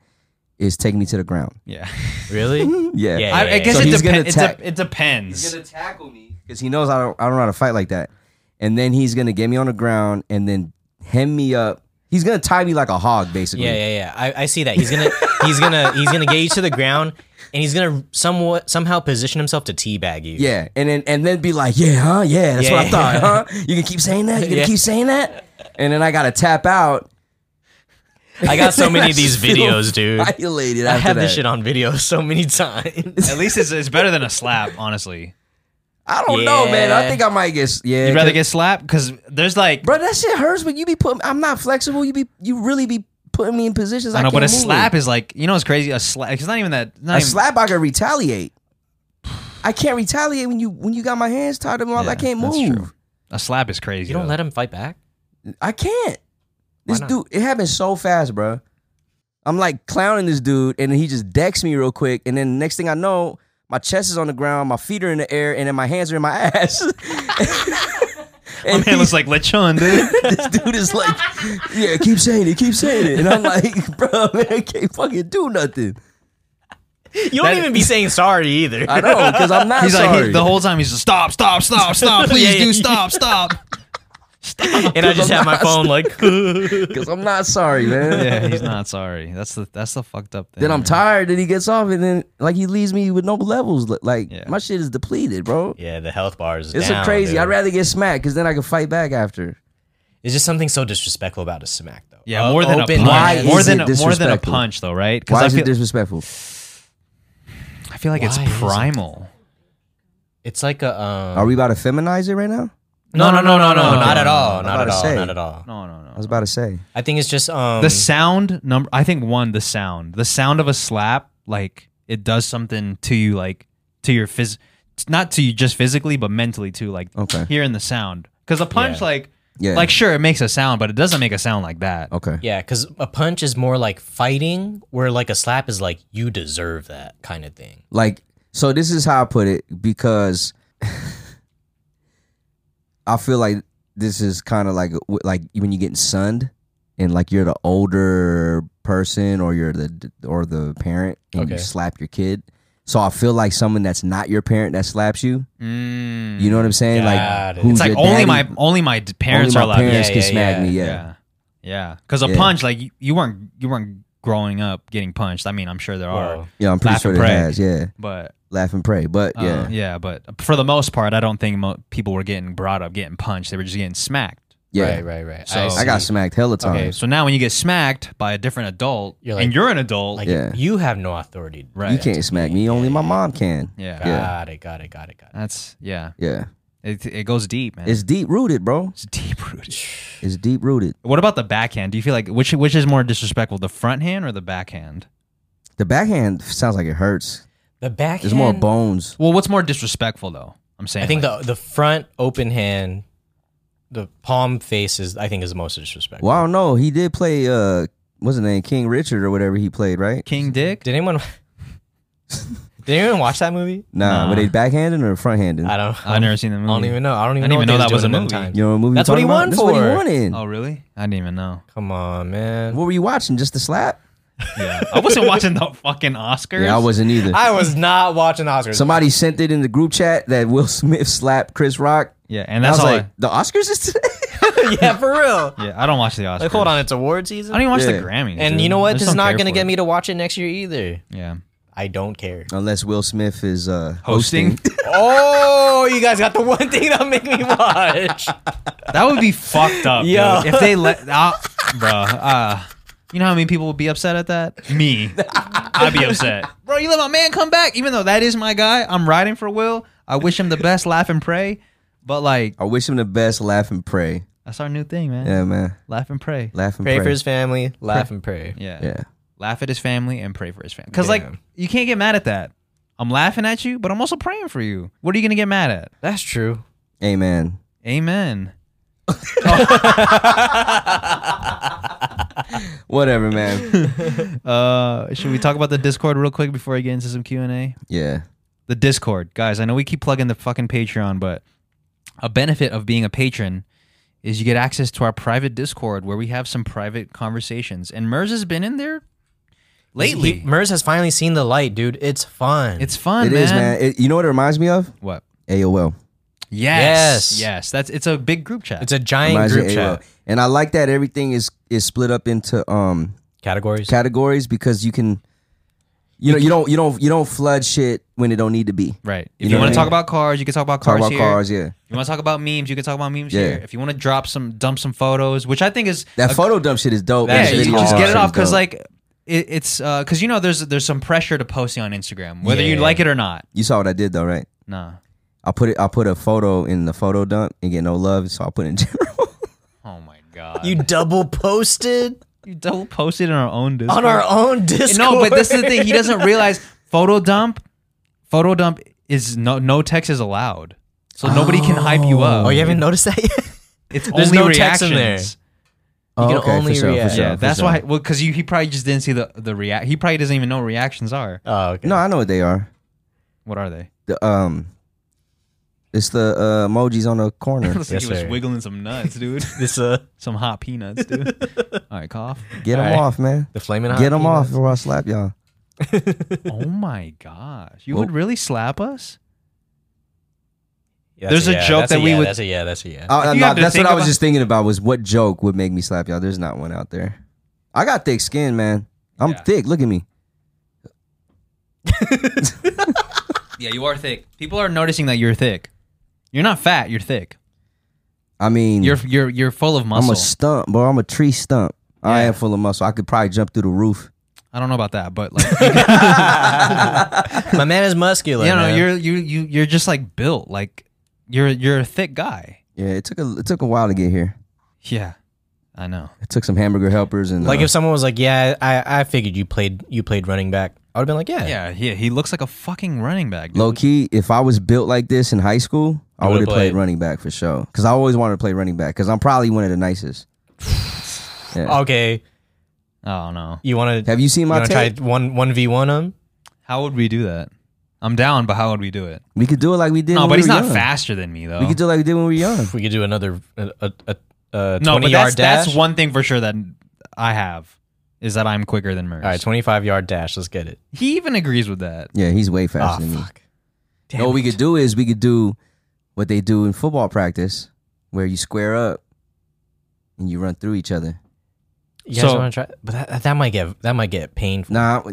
[SPEAKER 3] is take me to the ground.
[SPEAKER 1] Yeah,
[SPEAKER 2] really.
[SPEAKER 3] Yeah,
[SPEAKER 2] Yeah.
[SPEAKER 1] I, I guess
[SPEAKER 3] So
[SPEAKER 1] it,
[SPEAKER 3] he's gonna
[SPEAKER 1] depen- it, de-
[SPEAKER 3] attack.
[SPEAKER 1] it depends.
[SPEAKER 3] tackle me because he knows I don't. I don't know how to fight like that. And then he's gonna get me on the ground and then hem me up. He's gonna tie me like a hog, basically.
[SPEAKER 2] yeah, yeah, yeah. I, I see that. He's gonna he's gonna he's gonna get you to the ground, and he's gonna somewhat somehow position himself to teabag you.
[SPEAKER 3] Yeah, and then and then be like, yeah, huh, yeah, that's
[SPEAKER 2] Yeah,
[SPEAKER 3] what I
[SPEAKER 2] yeah.
[SPEAKER 3] thought, huh? You can keep saying that, you gonna
[SPEAKER 2] Yeah.
[SPEAKER 3] keep saying that, and then I gotta tap out.
[SPEAKER 2] I got so many of these
[SPEAKER 3] I feel
[SPEAKER 2] videos, dude. I,
[SPEAKER 3] Violated after
[SPEAKER 2] have
[SPEAKER 3] that.
[SPEAKER 2] this shit on video so many times.
[SPEAKER 1] At least it's, it's better than a slap, honestly.
[SPEAKER 3] I don't know, man. I
[SPEAKER 2] Yeah.
[SPEAKER 3] think I might get s- yeah.
[SPEAKER 1] You'd rather
[SPEAKER 3] 'cause-
[SPEAKER 1] get slapped because there's like
[SPEAKER 3] bro. That shit hurts when you be putting. I'm not flexible. You be you really be putting me in positions. I,
[SPEAKER 1] I know,
[SPEAKER 3] can't
[SPEAKER 1] but a
[SPEAKER 3] move
[SPEAKER 1] slap
[SPEAKER 3] in.
[SPEAKER 1] is like you know it's crazy. A slap. It's not even that. Not
[SPEAKER 3] a
[SPEAKER 1] even,
[SPEAKER 3] slap. I can retaliate. I can't retaliate when you when you got my hands tied up.
[SPEAKER 1] Yeah,
[SPEAKER 3] I can't
[SPEAKER 1] that's
[SPEAKER 3] move.
[SPEAKER 1] true. A slap is crazy.
[SPEAKER 2] You don't
[SPEAKER 1] though.
[SPEAKER 2] let him fight back.
[SPEAKER 3] I can't. This
[SPEAKER 2] not?
[SPEAKER 3] dude, it happened so fast, bro. I'm like clowning this dude, and then he just decks me real quick, and then next thing I know, my chest is on the ground, my feet are in the air, and then my hands are in my ass.
[SPEAKER 1] My man
[SPEAKER 3] and he's-
[SPEAKER 1] looks like lechon, dude.
[SPEAKER 3] this dude is like, yeah, keep saying it, keep saying it, and I'm like, bro, man, I can't fucking do nothing.
[SPEAKER 2] You don't even be saying sorry either.
[SPEAKER 3] I know because I'm not
[SPEAKER 1] He's
[SPEAKER 3] sorry.
[SPEAKER 1] like he, the whole time he's just stop, stop, stop, stop. Please
[SPEAKER 2] Yeah, yeah.
[SPEAKER 1] do stop, stop.
[SPEAKER 2] and I just have my phone like.
[SPEAKER 3] because I'm not sorry, man.
[SPEAKER 1] Yeah, he's not sorry. That's the that's the fucked up thing.
[SPEAKER 3] Then I'm
[SPEAKER 1] man.
[SPEAKER 3] tired that he gets off, and then like he leaves me with no levels. Like
[SPEAKER 1] Yeah.
[SPEAKER 3] my shit is depleted, bro.
[SPEAKER 2] yeah, the health bars.
[SPEAKER 3] It's
[SPEAKER 2] down,
[SPEAKER 3] a crazy.
[SPEAKER 2] dude.
[SPEAKER 3] I'd rather get smacked because then I can fight back after.
[SPEAKER 2] It's just something so disrespectly about a smack, though.
[SPEAKER 1] Yeah,
[SPEAKER 2] Uh,
[SPEAKER 1] more than a
[SPEAKER 2] open
[SPEAKER 1] punch.
[SPEAKER 3] Why
[SPEAKER 2] hand.
[SPEAKER 1] more
[SPEAKER 3] is
[SPEAKER 1] than
[SPEAKER 3] it
[SPEAKER 1] a- more than a
[SPEAKER 3] disrespectful?
[SPEAKER 1] punch though, right?
[SPEAKER 3] Why
[SPEAKER 1] I
[SPEAKER 3] is
[SPEAKER 1] feel
[SPEAKER 3] it disrespectful?
[SPEAKER 1] I feel like it's
[SPEAKER 2] Why is it-
[SPEAKER 1] primal.
[SPEAKER 2] It's like a. Um,
[SPEAKER 3] Are we about to feminize it right now?
[SPEAKER 2] no, no, no, no, no,
[SPEAKER 1] no,
[SPEAKER 2] not
[SPEAKER 1] no,
[SPEAKER 2] at
[SPEAKER 1] no,
[SPEAKER 2] all.
[SPEAKER 3] about
[SPEAKER 2] Not at
[SPEAKER 3] to
[SPEAKER 2] all.
[SPEAKER 3] say.
[SPEAKER 2] Not at all.
[SPEAKER 1] No, no, no.
[SPEAKER 3] I was about to say.
[SPEAKER 2] I think it's just um.
[SPEAKER 1] the sound number i think one the sound the sound of a slap like it does something to you like to your phys not to you just physically but mentally too like
[SPEAKER 3] Okay.
[SPEAKER 1] hearing the sound because a punch
[SPEAKER 2] Yeah.
[SPEAKER 1] like
[SPEAKER 3] Yeah. Oh.
[SPEAKER 1] like sure it makes a sound but it doesn't make a sound like that
[SPEAKER 3] Okay.
[SPEAKER 2] Yeah, because a punch is more like fighting, where like a slap is like you deserve that kind of thing.
[SPEAKER 3] Like so, this is how I put it because I feel like this is kind of like like when you're getting sunned and like you're the older person or you're the or the parent and you
[SPEAKER 2] Okay.
[SPEAKER 3] slap your kid. So I feel like someone that's not your parent that slaps you.
[SPEAKER 1] Mm.
[SPEAKER 3] You know what I'm saying?
[SPEAKER 2] Got
[SPEAKER 3] Like
[SPEAKER 2] it.
[SPEAKER 3] who's
[SPEAKER 1] it's like
[SPEAKER 3] your
[SPEAKER 1] only
[SPEAKER 3] daddy,
[SPEAKER 1] my only my d- parents
[SPEAKER 3] only
[SPEAKER 1] are
[SPEAKER 3] my
[SPEAKER 1] allowed
[SPEAKER 3] parents
[SPEAKER 2] Yeah,
[SPEAKER 3] can
[SPEAKER 2] yeah,
[SPEAKER 3] smack
[SPEAKER 2] yeah.
[SPEAKER 3] me.
[SPEAKER 1] yeah.
[SPEAKER 3] Yeah.
[SPEAKER 1] yeah Yeah, because a
[SPEAKER 3] Yeah.
[SPEAKER 1] punch like you, you weren't you weren't growing up getting punched. I mean, I'm sure there are,
[SPEAKER 2] Whoa.
[SPEAKER 3] Yeah, I'm pretty
[SPEAKER 1] Laugh
[SPEAKER 3] sure
[SPEAKER 1] and
[SPEAKER 3] it
[SPEAKER 1] pray.
[SPEAKER 3] has. Yeah,
[SPEAKER 1] but
[SPEAKER 3] laugh and pray. But
[SPEAKER 1] uh,
[SPEAKER 3] yeah,
[SPEAKER 1] yeah, But for the most part, I don't think mo- people were getting brought up getting punched. They were just getting smacked.
[SPEAKER 3] yeah.
[SPEAKER 2] Right, right, right.
[SPEAKER 1] So-
[SPEAKER 3] I got
[SPEAKER 2] see.
[SPEAKER 3] smacked hella times.
[SPEAKER 2] Okay,
[SPEAKER 1] So now when you get smacked by a different adult,
[SPEAKER 2] You're
[SPEAKER 1] and
[SPEAKER 2] like-
[SPEAKER 1] you're an adult,
[SPEAKER 2] Like
[SPEAKER 3] Yeah.
[SPEAKER 2] you have no authority. to do
[SPEAKER 1] Right.
[SPEAKER 3] you
[SPEAKER 2] that
[SPEAKER 3] can't
[SPEAKER 2] to
[SPEAKER 3] smack me. Only my mom can.
[SPEAKER 1] yeah,
[SPEAKER 2] Got
[SPEAKER 3] Yeah.
[SPEAKER 2] it. Got it. Got it. Got it.
[SPEAKER 1] that's yeah.
[SPEAKER 3] Yeah,
[SPEAKER 1] It it goes deep, man.
[SPEAKER 3] it's deep rooted, bro.
[SPEAKER 1] it's deep rooted.
[SPEAKER 3] It's deep rooted.
[SPEAKER 1] What about the backhand? Do you feel like which which is more disrespectful, the front hand or the backhand?
[SPEAKER 3] The backhand sounds like it hurts.
[SPEAKER 2] The backhand.
[SPEAKER 3] There's more bones.
[SPEAKER 1] Well, what's more disrespectful though? I'm saying
[SPEAKER 2] I think
[SPEAKER 1] like,
[SPEAKER 2] the the front open hand, the palm face is I think is the most disrespectful.
[SPEAKER 3] Well, I don't know. He did play. uh What's his name? King Richard or whatever he played, right?
[SPEAKER 1] King Dick.
[SPEAKER 2] Did anyone? did anyone watch that movie?
[SPEAKER 3] Nah,
[SPEAKER 1] Nah.
[SPEAKER 3] were they backhanding or fronthanding?
[SPEAKER 2] I don't.
[SPEAKER 1] I've never seen the movie.
[SPEAKER 2] I don't even know. I don't even
[SPEAKER 1] I didn't
[SPEAKER 2] know,
[SPEAKER 1] even
[SPEAKER 2] what
[SPEAKER 1] know
[SPEAKER 2] they
[SPEAKER 1] that
[SPEAKER 2] was
[SPEAKER 1] was a
[SPEAKER 2] doing
[SPEAKER 1] movie.
[SPEAKER 2] them times.
[SPEAKER 3] You know what movie?
[SPEAKER 2] That's
[SPEAKER 3] I'm
[SPEAKER 2] what he
[SPEAKER 3] talking
[SPEAKER 2] won
[SPEAKER 3] about? That's what
[SPEAKER 2] for.
[SPEAKER 3] he won in.
[SPEAKER 1] Oh really? I didn't even know.
[SPEAKER 2] Come on, man.
[SPEAKER 3] What were you watching? Just the slap?
[SPEAKER 1] Yeah, I wasn't watching the fucking Oscars.
[SPEAKER 3] Yeah, I wasn't either.
[SPEAKER 2] I was not watching Oscars.
[SPEAKER 3] Somebody sent it in the group chat that Will Smith slapped Chris Rock.
[SPEAKER 1] Yeah, and
[SPEAKER 3] And I
[SPEAKER 1] that's
[SPEAKER 3] was
[SPEAKER 1] all.
[SPEAKER 3] like, the Oscars is today.
[SPEAKER 2] yeah, for real.
[SPEAKER 1] I, yeah, I don't watch the Oscars.
[SPEAKER 2] Like, hold on, it's award season.
[SPEAKER 1] I don't even watch
[SPEAKER 3] Yeah.
[SPEAKER 1] the Grammys.
[SPEAKER 2] and
[SPEAKER 1] dude.
[SPEAKER 2] you know
[SPEAKER 1] I
[SPEAKER 2] what?
[SPEAKER 1] just
[SPEAKER 2] This is
[SPEAKER 1] don't
[SPEAKER 2] not
[SPEAKER 1] care
[SPEAKER 2] gonna
[SPEAKER 1] for
[SPEAKER 2] get
[SPEAKER 1] it.
[SPEAKER 2] me to watch it next year either.
[SPEAKER 1] Yeah,
[SPEAKER 2] I don't care.
[SPEAKER 3] Unless Will Smith is uh, hosting.
[SPEAKER 1] hosting.
[SPEAKER 2] oh, you guys got the one thing that make me watch.
[SPEAKER 1] that would be fucked up.
[SPEAKER 2] Yo.
[SPEAKER 1] Yo, if they let, uh, bro, uh, you know how many people would be upset at that? Me, I'd be upset. Bro, you let my man come back, even though that is my guy. I'm riding for Will. I wish him the best. Laugh and pray. But like,
[SPEAKER 3] I wish him the best. Laugh and pray.
[SPEAKER 1] that's our new thing, man.
[SPEAKER 3] Yeah, man.
[SPEAKER 1] Laugh and pray.
[SPEAKER 3] Laugh and pray.
[SPEAKER 2] Pray for his family, laugh and pray.
[SPEAKER 1] Yeah.
[SPEAKER 3] yeah.
[SPEAKER 1] laugh at his family and pray for his family. Because
[SPEAKER 2] Yeah.
[SPEAKER 1] like you can't get mad at that. I'm laughing at you, but I'm also praying for you. What are you gonna get mad at?
[SPEAKER 2] That's true.
[SPEAKER 3] Amen.
[SPEAKER 1] Amen.
[SPEAKER 3] Whatever, man.
[SPEAKER 1] Uh, should we talk about the Discord real quick before I get into some Q and A?
[SPEAKER 3] yeah.
[SPEAKER 1] The Discord, guys. I know we keep plugging the fucking Patreon, but a benefit of being a patron is you get access to our private Discord where we have some private conversations. And Mers has been in there lately.
[SPEAKER 2] He- Mers has finally seen the light, dude. It's fun.
[SPEAKER 1] it's fun,
[SPEAKER 3] It
[SPEAKER 1] man.
[SPEAKER 3] is, man. It- you know what it reminds me of?
[SPEAKER 1] What?
[SPEAKER 3] AOL.
[SPEAKER 1] Yes,
[SPEAKER 2] Yes.
[SPEAKER 1] yes. That's it's a big group chat.
[SPEAKER 2] it's a giant
[SPEAKER 3] Reminds me
[SPEAKER 2] group
[SPEAKER 3] of
[SPEAKER 2] chat.
[SPEAKER 3] AOL. And I like that everything is is split up into um
[SPEAKER 2] Categories.
[SPEAKER 3] categories because you can you know you don't you don't you don't flood shit when it don't need to be.
[SPEAKER 1] Right.
[SPEAKER 3] You
[SPEAKER 1] If you,
[SPEAKER 3] know what
[SPEAKER 1] want
[SPEAKER 3] I
[SPEAKER 1] to talk
[SPEAKER 3] mean?
[SPEAKER 1] about cars, you can talk about
[SPEAKER 3] Talk
[SPEAKER 1] cars
[SPEAKER 3] about
[SPEAKER 1] here.
[SPEAKER 3] cars, yeah.
[SPEAKER 1] You want to talk about memes, you can talk about memes
[SPEAKER 3] Yeah.
[SPEAKER 1] here. If you want to drop some, dump some photos, which I think is
[SPEAKER 3] That
[SPEAKER 1] a-
[SPEAKER 3] photo dump shit is dope.
[SPEAKER 1] Yeah,
[SPEAKER 2] That
[SPEAKER 1] you
[SPEAKER 2] shit
[SPEAKER 1] just get
[SPEAKER 2] is
[SPEAKER 1] it
[SPEAKER 2] awesome,
[SPEAKER 1] off because
[SPEAKER 3] Dope.
[SPEAKER 1] like it, it's because you know there's there's some pressure to posting on Instagram, whether you
[SPEAKER 2] Yeah.
[SPEAKER 1] like it or not.
[SPEAKER 3] you saw what I did though, right?
[SPEAKER 1] Nah.
[SPEAKER 3] I put it. I put a photo in the photo dump and get no love, so I put it in general.
[SPEAKER 1] Oh my god.
[SPEAKER 2] You double posted
[SPEAKER 1] you double posted on our own Discord.
[SPEAKER 2] on our own Discord.
[SPEAKER 1] No, but this is the thing. He doesn't realize photo dump. Photo dump is no no text is allowed, so nobody can hype you up.
[SPEAKER 2] Oh, you haven't noticed that yet?
[SPEAKER 1] It's
[SPEAKER 2] There's
[SPEAKER 1] only
[SPEAKER 2] no text in
[SPEAKER 1] reactions.
[SPEAKER 2] there.
[SPEAKER 3] Oh,
[SPEAKER 2] can only react.
[SPEAKER 1] Yeah, that's why. Well, because you, he probably just didn't see the the react. He probably doesn't even know what reactions are.
[SPEAKER 2] Oh, okay.
[SPEAKER 3] No, I know what they are.
[SPEAKER 1] What are they?
[SPEAKER 3] The um, it's the uh, emojis on the corner.
[SPEAKER 1] Looks like
[SPEAKER 2] Yes,
[SPEAKER 1] he was
[SPEAKER 2] sir.
[SPEAKER 1] wiggling some nuts, dude.
[SPEAKER 2] This uh,
[SPEAKER 1] some hot peanuts, dude. All right, cough.
[SPEAKER 3] Get them
[SPEAKER 2] Alright.
[SPEAKER 3] off, man.
[SPEAKER 2] the flaming hot
[SPEAKER 3] Get them off,
[SPEAKER 2] peanuts.
[SPEAKER 3] or I'll slap y'all.
[SPEAKER 1] Oh my gosh, you
[SPEAKER 3] Well-
[SPEAKER 1] would really slap us?
[SPEAKER 2] Yeah,
[SPEAKER 1] There's
[SPEAKER 2] that's
[SPEAKER 1] a joke
[SPEAKER 2] that's
[SPEAKER 1] that
[SPEAKER 2] a
[SPEAKER 1] we
[SPEAKER 2] yeah,
[SPEAKER 1] would-
[SPEAKER 2] That's a yeah. That's a yeah.
[SPEAKER 3] I,
[SPEAKER 1] you
[SPEAKER 3] Uh, no,
[SPEAKER 1] have to
[SPEAKER 3] that's what
[SPEAKER 1] think
[SPEAKER 3] I was
[SPEAKER 1] about-
[SPEAKER 3] just thinking about. Was what joke would make me slap y'all? There's not one out there. I got thick skin, man. I'm
[SPEAKER 1] Yeah.
[SPEAKER 3] thick. Look at me.
[SPEAKER 1] Yeah, you are thick. People are noticing that you're thick. You're not fat. You're thick.
[SPEAKER 3] I mean,
[SPEAKER 1] You're you're you're full of
[SPEAKER 3] Hmm. I'm
[SPEAKER 1] muscle.
[SPEAKER 3] a stump, bro. I'm a tree stump. I
[SPEAKER 1] Yeah.
[SPEAKER 3] am full of muscle. I could probably jump through the roof.
[SPEAKER 1] I don't know about that, but like, you
[SPEAKER 2] My man is muscular.
[SPEAKER 1] know,
[SPEAKER 2] man.
[SPEAKER 1] Uh, you're you you you're just like built. Like, you're you're a thick guy.
[SPEAKER 3] Yeah, it took a it took a while to get here.
[SPEAKER 1] Yeah, I know.
[SPEAKER 3] It took some hamburger helpers and
[SPEAKER 2] Like
[SPEAKER 3] uh,
[SPEAKER 2] if someone was like, "Yeah, I, I figured you played you played running back," I would have been like, "Yeah,
[SPEAKER 1] Yeah, yeah. He looks like a fucking running back. Dude.
[SPEAKER 3] Low key, uh, if I was built like this in high school, I
[SPEAKER 2] You
[SPEAKER 3] would
[SPEAKER 2] would've
[SPEAKER 3] have played
[SPEAKER 2] played.
[SPEAKER 3] running back for sure. Because I always wanted to play running back. Because I'm probably one of the nicest. Yeah.
[SPEAKER 2] okay,
[SPEAKER 1] Oh no.
[SPEAKER 2] you want to
[SPEAKER 3] Have you seen
[SPEAKER 2] you
[SPEAKER 3] my
[SPEAKER 2] want to try
[SPEAKER 3] tape?
[SPEAKER 2] one one v one him?"
[SPEAKER 1] How would we do that? I'm down, but how would we do it?
[SPEAKER 3] We could do it like we did.
[SPEAKER 1] No,
[SPEAKER 3] when
[SPEAKER 1] but
[SPEAKER 3] we
[SPEAKER 1] he's
[SPEAKER 3] were
[SPEAKER 1] not
[SPEAKER 3] young.
[SPEAKER 1] faster than me though.
[SPEAKER 3] We could do it like we did when we were young.
[SPEAKER 2] We could do another a, a, a, a
[SPEAKER 1] no,
[SPEAKER 2] twenty
[SPEAKER 1] but
[SPEAKER 2] yard
[SPEAKER 1] that's,
[SPEAKER 2] dash.
[SPEAKER 1] that's one thing for sure that I have is that I'm quicker than Merz.
[SPEAKER 2] All right, twenty five yard dash. Let's get it.
[SPEAKER 1] he even agrees with that.
[SPEAKER 3] Yeah, he's way
[SPEAKER 2] Ah,
[SPEAKER 3] faster than me.
[SPEAKER 2] fuck. Damn
[SPEAKER 3] No, what we
[SPEAKER 2] it.
[SPEAKER 3] could do is we could do what they do in football practice, where you square up and you run through each other.
[SPEAKER 2] You guys
[SPEAKER 1] So-
[SPEAKER 2] want to try? But that, that might get that might get painful.
[SPEAKER 3] Nah,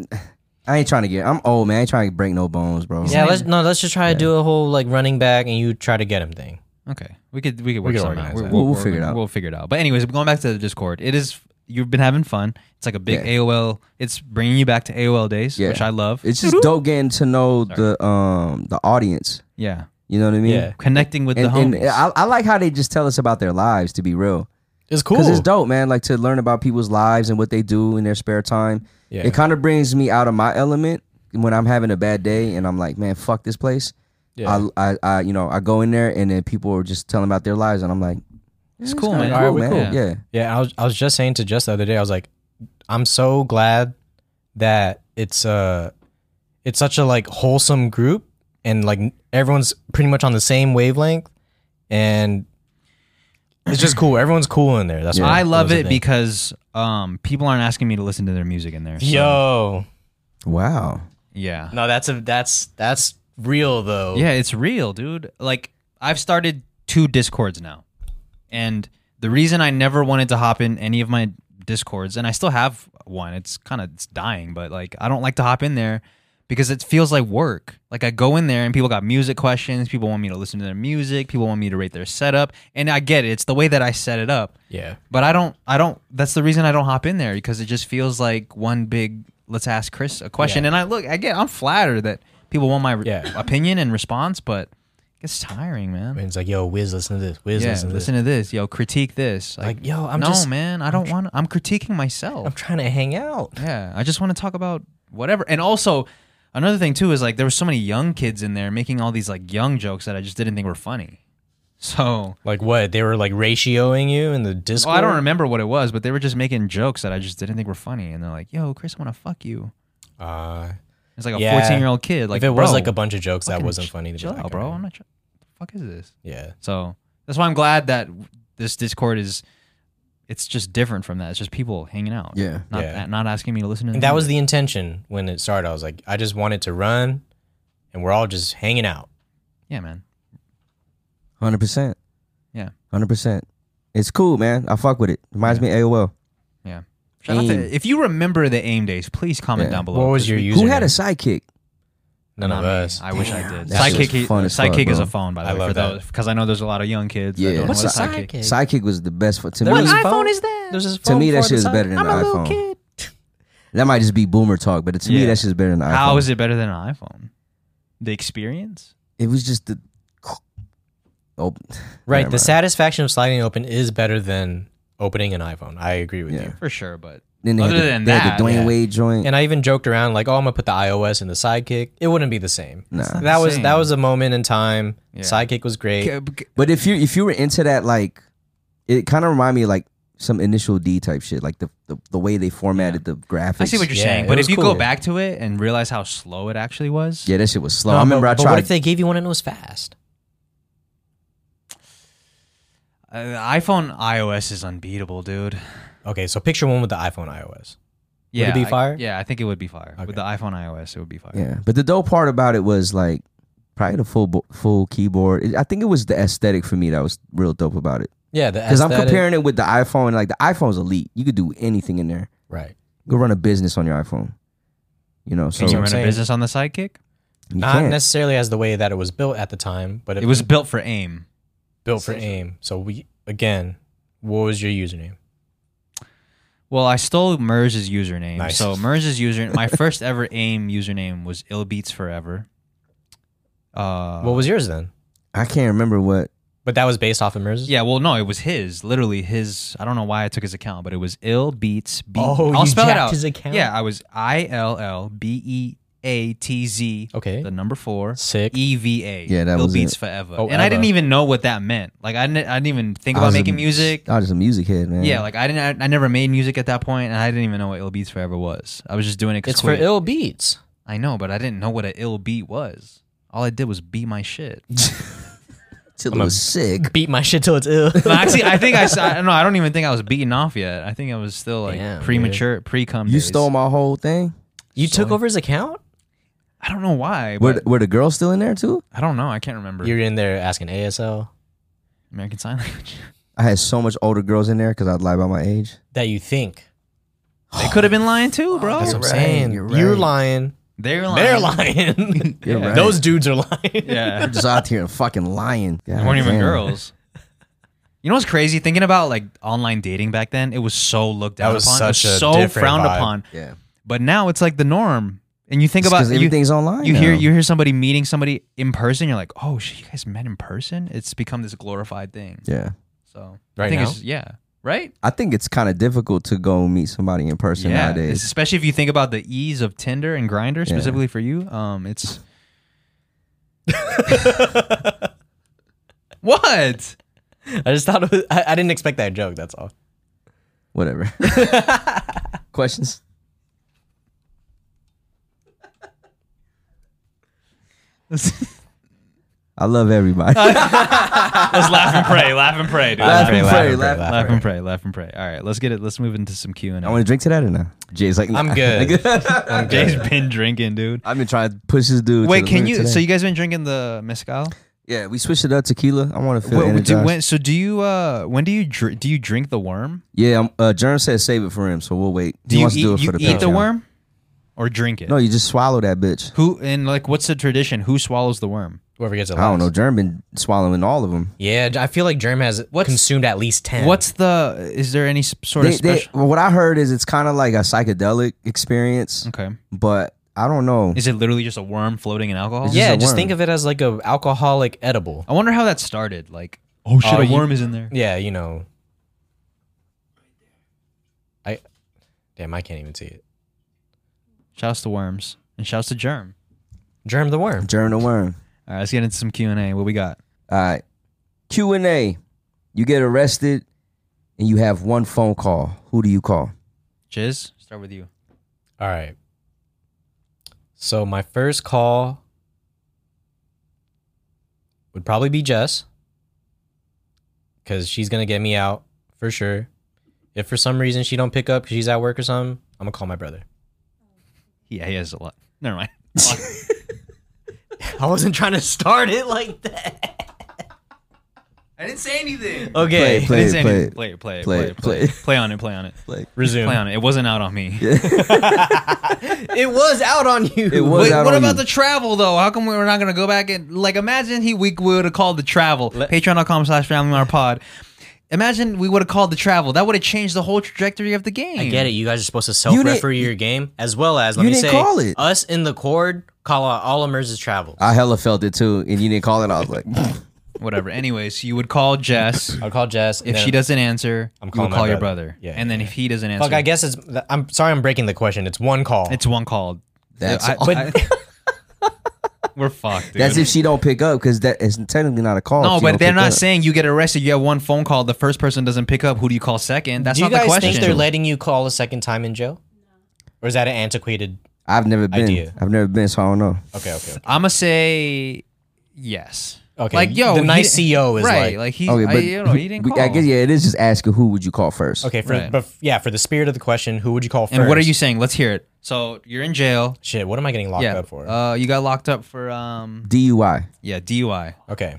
[SPEAKER 3] I ain't trying to get. I'm old man. I ain't trying to break no bones, bro.
[SPEAKER 2] yeah, let's no, let's just try to do a whole like running back and you try to get him thing.
[SPEAKER 1] Okay, we could we could work
[SPEAKER 2] could
[SPEAKER 1] something out.
[SPEAKER 2] organize that.
[SPEAKER 3] We'll- we'll figure it out.
[SPEAKER 1] We'll figure it out. But anyways, going back to the Discord, it is you've been having fun. It's like a big
[SPEAKER 3] Yeah.
[SPEAKER 1] AOL. It's bringing you back to AOL days,
[SPEAKER 3] Yeah.
[SPEAKER 1] which I love.
[SPEAKER 3] It's just dope getting to know the um the audience.
[SPEAKER 1] yeah,
[SPEAKER 3] You know what I mean?
[SPEAKER 2] Yeah.
[SPEAKER 1] connecting with the
[SPEAKER 3] And,
[SPEAKER 1] homies.
[SPEAKER 3] and I, I like how they just tell us about their lives. To be real,
[SPEAKER 2] It's cool.
[SPEAKER 3] because it's dope, man. Like to learn about people's lives and what they do in their spare time.
[SPEAKER 2] Yeah.
[SPEAKER 3] It kind of brings me out of my element when I'm having a bad day and I'm like, man, fuck this place.
[SPEAKER 2] Yeah.
[SPEAKER 3] I, I, I, you know, I go in there and then people are just telling about their lives and I'm like,
[SPEAKER 1] It's cool, man.
[SPEAKER 3] kinda
[SPEAKER 2] All right, we
[SPEAKER 1] cool.
[SPEAKER 3] Yeah.
[SPEAKER 2] Yeah, I was I was just saying to Jess the other day, I was like, I'm so glad that it's uh it's such a like wholesome group and like everyone's pretty much on the same wavelength and it's just cool. Everyone's cool in there. That's
[SPEAKER 3] Yeah.
[SPEAKER 2] what
[SPEAKER 1] I love
[SPEAKER 2] that was
[SPEAKER 1] it
[SPEAKER 2] the thing.
[SPEAKER 1] because um, people aren't asking me to listen to their music in there. so-
[SPEAKER 2] Yo.
[SPEAKER 3] Wow.
[SPEAKER 1] yeah,
[SPEAKER 2] No, that's a that's that's real though.
[SPEAKER 1] yeah, it's real, dude. Like I've started two Discords now, and the reason I never wanted to hop in any of my Discords, and I still have one. It's kind of it's dying, but like I don't like to hop in there because it feels like work. Like I go in there and people got music questions. People want me to listen to their music. People want me to rate their setup, and I get it. It's the way that I set it up.
[SPEAKER 2] Yeah.
[SPEAKER 1] But I don't. I don't. That's the reason I don't hop in there because it just feels like one big. Let's ask Chris a question. And I look. I get. I'm flattered that people want my
[SPEAKER 2] Yeah.
[SPEAKER 1] opinion and response, but it's tiring, man.
[SPEAKER 2] I mean, it's like, yo, Wiz, listen to this. Wiz,
[SPEAKER 1] yeah,
[SPEAKER 2] listen to
[SPEAKER 1] listen
[SPEAKER 2] this.
[SPEAKER 1] to this. Yo, critique this. Like,
[SPEAKER 2] Like, yo, I'm
[SPEAKER 1] no,
[SPEAKER 2] just-
[SPEAKER 1] man. I don't want. I'm critiquing myself.
[SPEAKER 2] I'm trying to hang out.
[SPEAKER 1] yeah, I just want to talk about whatever. And also, another thing too is like there were so many young kids in there making all these like young jokes that I just didn't think were funny. So
[SPEAKER 2] Like what? They were like ratioing you in the
[SPEAKER 1] Oh,
[SPEAKER 2] Discord.
[SPEAKER 1] I don't remember what it was, but they were just making jokes that I just didn't think were funny, and they're like, "Yo, Chris, I want to fuck you."
[SPEAKER 2] Uh,
[SPEAKER 1] It's like a
[SPEAKER 2] Yeah.
[SPEAKER 1] fourteen-year-old kid. Like
[SPEAKER 2] if it was
[SPEAKER 1] "Bro,
[SPEAKER 2] like a bunch of jokes, that
[SPEAKER 1] fucking
[SPEAKER 2] wasn't
[SPEAKER 1] ch-
[SPEAKER 2] funny. to be
[SPEAKER 1] Chill
[SPEAKER 2] like,
[SPEAKER 1] out, bro.
[SPEAKER 2] okay.
[SPEAKER 1] I'm not. Tr- the fuck is this?
[SPEAKER 2] Yeah.
[SPEAKER 1] So that's why I'm glad that this Discord is. It's just different from that. It's just people hanging out.
[SPEAKER 3] Yeah.
[SPEAKER 1] Not
[SPEAKER 2] Yeah.
[SPEAKER 1] not asking me to listen to.
[SPEAKER 2] And that
[SPEAKER 3] Mm-hmm.
[SPEAKER 1] them.
[SPEAKER 2] was the intention when it started. I was like, I just wanted to run, and we're all just hanging out.
[SPEAKER 1] yeah, man.
[SPEAKER 3] Hundred percent.
[SPEAKER 1] Yeah.
[SPEAKER 3] Hundred percent. It's cool, man. I fuck with it. Reminds me of AOL.
[SPEAKER 1] Yeah. Shout out
[SPEAKER 3] Aim.
[SPEAKER 1] to, if you remember the aim days, please comment
[SPEAKER 3] Yeah.
[SPEAKER 1] down below.
[SPEAKER 2] What was
[SPEAKER 1] 'cause
[SPEAKER 2] your
[SPEAKER 1] we-
[SPEAKER 2] username?
[SPEAKER 3] Who had a sidekick?
[SPEAKER 2] None
[SPEAKER 1] not
[SPEAKER 2] of
[SPEAKER 1] me.
[SPEAKER 2] us.
[SPEAKER 1] I wish I
[SPEAKER 3] Damn,
[SPEAKER 1] did.
[SPEAKER 3] that shit was
[SPEAKER 1] Sidekick,
[SPEAKER 3] fun as fuck,
[SPEAKER 1] sidekick is
[SPEAKER 3] bro.
[SPEAKER 1] a phone, by the
[SPEAKER 2] I
[SPEAKER 1] way,
[SPEAKER 2] love
[SPEAKER 1] for
[SPEAKER 2] that.
[SPEAKER 1] those because I know there's a lot of young kids.
[SPEAKER 3] Yeah.
[SPEAKER 1] That don't
[SPEAKER 3] What's
[SPEAKER 1] know
[SPEAKER 3] a
[SPEAKER 1] what sidekick?
[SPEAKER 3] Sidekick was the best for to
[SPEAKER 2] There
[SPEAKER 3] me.
[SPEAKER 2] was a phone?
[SPEAKER 4] is that?
[SPEAKER 2] There's this
[SPEAKER 3] To
[SPEAKER 2] phone
[SPEAKER 3] me, that
[SPEAKER 2] for the
[SPEAKER 3] shit is
[SPEAKER 2] side.
[SPEAKER 3] better than
[SPEAKER 2] I'm
[SPEAKER 3] the
[SPEAKER 2] a little
[SPEAKER 3] iPhone.
[SPEAKER 2] kid.
[SPEAKER 3] That might just be boomer talk, but to me,
[SPEAKER 1] Yeah.
[SPEAKER 3] that shit's better than the iPhone.
[SPEAKER 1] How is it better than an iPhone? The experience?
[SPEAKER 3] It was just the. Oh,
[SPEAKER 2] Right.
[SPEAKER 3] Never
[SPEAKER 2] The
[SPEAKER 3] mind.
[SPEAKER 2] satisfaction of sliding open is better than opening an iPhone. I agree with
[SPEAKER 3] Yeah.
[SPEAKER 2] you.
[SPEAKER 1] For sure, but
[SPEAKER 3] Then they
[SPEAKER 1] Other
[SPEAKER 3] had the,
[SPEAKER 1] than
[SPEAKER 3] they had the
[SPEAKER 1] that,
[SPEAKER 3] Dwayne
[SPEAKER 2] yeah.
[SPEAKER 3] Wade joint.
[SPEAKER 2] And I even joked around like, "Oh, I'm gonna put the iOS in the Sidekick." It wouldn't be the same.
[SPEAKER 3] Nah. It's not
[SPEAKER 2] that
[SPEAKER 1] the
[SPEAKER 2] was
[SPEAKER 1] same.
[SPEAKER 2] that was a moment in time.
[SPEAKER 1] Yeah.
[SPEAKER 2] Sidekick was great.
[SPEAKER 3] but if you if you were into that, like, it kind of reminded me of, like some initial D type shit, like the the, the way they formatted the graphics.
[SPEAKER 1] I see what you're
[SPEAKER 2] Yeah,
[SPEAKER 1] saying,
[SPEAKER 2] it
[SPEAKER 1] but
[SPEAKER 2] was
[SPEAKER 1] if you
[SPEAKER 2] cool.
[SPEAKER 1] go back to it and realize how slow it actually was,
[SPEAKER 3] Yeah, that shit was slow.
[SPEAKER 2] No,
[SPEAKER 3] I remember
[SPEAKER 2] but,
[SPEAKER 3] I
[SPEAKER 2] but
[SPEAKER 3] tried.
[SPEAKER 2] what if they gave you one and it was fast?
[SPEAKER 1] uh, iPhone iOS is unbeatable, dude.
[SPEAKER 2] Okay, so picture one with the iPhone iOS.
[SPEAKER 1] Yeah,
[SPEAKER 2] be
[SPEAKER 1] I-
[SPEAKER 2] fire?
[SPEAKER 1] yeah, I think it would be fire
[SPEAKER 2] Okay.
[SPEAKER 1] with the iPhone iOS. It would be fire.
[SPEAKER 3] yeah, but the dope part about it was like probably the full bo- full keyboard. It- I think it was the aesthetic for me that was real dope about it
[SPEAKER 2] Yeah, the
[SPEAKER 3] because I'm
[SPEAKER 2] aesthetic-
[SPEAKER 3] comparing it with the iPhone. Like the iPhone's elite. You could do anything in there.
[SPEAKER 2] Right.
[SPEAKER 3] Go run a business on your iPhone. You know, so
[SPEAKER 1] Can you
[SPEAKER 2] I'm
[SPEAKER 1] run a
[SPEAKER 2] saying.
[SPEAKER 1] business on the Sidekick?
[SPEAKER 3] you
[SPEAKER 2] Not
[SPEAKER 3] can't.
[SPEAKER 2] necessarily as the way that it was built at the time, but
[SPEAKER 1] It was built for AIM.
[SPEAKER 2] built for AIM. So we again, what was your username?
[SPEAKER 1] Well, I stole Merz's username.
[SPEAKER 2] Nice.
[SPEAKER 1] So Merz's user, my first ever AIM username was Ill Beats Forever. Uh,
[SPEAKER 2] what was yours then?
[SPEAKER 3] I can't remember what.
[SPEAKER 2] But that was based off of Merz's.
[SPEAKER 1] Yeah, well, no, it was his. Literally his. I don't know why I took his account, but it was ill beats. B-
[SPEAKER 2] Oh,
[SPEAKER 1] I'll
[SPEAKER 2] you
[SPEAKER 1] spell it
[SPEAKER 2] jacked
[SPEAKER 1] out.
[SPEAKER 2] his account?
[SPEAKER 1] Yeah, I was I L L B E A T Z.
[SPEAKER 2] Okay.
[SPEAKER 1] The number four.
[SPEAKER 2] Sick.
[SPEAKER 1] E V A.
[SPEAKER 3] Yeah, that
[SPEAKER 1] Ill
[SPEAKER 3] was
[SPEAKER 1] beats
[SPEAKER 3] it.
[SPEAKER 1] forever.
[SPEAKER 2] Oh,
[SPEAKER 1] and I didn't
[SPEAKER 2] Eva.
[SPEAKER 1] even know what that meant. Like I didn't. I didn't even think
[SPEAKER 3] I
[SPEAKER 1] about
[SPEAKER 3] was a-
[SPEAKER 1] making music.
[SPEAKER 3] I was a music head, man.
[SPEAKER 1] yeah, like I didn't. I, I never made music at that point, and I didn't even know what ill beats forever was. I was just doing it. 'cause
[SPEAKER 2] It's for
[SPEAKER 1] Quavo-
[SPEAKER 2] ill beats.
[SPEAKER 1] I know, but I didn't know what an ill beat was. All I did was beat my shit.
[SPEAKER 3] till it was sick.
[SPEAKER 2] Beat my shit till it's ill.
[SPEAKER 1] No, actually, I think I, s- I no, I don't even think I was beaten off yet. I think I was still like
[SPEAKER 2] Damn,
[SPEAKER 1] premature, pre cum.
[SPEAKER 3] You stole my whole thing.
[SPEAKER 2] you took over his account?
[SPEAKER 1] I don't know why,
[SPEAKER 3] Were
[SPEAKER 1] but
[SPEAKER 3] the, were the girls still in there too?
[SPEAKER 1] I don't know. I can't remember
[SPEAKER 2] You're in there asking ASL
[SPEAKER 1] American Sign Language.
[SPEAKER 3] I had so much older girls in there because I'd lie about my age.
[SPEAKER 2] that you think.
[SPEAKER 1] They could have been lying too, bro.
[SPEAKER 2] That's what I'm
[SPEAKER 3] You're right,
[SPEAKER 2] saying. You're,
[SPEAKER 3] you're right.
[SPEAKER 2] lying.
[SPEAKER 1] They're lying.
[SPEAKER 2] They're lying.
[SPEAKER 3] You're right.
[SPEAKER 2] Those dudes are lying.
[SPEAKER 1] Yeah.
[SPEAKER 3] just out here and fucking lying.
[SPEAKER 1] They weren't even girls. You know what's crazy? Thinking about like online dating back then, it was so looked down
[SPEAKER 2] was
[SPEAKER 1] upon.
[SPEAKER 2] such
[SPEAKER 1] it was
[SPEAKER 2] a
[SPEAKER 1] so
[SPEAKER 2] different
[SPEAKER 1] frowned
[SPEAKER 2] vibe.
[SPEAKER 1] upon.
[SPEAKER 3] Yeah.
[SPEAKER 1] But now it's like the norm. And you think about
[SPEAKER 3] Because
[SPEAKER 1] you-
[SPEAKER 3] everything's online.
[SPEAKER 1] you hear
[SPEAKER 3] now.
[SPEAKER 1] you hear somebody meeting somebody in person, you're like, oh, shit, you guys met in person. It's become this glorified thing.
[SPEAKER 3] Yeah.
[SPEAKER 1] So
[SPEAKER 2] Right
[SPEAKER 1] I think
[SPEAKER 2] now?
[SPEAKER 1] it's, yeah, right.
[SPEAKER 3] I think it's kind of difficult to go meet somebody in person
[SPEAKER 1] yeah,
[SPEAKER 3] nowadays.
[SPEAKER 1] It's- especially if you think about the ease of Tinder and Grinder
[SPEAKER 3] Yeah.
[SPEAKER 1] specifically for you. Um, it's what?
[SPEAKER 2] I just thought it was, I, I didn't expect that joke. That's all.
[SPEAKER 3] Whatever. Questions? I love everybody.
[SPEAKER 1] Let's laugh and pray, laugh and pray, dude.
[SPEAKER 3] Laugh
[SPEAKER 2] Pray,
[SPEAKER 3] and
[SPEAKER 2] laugh
[SPEAKER 3] pray,
[SPEAKER 2] and pray,
[SPEAKER 3] laugh
[SPEAKER 2] laugh.
[SPEAKER 3] and
[SPEAKER 1] Laugh and pray, laugh and pray. All right, let's get it. Let's move into some Q and
[SPEAKER 3] I want
[SPEAKER 1] A.
[SPEAKER 3] to drink to that or no? Jay's like,
[SPEAKER 2] I'm
[SPEAKER 3] nah.
[SPEAKER 2] good. I'm
[SPEAKER 1] Jay's
[SPEAKER 2] good.
[SPEAKER 1] been drinking, dude.
[SPEAKER 3] I've been trying to push this dude. to
[SPEAKER 1] Wait,
[SPEAKER 3] the
[SPEAKER 1] can
[SPEAKER 3] limit
[SPEAKER 1] you?
[SPEAKER 3] today.
[SPEAKER 1] So you guys been drinking the mezcal?
[SPEAKER 3] yeah, we switched it up tequila. I want to feel
[SPEAKER 1] Wait,
[SPEAKER 3] energized.
[SPEAKER 1] do, when, so do you? Uh, when do you dr- do you drink the worm?
[SPEAKER 3] yeah, um, uh, Jerm says save it for him, so we'll wait.
[SPEAKER 1] Do
[SPEAKER 3] he
[SPEAKER 1] you
[SPEAKER 3] wants
[SPEAKER 1] eat,
[SPEAKER 3] to do it
[SPEAKER 1] you
[SPEAKER 3] for the
[SPEAKER 1] eat the
[SPEAKER 3] Patreon.
[SPEAKER 1] worm, or drink it?
[SPEAKER 3] No, you just swallow that bitch.
[SPEAKER 1] Who and like what's the tradition? Who swallows the worm?
[SPEAKER 2] Whoever gets it.
[SPEAKER 3] I don't know.
[SPEAKER 2] last.
[SPEAKER 3] Germ been swallowing all of them.
[SPEAKER 2] Yeah, I feel like Germ has
[SPEAKER 1] What's-
[SPEAKER 2] consumed at least ten.
[SPEAKER 1] What's the? Is there any s- sort
[SPEAKER 3] They,
[SPEAKER 1] of
[SPEAKER 3] they,
[SPEAKER 1] special?
[SPEAKER 3] well, what I heard is it's kind of like a psychedelic experience,
[SPEAKER 1] okay.
[SPEAKER 3] but I don't know.
[SPEAKER 1] Is it literally just a worm floating in alcohol?
[SPEAKER 3] just
[SPEAKER 2] yeah?
[SPEAKER 3] a
[SPEAKER 2] Just
[SPEAKER 3] worm.
[SPEAKER 2] think of it as like a alcoholic edible.
[SPEAKER 1] I wonder how that started. Like, oh shit,
[SPEAKER 2] Oh,
[SPEAKER 1] a
[SPEAKER 2] you-
[SPEAKER 1] worm is in there.
[SPEAKER 2] Yeah, you know. I, damn, I can't even see it.
[SPEAKER 1] Shouts to worms and shouts to germ.
[SPEAKER 2] Germ the worm.
[SPEAKER 3] Germ the worm.
[SPEAKER 1] All right, let's get into some Q and A. What we got?
[SPEAKER 3] All right. Q and A. You get arrested, and you have one phone call. Who do you call?
[SPEAKER 1] Jizz, start with you.
[SPEAKER 2] All right. So my first call would probably be Jess cuz she's going to get me out for sure. If for some reason she don't pick up 'cause she's at work or something, I'm going to call my brother.
[SPEAKER 1] Yeah, he has a lot. Never mind.
[SPEAKER 2] I wasn't trying to start it like that.
[SPEAKER 1] I didn't say anything.
[SPEAKER 2] Okay.
[SPEAKER 3] Play
[SPEAKER 1] I
[SPEAKER 3] it,
[SPEAKER 1] didn't say
[SPEAKER 3] play
[SPEAKER 1] anything.
[SPEAKER 3] it.
[SPEAKER 1] Play it. Play it.
[SPEAKER 3] Play
[SPEAKER 1] Play
[SPEAKER 3] it,
[SPEAKER 1] it. Play
[SPEAKER 3] play
[SPEAKER 1] it. Play on it. Play on it.
[SPEAKER 3] Like
[SPEAKER 2] Resume.
[SPEAKER 1] Play on it. It wasn't out on me.
[SPEAKER 2] It was out on you.
[SPEAKER 3] It was
[SPEAKER 1] Wait,
[SPEAKER 3] out
[SPEAKER 1] what
[SPEAKER 3] on
[SPEAKER 1] about
[SPEAKER 3] you.
[SPEAKER 1] the travel though? How come we were not gonna go back and like imagine he we would have called the travel patreon.com slash family Mart pod. Imagine we would have called the travel. That would have changed the whole trajectory of the game.
[SPEAKER 2] I get it. You guys are supposed to self referee your game as well as let
[SPEAKER 3] you
[SPEAKER 2] me
[SPEAKER 3] didn't
[SPEAKER 2] say
[SPEAKER 3] call it.
[SPEAKER 2] us in the cord call out all immersive travel.
[SPEAKER 3] I hella felt it too, and you didn't call it. I was like,
[SPEAKER 1] Whatever. Anyways, you would call Jess.
[SPEAKER 2] I'll call Jess and
[SPEAKER 1] if
[SPEAKER 2] then-
[SPEAKER 1] she doesn't answer,
[SPEAKER 2] I'm
[SPEAKER 1] you would
[SPEAKER 2] calling my
[SPEAKER 1] call your
[SPEAKER 2] brother.
[SPEAKER 1] brother.
[SPEAKER 2] Yeah,
[SPEAKER 1] and then if he doesn't answer,
[SPEAKER 2] Fuck, I guess it's. I'm sorry, I'm breaking the question. It's one call.
[SPEAKER 1] it's one call.
[SPEAKER 3] That's
[SPEAKER 1] I-
[SPEAKER 3] all.
[SPEAKER 1] I- we're fucked. Dude.
[SPEAKER 3] "That's if she don't pick up, because that is technically not a call." if
[SPEAKER 1] no,
[SPEAKER 3] she
[SPEAKER 1] but
[SPEAKER 3] don't
[SPEAKER 1] they're
[SPEAKER 3] pick
[SPEAKER 1] not
[SPEAKER 3] up.
[SPEAKER 1] saying you get arrested. You have one phone call. The first person doesn't pick up. Who do you call second? That's
[SPEAKER 2] Do you
[SPEAKER 1] not
[SPEAKER 2] guys
[SPEAKER 1] the question.
[SPEAKER 2] think they're letting you call a second time in jail? Or is that an antiquated?
[SPEAKER 3] I've never been.
[SPEAKER 2] Idea.
[SPEAKER 3] I've never been, so I don't know.
[SPEAKER 2] Okay, okay,
[SPEAKER 1] I'ma say yes.
[SPEAKER 2] okay.
[SPEAKER 1] Like yo,
[SPEAKER 2] the
[SPEAKER 1] he
[SPEAKER 2] nice
[SPEAKER 1] didn't-
[SPEAKER 2] CEO is
[SPEAKER 1] right. Like,
[SPEAKER 2] Oh, like,
[SPEAKER 1] he,
[SPEAKER 3] Okay,
[SPEAKER 1] I,
[SPEAKER 3] but
[SPEAKER 1] you know, he didn't
[SPEAKER 3] we-
[SPEAKER 1] call.
[SPEAKER 3] I guess yeah, it is just asking who would you call first.
[SPEAKER 2] okay, for
[SPEAKER 1] Right.
[SPEAKER 2] but f- yeah, for the spirit of the question, who would you call first?
[SPEAKER 1] and what are you saying? Let's hear it. So you're in jail.
[SPEAKER 2] Shit, what am I getting locked
[SPEAKER 1] yeah.
[SPEAKER 2] up for?
[SPEAKER 1] Uh, you got locked up for um.
[SPEAKER 3] DUI.
[SPEAKER 1] Yeah, DUI.
[SPEAKER 2] okay,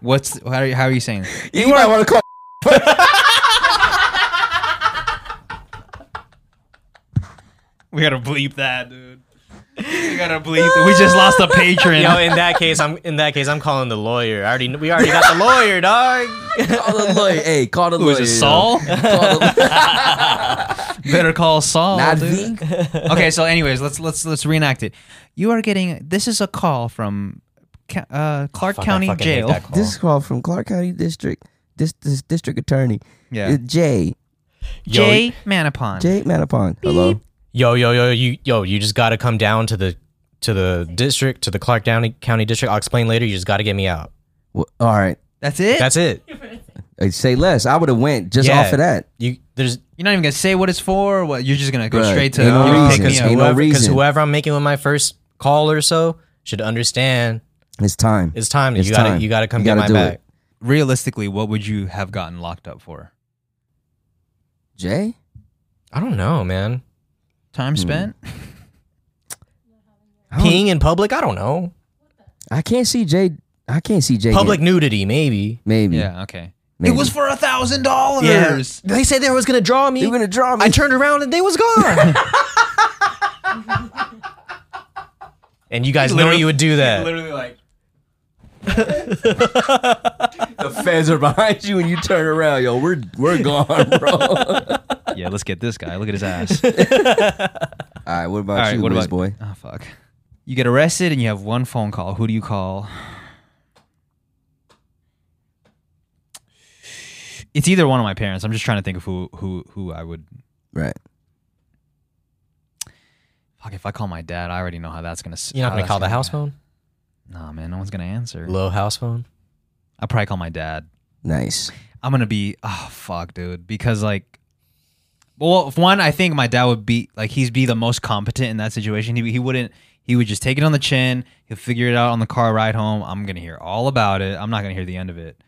[SPEAKER 1] What's how are you, how are you saying?
[SPEAKER 3] You, might want to call.
[SPEAKER 1] We gotta bleep that, dude. We gotta bleep. we just lost a patron.
[SPEAKER 2] yo, in that case, I'm in that case, I'm calling the lawyer. I already, we already got the lawyer, dog.
[SPEAKER 3] Call the lawyer. Hey, call the
[SPEAKER 1] Who
[SPEAKER 3] lawyer.
[SPEAKER 1] is it,
[SPEAKER 3] yo.
[SPEAKER 1] Saul?
[SPEAKER 3] Call the-
[SPEAKER 1] Better call Saul.
[SPEAKER 3] Not
[SPEAKER 1] dude.
[SPEAKER 3] the.
[SPEAKER 1] okay, so anyways, let's let's let's reenact it. You are getting this is a call from Ca- uh, Clark
[SPEAKER 2] Fuck, I
[SPEAKER 1] County
[SPEAKER 2] fucking hate
[SPEAKER 1] Jail.
[SPEAKER 2] that call.
[SPEAKER 3] This call from Clark County District. This this district attorney.
[SPEAKER 1] Yeah.
[SPEAKER 3] Uh, Jay.
[SPEAKER 2] Yo,
[SPEAKER 1] Jay Manapon.
[SPEAKER 3] Jay Manapon. Hello.
[SPEAKER 2] yo yo yo you yo you just got to come down to the to the district to the clark county county district i'll explain later you just got to get me out
[SPEAKER 3] Well, all right.
[SPEAKER 1] That's it.
[SPEAKER 2] that's it
[SPEAKER 3] Uh, Say less. I would have went just
[SPEAKER 2] Yeah.
[SPEAKER 3] off of that.
[SPEAKER 2] you there's
[SPEAKER 1] You're not even gonna say what it's for. or What you're just gonna go
[SPEAKER 3] Right.
[SPEAKER 1] straight to
[SPEAKER 3] Ain't no
[SPEAKER 1] you know,
[SPEAKER 3] reason.
[SPEAKER 1] pick me up.
[SPEAKER 3] Ain't no
[SPEAKER 2] whoever, 'cause
[SPEAKER 3] reason.
[SPEAKER 2] whoever i'm making with my first call or so should understand
[SPEAKER 3] It's time.
[SPEAKER 2] it's time
[SPEAKER 3] It's
[SPEAKER 2] you gotta
[SPEAKER 3] time.
[SPEAKER 2] you gotta come
[SPEAKER 3] You
[SPEAKER 2] get
[SPEAKER 3] gotta
[SPEAKER 2] my
[SPEAKER 3] do
[SPEAKER 2] back
[SPEAKER 3] it.
[SPEAKER 1] Realistically, what would you have gotten locked up for?
[SPEAKER 3] Jay.
[SPEAKER 2] i don't know man
[SPEAKER 1] Time
[SPEAKER 3] Hmm.
[SPEAKER 1] spent.
[SPEAKER 3] don't-
[SPEAKER 2] peeing in public i don't know
[SPEAKER 3] I can't see Jay. I can't see Jay.
[SPEAKER 2] public
[SPEAKER 3] getting-
[SPEAKER 2] nudity maybe
[SPEAKER 3] Maybe.
[SPEAKER 1] Yeah. Okay. It was for a thousand dollars.
[SPEAKER 2] They said they was gonna draw me.
[SPEAKER 3] You're gonna draw me.
[SPEAKER 2] I turned around and they was gone. and you guys know you would do that.
[SPEAKER 1] Literally like
[SPEAKER 3] the feds are behind you and you turn around. Yo, we're we're gone, bro. All
[SPEAKER 1] Yeah, let's get this guy. Look at his ass.
[SPEAKER 3] right, what about
[SPEAKER 1] All right,
[SPEAKER 3] you,
[SPEAKER 1] what
[SPEAKER 3] Wiz
[SPEAKER 1] about
[SPEAKER 3] boy?
[SPEAKER 1] Oh fuck. You get arrested and you have one phone call. Who do you call? It's either one of my parents. I'm just trying to think of who who who I would.
[SPEAKER 3] Right.
[SPEAKER 1] Fuck, if I call my dad, I already know how that's gonna. s-
[SPEAKER 2] You're
[SPEAKER 1] how
[SPEAKER 2] not gonna
[SPEAKER 1] that's
[SPEAKER 2] call the house
[SPEAKER 1] be.
[SPEAKER 2] phone?
[SPEAKER 1] Nah, man, no one's gonna answer.
[SPEAKER 2] Low house phone.
[SPEAKER 1] I probably call my dad.
[SPEAKER 3] Nice.
[SPEAKER 1] I'm gonna be oh fuck, dude, because like, well, for one, I think my dad would be like he's be the most competent in that situation. He he wouldn't. He would just take it on the chin. He'll figure it out on the car ride home. I'm gonna hear all about it. I'm not gonna hear the end of it.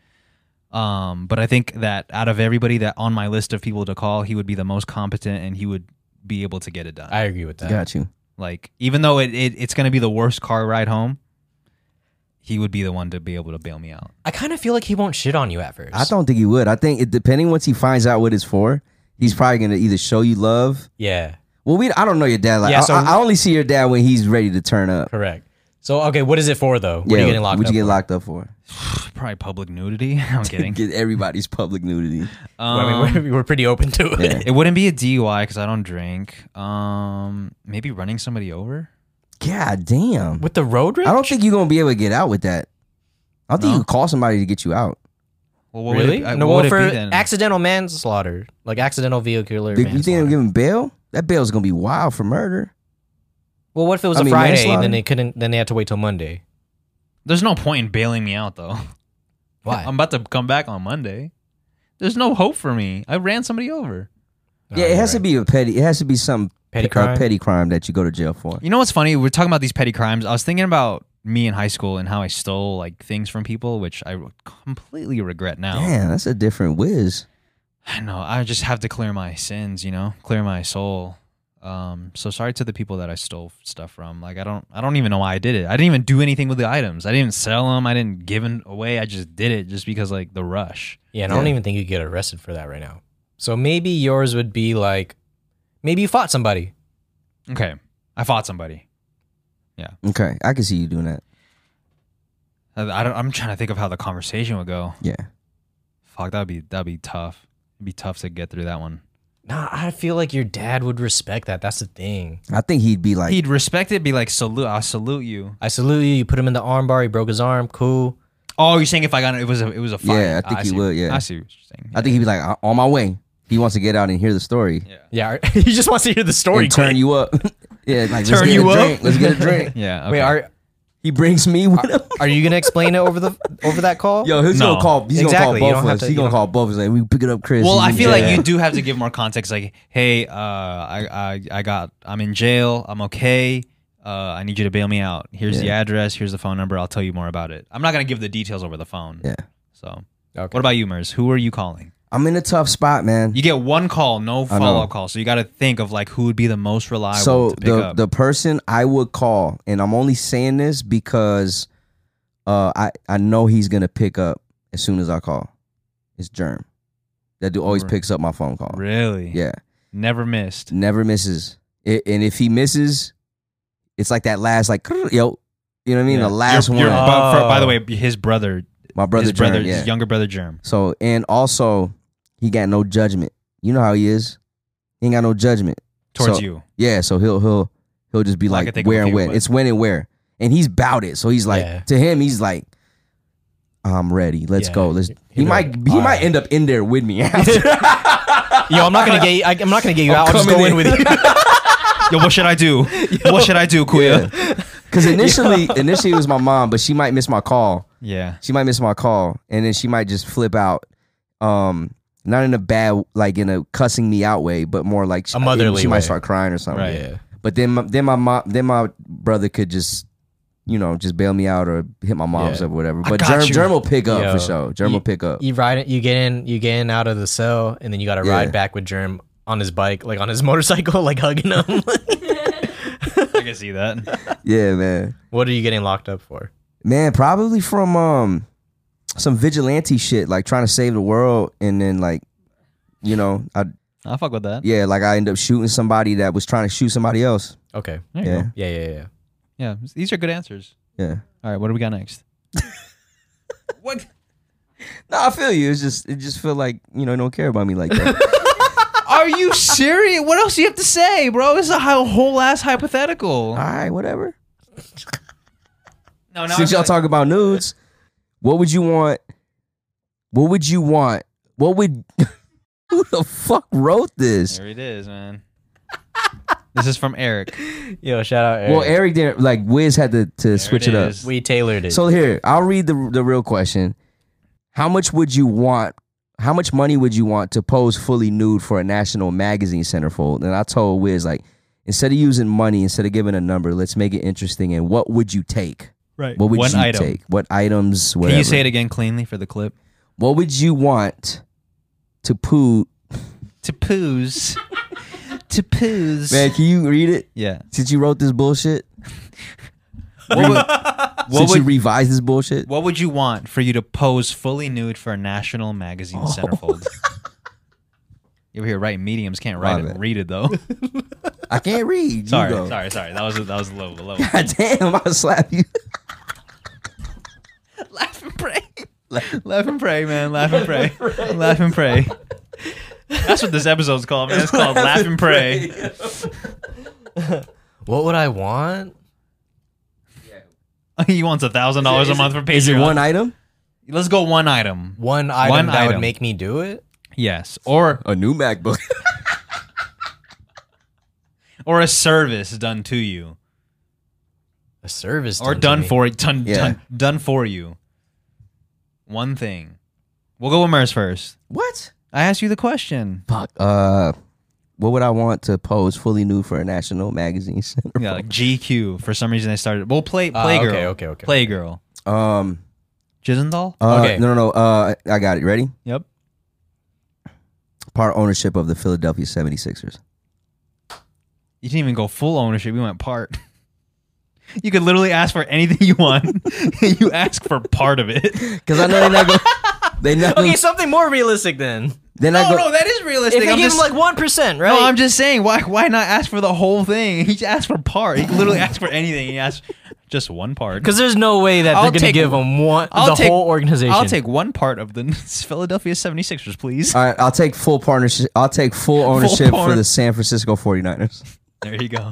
[SPEAKER 1] Um, but I think that out of everybody that on my list of people to call, he would be the most competent and he would be able to get it done.
[SPEAKER 2] I agree with that.
[SPEAKER 3] Got you.
[SPEAKER 1] like even though it, it it's gonna be the worst car ride home, he would be the one to be able to bail me out.
[SPEAKER 2] I kind of feel like he won't shit on you at first.
[SPEAKER 3] I don't think he would. I think it depending once he finds out what it's for, he's probably gonna either show you love.
[SPEAKER 2] Yeah,
[SPEAKER 3] Well, we I don't know your dad. Like
[SPEAKER 2] Yeah,
[SPEAKER 3] I-
[SPEAKER 2] so-
[SPEAKER 3] I, I only see your dad when he's ready to turn up.
[SPEAKER 2] correct. So okay, what is it for though? What are you getting locked
[SPEAKER 3] What'd
[SPEAKER 2] up?
[SPEAKER 3] you get
[SPEAKER 2] for?
[SPEAKER 3] locked up for?
[SPEAKER 1] Probably public nudity. I'm kidding. Um,
[SPEAKER 3] Get everybody's public nudity.
[SPEAKER 2] Well,
[SPEAKER 3] Um,
[SPEAKER 2] I mean, we're, we're pretty open to it.
[SPEAKER 1] It wouldn't be a DUI because I don't drink. Um, maybe running somebody over.
[SPEAKER 3] God damn.
[SPEAKER 2] With the road rage?
[SPEAKER 3] I don't think you're gonna be able to get out with that. I don't think you can call somebody to get you out.
[SPEAKER 1] Well, what Would
[SPEAKER 2] really.
[SPEAKER 1] it, uh,
[SPEAKER 2] no,
[SPEAKER 1] what
[SPEAKER 2] well,
[SPEAKER 1] would
[SPEAKER 2] for
[SPEAKER 1] it be then?
[SPEAKER 2] accidental manslaughter, like accidental vehicular
[SPEAKER 3] They- you think they'll
[SPEAKER 2] manslaughter.
[SPEAKER 3] give him bail? That bail's gonna be wild for murder.
[SPEAKER 2] well, what if it was
[SPEAKER 3] I
[SPEAKER 2] a
[SPEAKER 3] mean,
[SPEAKER 2] Friday and
[SPEAKER 3] manslaughter?
[SPEAKER 2] then they couldn't? Then they had to wait till Monday.
[SPEAKER 1] There's no point in bailing me out though.
[SPEAKER 2] Why?
[SPEAKER 1] I'm about to come back on Monday. There's no hope for me. I ran somebody over.
[SPEAKER 3] yeah, it has to be a petty. It has to be some
[SPEAKER 2] Oh, Petty
[SPEAKER 3] a
[SPEAKER 2] crime?
[SPEAKER 3] petty crime that you go to jail for.
[SPEAKER 1] You know what's funny? We're talking about these petty crimes. I was thinking about me in high school and how I stole like things from people, which I completely regret now.
[SPEAKER 3] Damn, that's a different whiz.
[SPEAKER 1] I know. I just have to clear my sins, you know, clear my soul. Um, so sorry to the people that I stole stuff from. Like I don't, I don't even know why I did it. I didn't even do anything with the items. I didn't sell them. I didn't give them away. I just did it just because like the rush.
[SPEAKER 2] Yeah, and I don't even think you get arrested for that right now. So maybe yours would be like, maybe you fought somebody.
[SPEAKER 1] Okay, I fought somebody.
[SPEAKER 3] Okay, I can see you doing that.
[SPEAKER 1] I, I don't, I'm trying to think of how the conversation would go.
[SPEAKER 3] Yeah,
[SPEAKER 1] Fuck, that'd be that'd be tough. It'd be tough to get through that one.
[SPEAKER 2] Nah, I feel like your dad would respect that. That's the thing.
[SPEAKER 3] I think he'd be like,
[SPEAKER 1] He'd respect it. Be like, salute. I salute you.
[SPEAKER 2] I salute you. You put him in the armbar. He broke his arm. Cool.
[SPEAKER 1] Oh, you're saying if I got it was a it was a fight.
[SPEAKER 3] Yeah, I think he
[SPEAKER 1] see.
[SPEAKER 3] would, yeah.
[SPEAKER 1] I see what you're saying.
[SPEAKER 3] I think he'd be like, "I- on my way. He wants to get out and hear the story
[SPEAKER 2] Yeah, he just wants to hear the story.
[SPEAKER 3] and turn
[SPEAKER 2] quick.
[SPEAKER 3] you up. yeah, like
[SPEAKER 1] Turn
[SPEAKER 3] let's get
[SPEAKER 1] you
[SPEAKER 3] a
[SPEAKER 1] up?
[SPEAKER 3] drink. Let's get a drink.
[SPEAKER 1] yeah.
[SPEAKER 2] Wait,
[SPEAKER 1] okay.
[SPEAKER 2] are
[SPEAKER 3] He brings me with him.
[SPEAKER 2] are you gonna explain it over the over that call?
[SPEAKER 3] Yo, he's
[SPEAKER 1] No.
[SPEAKER 3] gonna call. He's
[SPEAKER 2] Exactly, you don't
[SPEAKER 3] gonna call both
[SPEAKER 2] have
[SPEAKER 3] of us.
[SPEAKER 2] to-
[SPEAKER 3] He's
[SPEAKER 2] you
[SPEAKER 3] gonna
[SPEAKER 2] don't-
[SPEAKER 3] call both of us. Like, we pick it up, Chris.
[SPEAKER 1] Well,
[SPEAKER 3] He's
[SPEAKER 1] I
[SPEAKER 3] in
[SPEAKER 1] feel like
[SPEAKER 3] jail.
[SPEAKER 1] you do have to give more context. Like, hey, uh, I, I, I got, I'm in jail. I'm okay. Uh, I need you to bail me out. Here's the address. Here's the phone number. I'll tell you more about it. I'm not gonna give the details over the phone.
[SPEAKER 3] Yeah.
[SPEAKER 1] So,
[SPEAKER 2] Okay.
[SPEAKER 1] what about you, Mers? Who are you calling?
[SPEAKER 3] I'm in a tough spot, man.
[SPEAKER 1] You get one call, no
[SPEAKER 3] I know.
[SPEAKER 1] follow up call. So you got to think of like who would be the most reliable
[SPEAKER 3] so
[SPEAKER 1] to pick
[SPEAKER 3] the
[SPEAKER 1] up.
[SPEAKER 3] the person I would call, and I'm only saying this because uh, I I know he's gonna pick up as soon as I call. It's Germ. That dude always
[SPEAKER 1] Re-
[SPEAKER 3] picks up my phone call.
[SPEAKER 1] really?
[SPEAKER 3] Yeah,
[SPEAKER 1] Never missed.
[SPEAKER 3] never misses. It, and if he misses, it's like that last like yo, you know what I mean?
[SPEAKER 1] Yeah.
[SPEAKER 3] The last
[SPEAKER 1] Your-
[SPEAKER 3] one.
[SPEAKER 1] your- but for- by the
[SPEAKER 2] Oh.
[SPEAKER 1] way, his brother,
[SPEAKER 3] my brother,
[SPEAKER 1] his brother,
[SPEAKER 3] Germ, yeah.
[SPEAKER 1] his younger brother, Germ.
[SPEAKER 3] So and also, he got no judgment. You know how he is. He ain't got no judgment.
[SPEAKER 1] Towards
[SPEAKER 3] So-
[SPEAKER 1] you,
[SPEAKER 3] Yeah, so he'll he'll he'll just be
[SPEAKER 1] Well, I
[SPEAKER 3] like
[SPEAKER 1] can think of a
[SPEAKER 3] where and
[SPEAKER 1] few,
[SPEAKER 3] when.
[SPEAKER 1] but-
[SPEAKER 3] It's when and where. And he's bout it. So he's like
[SPEAKER 2] Yeah.
[SPEAKER 3] to him, he's like, I'm ready. Let's
[SPEAKER 2] Yeah.
[SPEAKER 3] go. Let's
[SPEAKER 2] He'll
[SPEAKER 3] he
[SPEAKER 2] be
[SPEAKER 3] might
[SPEAKER 2] like,
[SPEAKER 3] he
[SPEAKER 2] "All
[SPEAKER 3] might
[SPEAKER 2] right."
[SPEAKER 3] end up in there with me after
[SPEAKER 2] Yo, I'm not gonna get. I, I'm not gonna get you
[SPEAKER 3] I'm
[SPEAKER 2] out. I'll just go
[SPEAKER 3] coming
[SPEAKER 2] in
[SPEAKER 3] in.
[SPEAKER 2] with you.
[SPEAKER 1] yo, what should I do? what should I do, Kuya? Yeah.
[SPEAKER 3] because initially initially it was my mom, but she might miss my call.
[SPEAKER 1] yeah.
[SPEAKER 3] She might miss my call. And then she might just flip out. Um not in a bad like in a cussing me out way, but more like she,
[SPEAKER 2] A motherly
[SPEAKER 3] she might
[SPEAKER 2] way.
[SPEAKER 3] start crying or something.
[SPEAKER 1] Right.
[SPEAKER 2] Yeah.
[SPEAKER 3] But then my, then my mom then my brother could just you know just bail me out or hit my mom's
[SPEAKER 2] Yeah.
[SPEAKER 3] up or whatever.
[SPEAKER 1] I
[SPEAKER 3] But
[SPEAKER 1] got
[SPEAKER 3] germ
[SPEAKER 1] you.
[SPEAKER 3] germ will pick up
[SPEAKER 2] Yo,
[SPEAKER 3] for sure. Germ
[SPEAKER 2] you-
[SPEAKER 3] will pick up.
[SPEAKER 2] You ride it. You get in. You get in out of the cell, and then you got to
[SPEAKER 3] Yeah.
[SPEAKER 2] ride back with Germ on his bike, like on his motorcycle, like hugging him.
[SPEAKER 1] I can see that.
[SPEAKER 3] yeah, man.
[SPEAKER 2] what are you getting locked up for?
[SPEAKER 3] Man, probably from um some vigilante shit, like trying to save the world, and then like, you know, I
[SPEAKER 1] I fuck with that.
[SPEAKER 3] yeah, like I end up shooting somebody that was trying to shoot somebody else.
[SPEAKER 2] Okay.
[SPEAKER 1] There you
[SPEAKER 3] Yeah,
[SPEAKER 1] go.
[SPEAKER 2] Yeah, yeah, yeah.
[SPEAKER 1] Yeah, these are good answers.
[SPEAKER 3] yeah.
[SPEAKER 1] All right, what do we got next?
[SPEAKER 3] What? No, I feel you. It's just it just feel like you know you don't care about me like that.
[SPEAKER 1] Are you serious? What else do you have to say, bro? This is a hi- whole ass hypothetical.
[SPEAKER 3] All right, whatever.
[SPEAKER 1] No, no.
[SPEAKER 3] Since y'all talk about nudes, what would you want? What would you want? What would? who the fuck wrote this?
[SPEAKER 1] There it is, man. this is from Eric.
[SPEAKER 2] Yo, shout out Eric.
[SPEAKER 3] Well, Eric didn't like Wiz had to to switch it,
[SPEAKER 1] it
[SPEAKER 3] up.
[SPEAKER 1] is.
[SPEAKER 2] we tailored it.
[SPEAKER 3] So here, I'll read the the real question. How much would you want? How much money would you want to pose fully nude for a national magazine centerfold? And I told Wiz like, instead of using money, instead of giving a number, let's make it interesting. And what would you take?
[SPEAKER 1] Right.
[SPEAKER 3] What would
[SPEAKER 1] One
[SPEAKER 3] you
[SPEAKER 1] item.
[SPEAKER 3] take? What items? Whatever.
[SPEAKER 1] Can you say it again cleanly for the clip?
[SPEAKER 3] What would you want to poo?
[SPEAKER 1] To poos. to poos.
[SPEAKER 3] Man, can you read it?
[SPEAKER 1] Yeah.
[SPEAKER 3] Since you wrote this bullshit,
[SPEAKER 1] What would, what,
[SPEAKER 3] since you
[SPEAKER 1] would,
[SPEAKER 3] revised this bullshit,
[SPEAKER 1] what would you want for you to pose fully nude for a national magazine centerfold? you were here right mediums can't
[SPEAKER 3] My
[SPEAKER 1] write it.
[SPEAKER 3] bad.
[SPEAKER 1] Read it though.
[SPEAKER 3] I can't read.
[SPEAKER 1] sorry,
[SPEAKER 3] you go.
[SPEAKER 1] sorry, sorry. That was that was low, low.
[SPEAKER 3] God damn, I'll slap you.
[SPEAKER 1] Laugh and pray. Laugh and pray, man. Laugh and pray. Laugh and pray. That's what this episode's called, man. It's called Laugh and Pray.
[SPEAKER 2] what would I want?
[SPEAKER 1] he wants a thousand dollars a month for Patreon.
[SPEAKER 3] Is it one item?
[SPEAKER 1] Let's go one item.
[SPEAKER 2] One item
[SPEAKER 1] One
[SPEAKER 2] that
[SPEAKER 1] item.
[SPEAKER 2] would make me do it?
[SPEAKER 1] Yes, or
[SPEAKER 3] A new MacBook.
[SPEAKER 1] or a service done to you,
[SPEAKER 2] A service
[SPEAKER 1] or
[SPEAKER 2] to
[SPEAKER 1] done
[SPEAKER 2] me.
[SPEAKER 1] for it, done,
[SPEAKER 3] Yeah.
[SPEAKER 1] done done for you. One thing. We'll go with Mers first.
[SPEAKER 3] what?
[SPEAKER 1] I asked you the question.
[SPEAKER 3] Fuck. Uh, what would I want to pose fully nude for a national magazine center?
[SPEAKER 1] Yeah, like GQ. For some reason, they started. Well, play
[SPEAKER 2] Ah,
[SPEAKER 1] Playgirl.
[SPEAKER 2] okay, okay, okay.
[SPEAKER 1] Playgirl.
[SPEAKER 3] Um.
[SPEAKER 1] Jizendahl.
[SPEAKER 3] uh,
[SPEAKER 2] Okay.
[SPEAKER 3] No, no, no. Uh, I got it. Ready?
[SPEAKER 1] yep.
[SPEAKER 3] Part ownership of the Philadelphia 76ers.
[SPEAKER 1] You didn't even go full ownership. You went part. You could literally ask for anything you want. you ask for part of it.
[SPEAKER 3] Because I know they're not going. They not.
[SPEAKER 2] Okay,
[SPEAKER 3] Okay,
[SPEAKER 2] something more realistic then.
[SPEAKER 3] they're not
[SPEAKER 1] No,
[SPEAKER 3] go-
[SPEAKER 1] no, that is realistic.
[SPEAKER 2] If they
[SPEAKER 1] I'm
[SPEAKER 2] give
[SPEAKER 1] just,
[SPEAKER 2] him like one percent, right?
[SPEAKER 1] no, I'm just saying, why why not ask for the whole thing? He just asked for part. He could literally asked for anything. He asked just one part.
[SPEAKER 2] because there's no way that
[SPEAKER 1] I'll
[SPEAKER 2] they're gonna
[SPEAKER 1] take-
[SPEAKER 2] give him one
[SPEAKER 1] I'll
[SPEAKER 2] the
[SPEAKER 1] take-
[SPEAKER 2] whole organization.
[SPEAKER 1] I'll take one part of the Philadelphia 76ers, please.
[SPEAKER 3] All right, I'll take full partnership. I'll take full ownership for
[SPEAKER 1] partner-
[SPEAKER 3] the San Francisco 49ers.
[SPEAKER 1] There you go.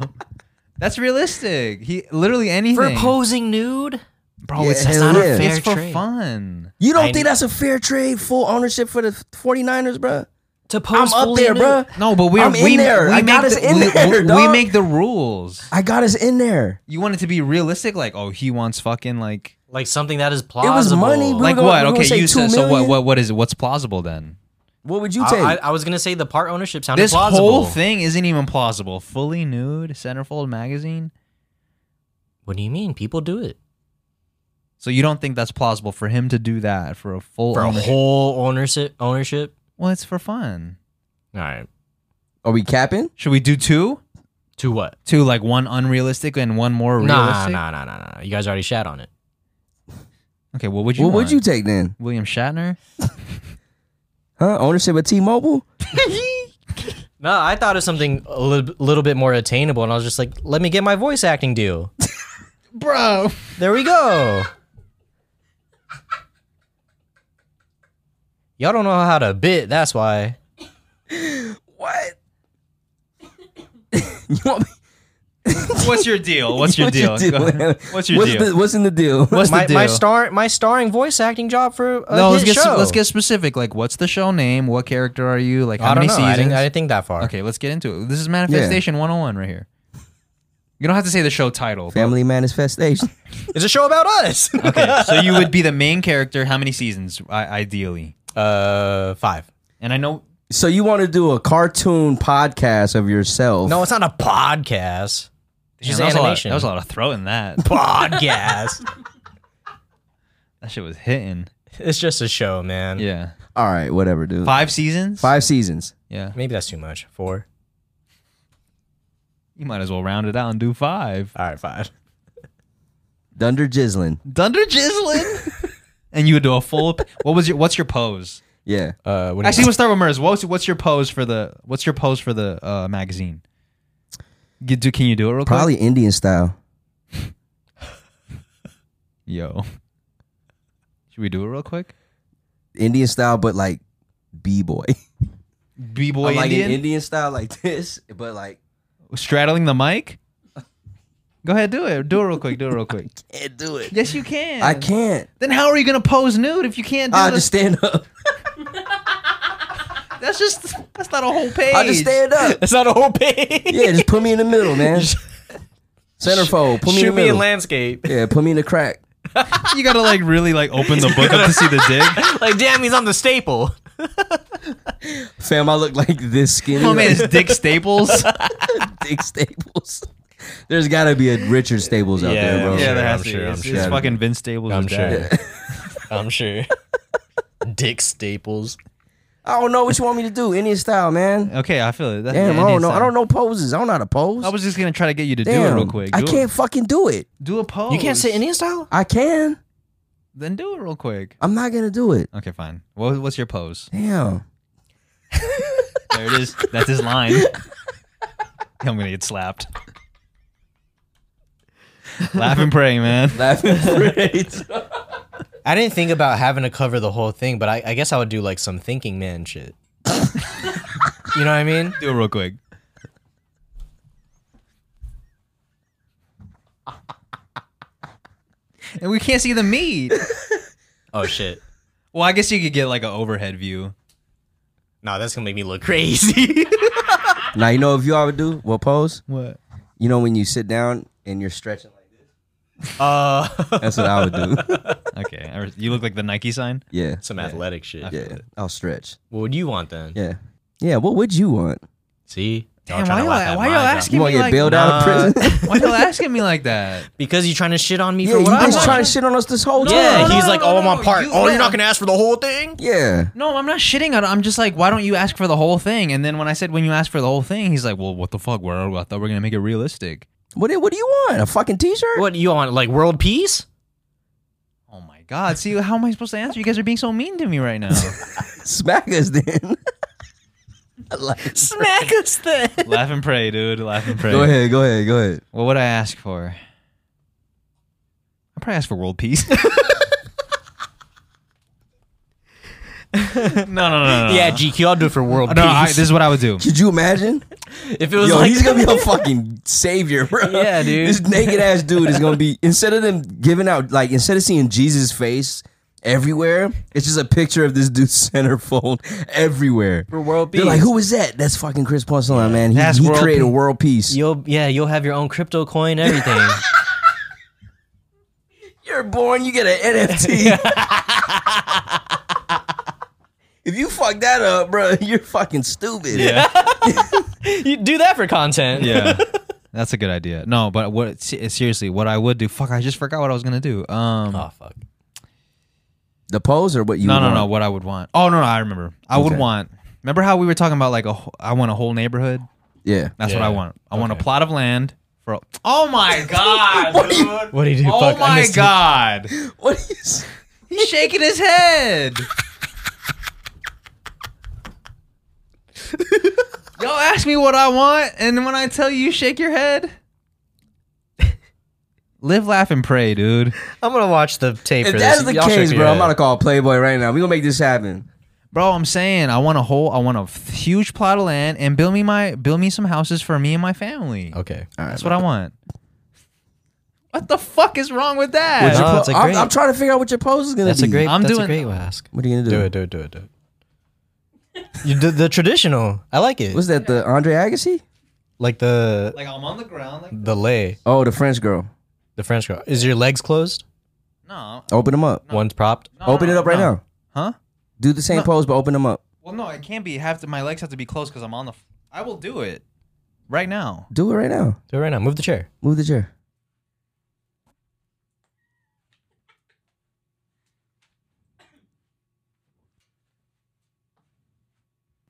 [SPEAKER 1] That's realistic. He literally anything.
[SPEAKER 2] proposing nude.
[SPEAKER 1] Bro,
[SPEAKER 3] Yeah,
[SPEAKER 1] it's,
[SPEAKER 3] hell
[SPEAKER 1] not
[SPEAKER 3] yeah.
[SPEAKER 1] a fair
[SPEAKER 2] It's
[SPEAKER 1] for
[SPEAKER 2] for
[SPEAKER 1] fun.
[SPEAKER 3] You don't
[SPEAKER 2] I-
[SPEAKER 3] think that's a fair trade? Full ownership for the 49ers, bro.
[SPEAKER 2] To
[SPEAKER 3] I'm
[SPEAKER 2] pose
[SPEAKER 3] up
[SPEAKER 2] fully
[SPEAKER 3] there,
[SPEAKER 2] nude.
[SPEAKER 3] bro.
[SPEAKER 1] No, but we're,
[SPEAKER 3] I'm in
[SPEAKER 1] we
[SPEAKER 3] there.
[SPEAKER 1] we
[SPEAKER 3] I got
[SPEAKER 1] make
[SPEAKER 3] us
[SPEAKER 1] the,
[SPEAKER 3] in
[SPEAKER 1] we-
[SPEAKER 3] there,
[SPEAKER 1] we- we
[SPEAKER 3] dog.
[SPEAKER 1] make the rules.
[SPEAKER 3] I got us in there.
[SPEAKER 1] You want it to be realistic, like oh, he wants fucking like
[SPEAKER 2] Like something that is plausible.
[SPEAKER 3] was money, bro.
[SPEAKER 1] like
[SPEAKER 3] gonna-
[SPEAKER 1] what?
[SPEAKER 3] we're gonna
[SPEAKER 1] Okay,
[SPEAKER 3] say
[SPEAKER 1] you
[SPEAKER 3] two
[SPEAKER 1] said so. What
[SPEAKER 3] million?
[SPEAKER 1] what what is it? What's plausible then?
[SPEAKER 3] What would you take?
[SPEAKER 2] I, I, I was gonna say the part ownership sounded
[SPEAKER 1] This
[SPEAKER 2] plausible.
[SPEAKER 1] whole thing isn't even plausible. Fully nude centerfold magazine.
[SPEAKER 2] What do you mean? People do it
[SPEAKER 1] So you don't think that's plausible for him to do that for a full
[SPEAKER 2] for a
[SPEAKER 1] ownership?
[SPEAKER 2] whole ownership. Ownership.
[SPEAKER 1] Well, it's for fun.
[SPEAKER 2] All right.
[SPEAKER 3] Are we capping?
[SPEAKER 1] Should we do two?
[SPEAKER 2] To what?
[SPEAKER 1] Two like one unrealistic and one more
[SPEAKER 2] Nah,
[SPEAKER 1] realistic.
[SPEAKER 2] nah, nah, nah, nah. You guys already shat on it.
[SPEAKER 1] Okay, what would you?
[SPEAKER 3] What would
[SPEAKER 1] want?
[SPEAKER 3] you take then?
[SPEAKER 1] William Shatner.
[SPEAKER 3] Huh? Ownership of T-Mobile?
[SPEAKER 2] No, I thought of something a little, little bit more attainable, and I was just like, let me get my voice acting deal.
[SPEAKER 1] Bro,
[SPEAKER 2] There we go. Y'all don't know how to bit, that's why.
[SPEAKER 3] What? you want me-
[SPEAKER 1] what's your deal? What's your deal? Go
[SPEAKER 3] man?
[SPEAKER 1] ahead. What's your deal?
[SPEAKER 3] The, what's in the deal?
[SPEAKER 1] What's
[SPEAKER 2] my,
[SPEAKER 1] the
[SPEAKER 2] my
[SPEAKER 1] deal?
[SPEAKER 2] star my starring voice acting job for a
[SPEAKER 1] no, let's
[SPEAKER 2] hit
[SPEAKER 1] get
[SPEAKER 2] show.
[SPEAKER 1] let's get specific. Like, what's the show name? What character are you? Like, how
[SPEAKER 2] I don't
[SPEAKER 1] many
[SPEAKER 2] know. I
[SPEAKER 1] seasons?
[SPEAKER 2] didn't, I didn't think that far.
[SPEAKER 1] Okay, let's get into it. This is Manifestation 101 right here. You don't have to say the show title. but-
[SPEAKER 3] Family manifestation.
[SPEAKER 2] It's a show about us.
[SPEAKER 1] Okay, so you would be the main character. How many seasons, I- ideally?
[SPEAKER 2] uh, five.
[SPEAKER 1] And I know
[SPEAKER 3] so you want to do a cartoon podcast of yourself?
[SPEAKER 2] No, it's not a podcast.
[SPEAKER 1] Damn,
[SPEAKER 2] It's just
[SPEAKER 1] that, was a lot,
[SPEAKER 2] animation.
[SPEAKER 1] that was a lot of throw in that.
[SPEAKER 2] podcast.
[SPEAKER 1] that shit was hitting.
[SPEAKER 2] it's just a show, man.
[SPEAKER 1] Yeah,
[SPEAKER 3] All right, whatever, dude. Five,
[SPEAKER 1] five seasons.
[SPEAKER 3] seasons.
[SPEAKER 1] Yeah,
[SPEAKER 2] Maybe that's too much. Four.
[SPEAKER 1] you might as well round it out and do five.
[SPEAKER 2] All right, five.
[SPEAKER 3] Dunder Jislin.
[SPEAKER 1] Dunder Jislin. and you would do a full. what was your What's your pose?
[SPEAKER 3] Yeah.
[SPEAKER 2] Uh, when
[SPEAKER 1] Actually, we'll start with Merz. What's What's your pose for the What's your pose for the uh, magazine? You do, can you do it real
[SPEAKER 3] Probably
[SPEAKER 1] quick?
[SPEAKER 3] Indian style.
[SPEAKER 1] Yo, should we do it real quick?
[SPEAKER 3] Indian style, but like b boy.
[SPEAKER 1] B boy
[SPEAKER 3] like
[SPEAKER 1] Indian
[SPEAKER 3] an Indian style like this, but like
[SPEAKER 1] straddling the mic. Go ahead, do it. Do it real quick. Do it real quick.
[SPEAKER 3] can't do it.
[SPEAKER 1] yes, you can.
[SPEAKER 3] I can't.
[SPEAKER 1] Then how are you gonna pose nude if you can't do
[SPEAKER 3] I
[SPEAKER 1] the-
[SPEAKER 3] just stand up.
[SPEAKER 1] That's just that's not a whole page.
[SPEAKER 3] I just stand up.
[SPEAKER 2] That's not a whole page.
[SPEAKER 3] Yeah, just put me in the middle, man. Centerfold. Put me
[SPEAKER 2] Shoot
[SPEAKER 3] in the
[SPEAKER 2] me in
[SPEAKER 3] middle.
[SPEAKER 2] landscape.
[SPEAKER 3] yeah, put me in the crack.
[SPEAKER 1] You gotta like really like open the book up to see the dick.
[SPEAKER 2] like, damn, he's on the staple.
[SPEAKER 3] Fam, I look like this skinny.
[SPEAKER 1] Oh man,
[SPEAKER 3] like
[SPEAKER 1] it's Dick Staples.
[SPEAKER 3] Dick Staples. There's got to be a Richard Staples out
[SPEAKER 2] Yeah,
[SPEAKER 3] there, bro.
[SPEAKER 1] yeah, there has
[SPEAKER 2] I'm
[SPEAKER 1] to
[SPEAKER 2] sure,
[SPEAKER 1] be.
[SPEAKER 2] I'm
[SPEAKER 1] It's,
[SPEAKER 2] sure.
[SPEAKER 1] it's fucking Vince Staples.
[SPEAKER 2] I'm
[SPEAKER 1] his
[SPEAKER 2] sure.
[SPEAKER 1] dad.
[SPEAKER 2] I'm sure. Dick Staples.
[SPEAKER 3] I don't know what you want me to do. Indian style, man.
[SPEAKER 1] Okay, I feel it. That's
[SPEAKER 3] Damn,
[SPEAKER 1] yeah,
[SPEAKER 3] I don't
[SPEAKER 1] Indian
[SPEAKER 3] know. I
[SPEAKER 1] style.
[SPEAKER 3] don't know poses. I don't know how to pose.
[SPEAKER 1] I was just gonna try to get you to do it
[SPEAKER 3] Damn,
[SPEAKER 1] real quick. Do
[SPEAKER 3] I
[SPEAKER 1] a-
[SPEAKER 3] can't fucking do it.
[SPEAKER 1] do a pose.
[SPEAKER 2] You can't say Indian style?
[SPEAKER 3] I can.
[SPEAKER 1] Then do it real quick.
[SPEAKER 3] I'm not gonna do it.
[SPEAKER 1] Okay, fine. What, what's your pose?
[SPEAKER 3] Damn.
[SPEAKER 1] There it is. That's his line. I'm gonna get slapped. Laugh and pray, man.
[SPEAKER 3] Laughing great.
[SPEAKER 2] I didn't think about having to cover the whole thing, but I, I guess I would do like some thinking man shit. you know what I mean?
[SPEAKER 1] Do it real quick. and we can't see the meat.
[SPEAKER 2] Oh shit.
[SPEAKER 1] Well, I guess you could get like an overhead view.
[SPEAKER 2] Nah, that's gonna make me look crazy.
[SPEAKER 3] now you know if you all would do what pose?
[SPEAKER 1] What?
[SPEAKER 3] You know when you sit down and you're stretching like this.
[SPEAKER 2] uh,
[SPEAKER 3] That's what I would do.
[SPEAKER 1] Okay. or- You look like the Nike sign.
[SPEAKER 3] yeah.
[SPEAKER 2] some athletic shit.
[SPEAKER 3] Yeah. I'll stretch.
[SPEAKER 2] What would you want then?
[SPEAKER 3] Yeah. Yeah. What would you want?
[SPEAKER 2] See?
[SPEAKER 1] Damn, why
[SPEAKER 2] tryna
[SPEAKER 1] you-
[SPEAKER 2] laugh at
[SPEAKER 1] why you
[SPEAKER 2] my job.
[SPEAKER 1] asking- Give
[SPEAKER 3] You want
[SPEAKER 1] me,
[SPEAKER 3] to
[SPEAKER 1] like,
[SPEAKER 3] get bailed out
[SPEAKER 2] nah.
[SPEAKER 3] of prison?
[SPEAKER 1] Why you asking me like that?
[SPEAKER 2] Because you trying to shit on me
[SPEAKER 3] yeah.
[SPEAKER 2] for
[SPEAKER 3] You've
[SPEAKER 2] what
[SPEAKER 3] been
[SPEAKER 2] I want.
[SPEAKER 3] trying to shit on us this whole time.
[SPEAKER 2] yeah,
[SPEAKER 1] no,
[SPEAKER 2] he's
[SPEAKER 1] no,
[SPEAKER 2] like,
[SPEAKER 1] no,
[SPEAKER 2] oh,
[SPEAKER 1] no,
[SPEAKER 2] I'm on
[SPEAKER 1] no,
[SPEAKER 2] part.
[SPEAKER 1] you-
[SPEAKER 2] oh,
[SPEAKER 1] yeah.
[SPEAKER 2] you're not gonna ask for the whole thing?
[SPEAKER 3] Yeah.
[SPEAKER 1] No, I'm not shitting on it. I'm just like, why don't you ask for the whole thing? And then when I said when you ask for the whole thing, he's like, well, what the fuck? Where are we? I thought we are gonna make it realistic.
[SPEAKER 3] What? What do you want? A fucking t-shirt?
[SPEAKER 2] What you want? Like world peace?
[SPEAKER 1] Oh my god. See, how am I supposed to answer? You guys are being so mean to me right now.
[SPEAKER 3] Smack us then. I like it.
[SPEAKER 2] Smack us then.
[SPEAKER 1] Laugh and pray, dude. Laugh and pray.
[SPEAKER 3] Go ahead. Go ahead. Go ahead.
[SPEAKER 1] What would I ask for? I probably ask for world peace. no, no, no, no, no.
[SPEAKER 2] Yeah, GQ, I'll do it for world
[SPEAKER 1] No, I,
[SPEAKER 2] peace.
[SPEAKER 1] this is what I would do.
[SPEAKER 3] Could you imagine?
[SPEAKER 2] if it was
[SPEAKER 3] Yo,
[SPEAKER 2] like,
[SPEAKER 3] he's gonna be a fucking savior, bro.
[SPEAKER 2] Yeah, dude.
[SPEAKER 3] This naked ass dude is gonna be instead of them giving out like instead of seeing Jesus' face everywhere, it's just a picture of this dude's centerfold everywhere.
[SPEAKER 2] for world peace,
[SPEAKER 3] They're like, who is that? That's fucking Chris Poncelon, man. He,
[SPEAKER 1] That's
[SPEAKER 3] he
[SPEAKER 1] world
[SPEAKER 3] created
[SPEAKER 1] peace.
[SPEAKER 3] world peace.
[SPEAKER 2] you'll yeah, you'll have your own crypto coin, everything.
[SPEAKER 3] You're born, you get an NFT. if you fuck that up, bro, you're fucking stupid.
[SPEAKER 1] Yeah,
[SPEAKER 2] you do that for content.
[SPEAKER 1] yeah. That's a good idea. No, but what? se- Seriously, what I would do? Fuck, I just forgot what I was gonna do. Um,
[SPEAKER 2] Oh fuck.
[SPEAKER 3] The pose or what you?
[SPEAKER 1] no,
[SPEAKER 3] want?
[SPEAKER 1] no, no. What I would want? Oh no, no. I remember. I would
[SPEAKER 3] Okay.
[SPEAKER 1] want. Remember how we were talking about like a? wh- I want a whole neighborhood.
[SPEAKER 3] Yeah.
[SPEAKER 1] That's what I
[SPEAKER 2] Yeah.
[SPEAKER 1] want. I want a
[SPEAKER 2] Okay.
[SPEAKER 1] plot of land for. Oh my god, dude.
[SPEAKER 2] What do you do?
[SPEAKER 1] Oh
[SPEAKER 2] fuck, I
[SPEAKER 1] my
[SPEAKER 2] missed it.
[SPEAKER 1] god.
[SPEAKER 3] What is?
[SPEAKER 1] He's shaking his head. Y'all ask me what I want, and when I tell you, you shake your head. Live, laugh, and pray, dude.
[SPEAKER 2] I'm gonna watch the tape
[SPEAKER 3] If
[SPEAKER 2] for
[SPEAKER 3] that's
[SPEAKER 2] this.
[SPEAKER 3] the
[SPEAKER 2] Y'all shook
[SPEAKER 3] case,
[SPEAKER 2] your
[SPEAKER 3] bro, I'm
[SPEAKER 2] head.
[SPEAKER 3] gonna call Playboy right now. We gonna make this happen.
[SPEAKER 1] Bro, I'm saying I want a whole, I want a f- huge plot of land, and build me my, build me some houses for me and my family.
[SPEAKER 2] Okay.
[SPEAKER 1] That's what I want. What the fuck is wrong with that?
[SPEAKER 2] Would you- Oh, that's a
[SPEAKER 3] I'm,
[SPEAKER 2] great-
[SPEAKER 3] I'm trying to figure out what your pose is gonna
[SPEAKER 2] That's
[SPEAKER 3] be.
[SPEAKER 2] a great.
[SPEAKER 1] I'm
[SPEAKER 2] that's
[SPEAKER 1] doing-
[SPEAKER 2] a great ask.
[SPEAKER 3] What are you gonna do?
[SPEAKER 2] Do it. Do it. Do it. Do it. You did the traditional. I like it.
[SPEAKER 3] Was that the Andre Agassi?
[SPEAKER 2] like the
[SPEAKER 1] like I'm on the ground, like
[SPEAKER 2] the lay,
[SPEAKER 3] Oh, the French girl.
[SPEAKER 2] the French girl. Is your legs closed?
[SPEAKER 1] no,
[SPEAKER 3] Open them up.
[SPEAKER 2] One's propped.
[SPEAKER 1] no,
[SPEAKER 3] open
[SPEAKER 1] no,
[SPEAKER 3] it up right
[SPEAKER 1] no.
[SPEAKER 3] now.
[SPEAKER 1] huh?
[SPEAKER 3] Do the same
[SPEAKER 1] No.
[SPEAKER 3] pose, but open them up.
[SPEAKER 1] Well, no, it can't be. Have to my legs have to be closed because I'm on the. F- I will do it right now.
[SPEAKER 3] Do it right now.
[SPEAKER 2] Do it right now. Move the chair.
[SPEAKER 3] Move the chair.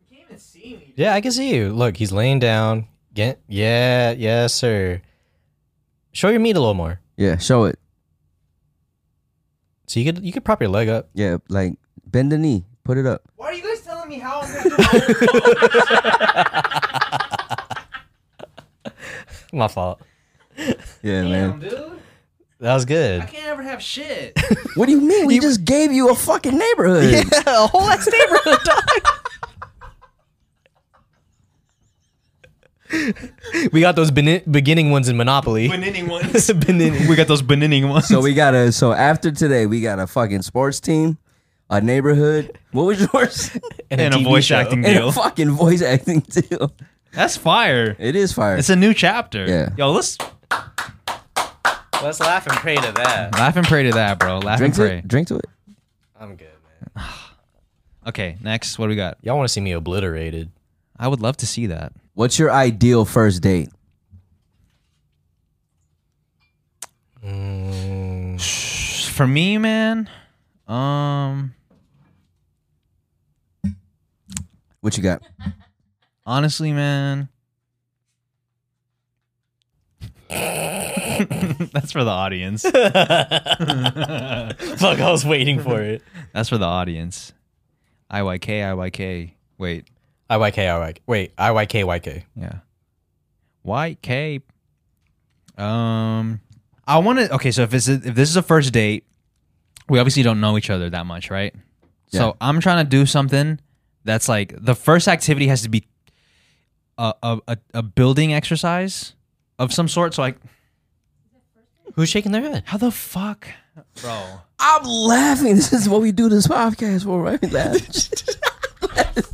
[SPEAKER 1] You can't even see me.
[SPEAKER 2] Yeah, I can see you. Look, he's laying down. Get yeah, yes, sir. Show your meat a little more.
[SPEAKER 3] Yeah, show it.
[SPEAKER 2] So you could you could prop your leg up.
[SPEAKER 3] Yeah, like bend the knee, put it up.
[SPEAKER 5] Why are you guys telling me how I'm gonna do it?
[SPEAKER 2] My fault.
[SPEAKER 3] Yeah,
[SPEAKER 5] Damn,
[SPEAKER 3] man.
[SPEAKER 5] dude.
[SPEAKER 2] That was
[SPEAKER 5] I
[SPEAKER 2] good.
[SPEAKER 5] can't ever have shit.
[SPEAKER 3] What do you mean? We just gave you a fucking neighborhood.
[SPEAKER 2] a whole ass neighborhood dog. we got those beni- beginning ones in Monopoly.
[SPEAKER 1] Benini ones.
[SPEAKER 2] Benin-
[SPEAKER 1] we got those Benini ones.
[SPEAKER 3] So we got to so after today we got a fucking sports team, a neighborhood. What was yours?
[SPEAKER 1] and a
[SPEAKER 2] TV
[SPEAKER 1] voice
[SPEAKER 2] show.
[SPEAKER 1] acting
[SPEAKER 3] and a
[SPEAKER 1] deal.
[SPEAKER 3] fucking voice acting deal.
[SPEAKER 1] That's fire.
[SPEAKER 3] It is fire.
[SPEAKER 1] It's a new chapter.
[SPEAKER 3] Yeah.
[SPEAKER 1] Yo, let's
[SPEAKER 2] Let's laugh and pray to that.
[SPEAKER 1] laugh and pray to that, bro. Laugh
[SPEAKER 3] drink
[SPEAKER 1] and
[SPEAKER 3] to
[SPEAKER 1] pray.
[SPEAKER 3] it. Drink to it.
[SPEAKER 2] I'm good, man.
[SPEAKER 1] Okay, next, what do we got?
[SPEAKER 2] Y'all want to see me obliterated?
[SPEAKER 1] I would love to see that.
[SPEAKER 3] What's your ideal first date?
[SPEAKER 1] For me, man, um,
[SPEAKER 3] What you got?
[SPEAKER 1] honestly, man. That's for the audience.
[SPEAKER 2] Fuck, I was waiting for it.
[SPEAKER 1] That's for the audience. IYK, IYK. Wait,
[SPEAKER 2] IYK, IYK. Wait, IYK, YK.
[SPEAKER 1] yeah. White K. Um, I want to. Okay, so if it's a, if this is a first date, we obviously don't know each other that much, right?
[SPEAKER 3] Yeah.
[SPEAKER 1] So I'm trying to do something that's like the first activity has to be a a, a, a building exercise of some sort. So like,
[SPEAKER 2] Who's shaking their head?
[SPEAKER 1] how the fuck, bro?
[SPEAKER 3] I'm laughing. This is what we do this podcast for, right? Laugh.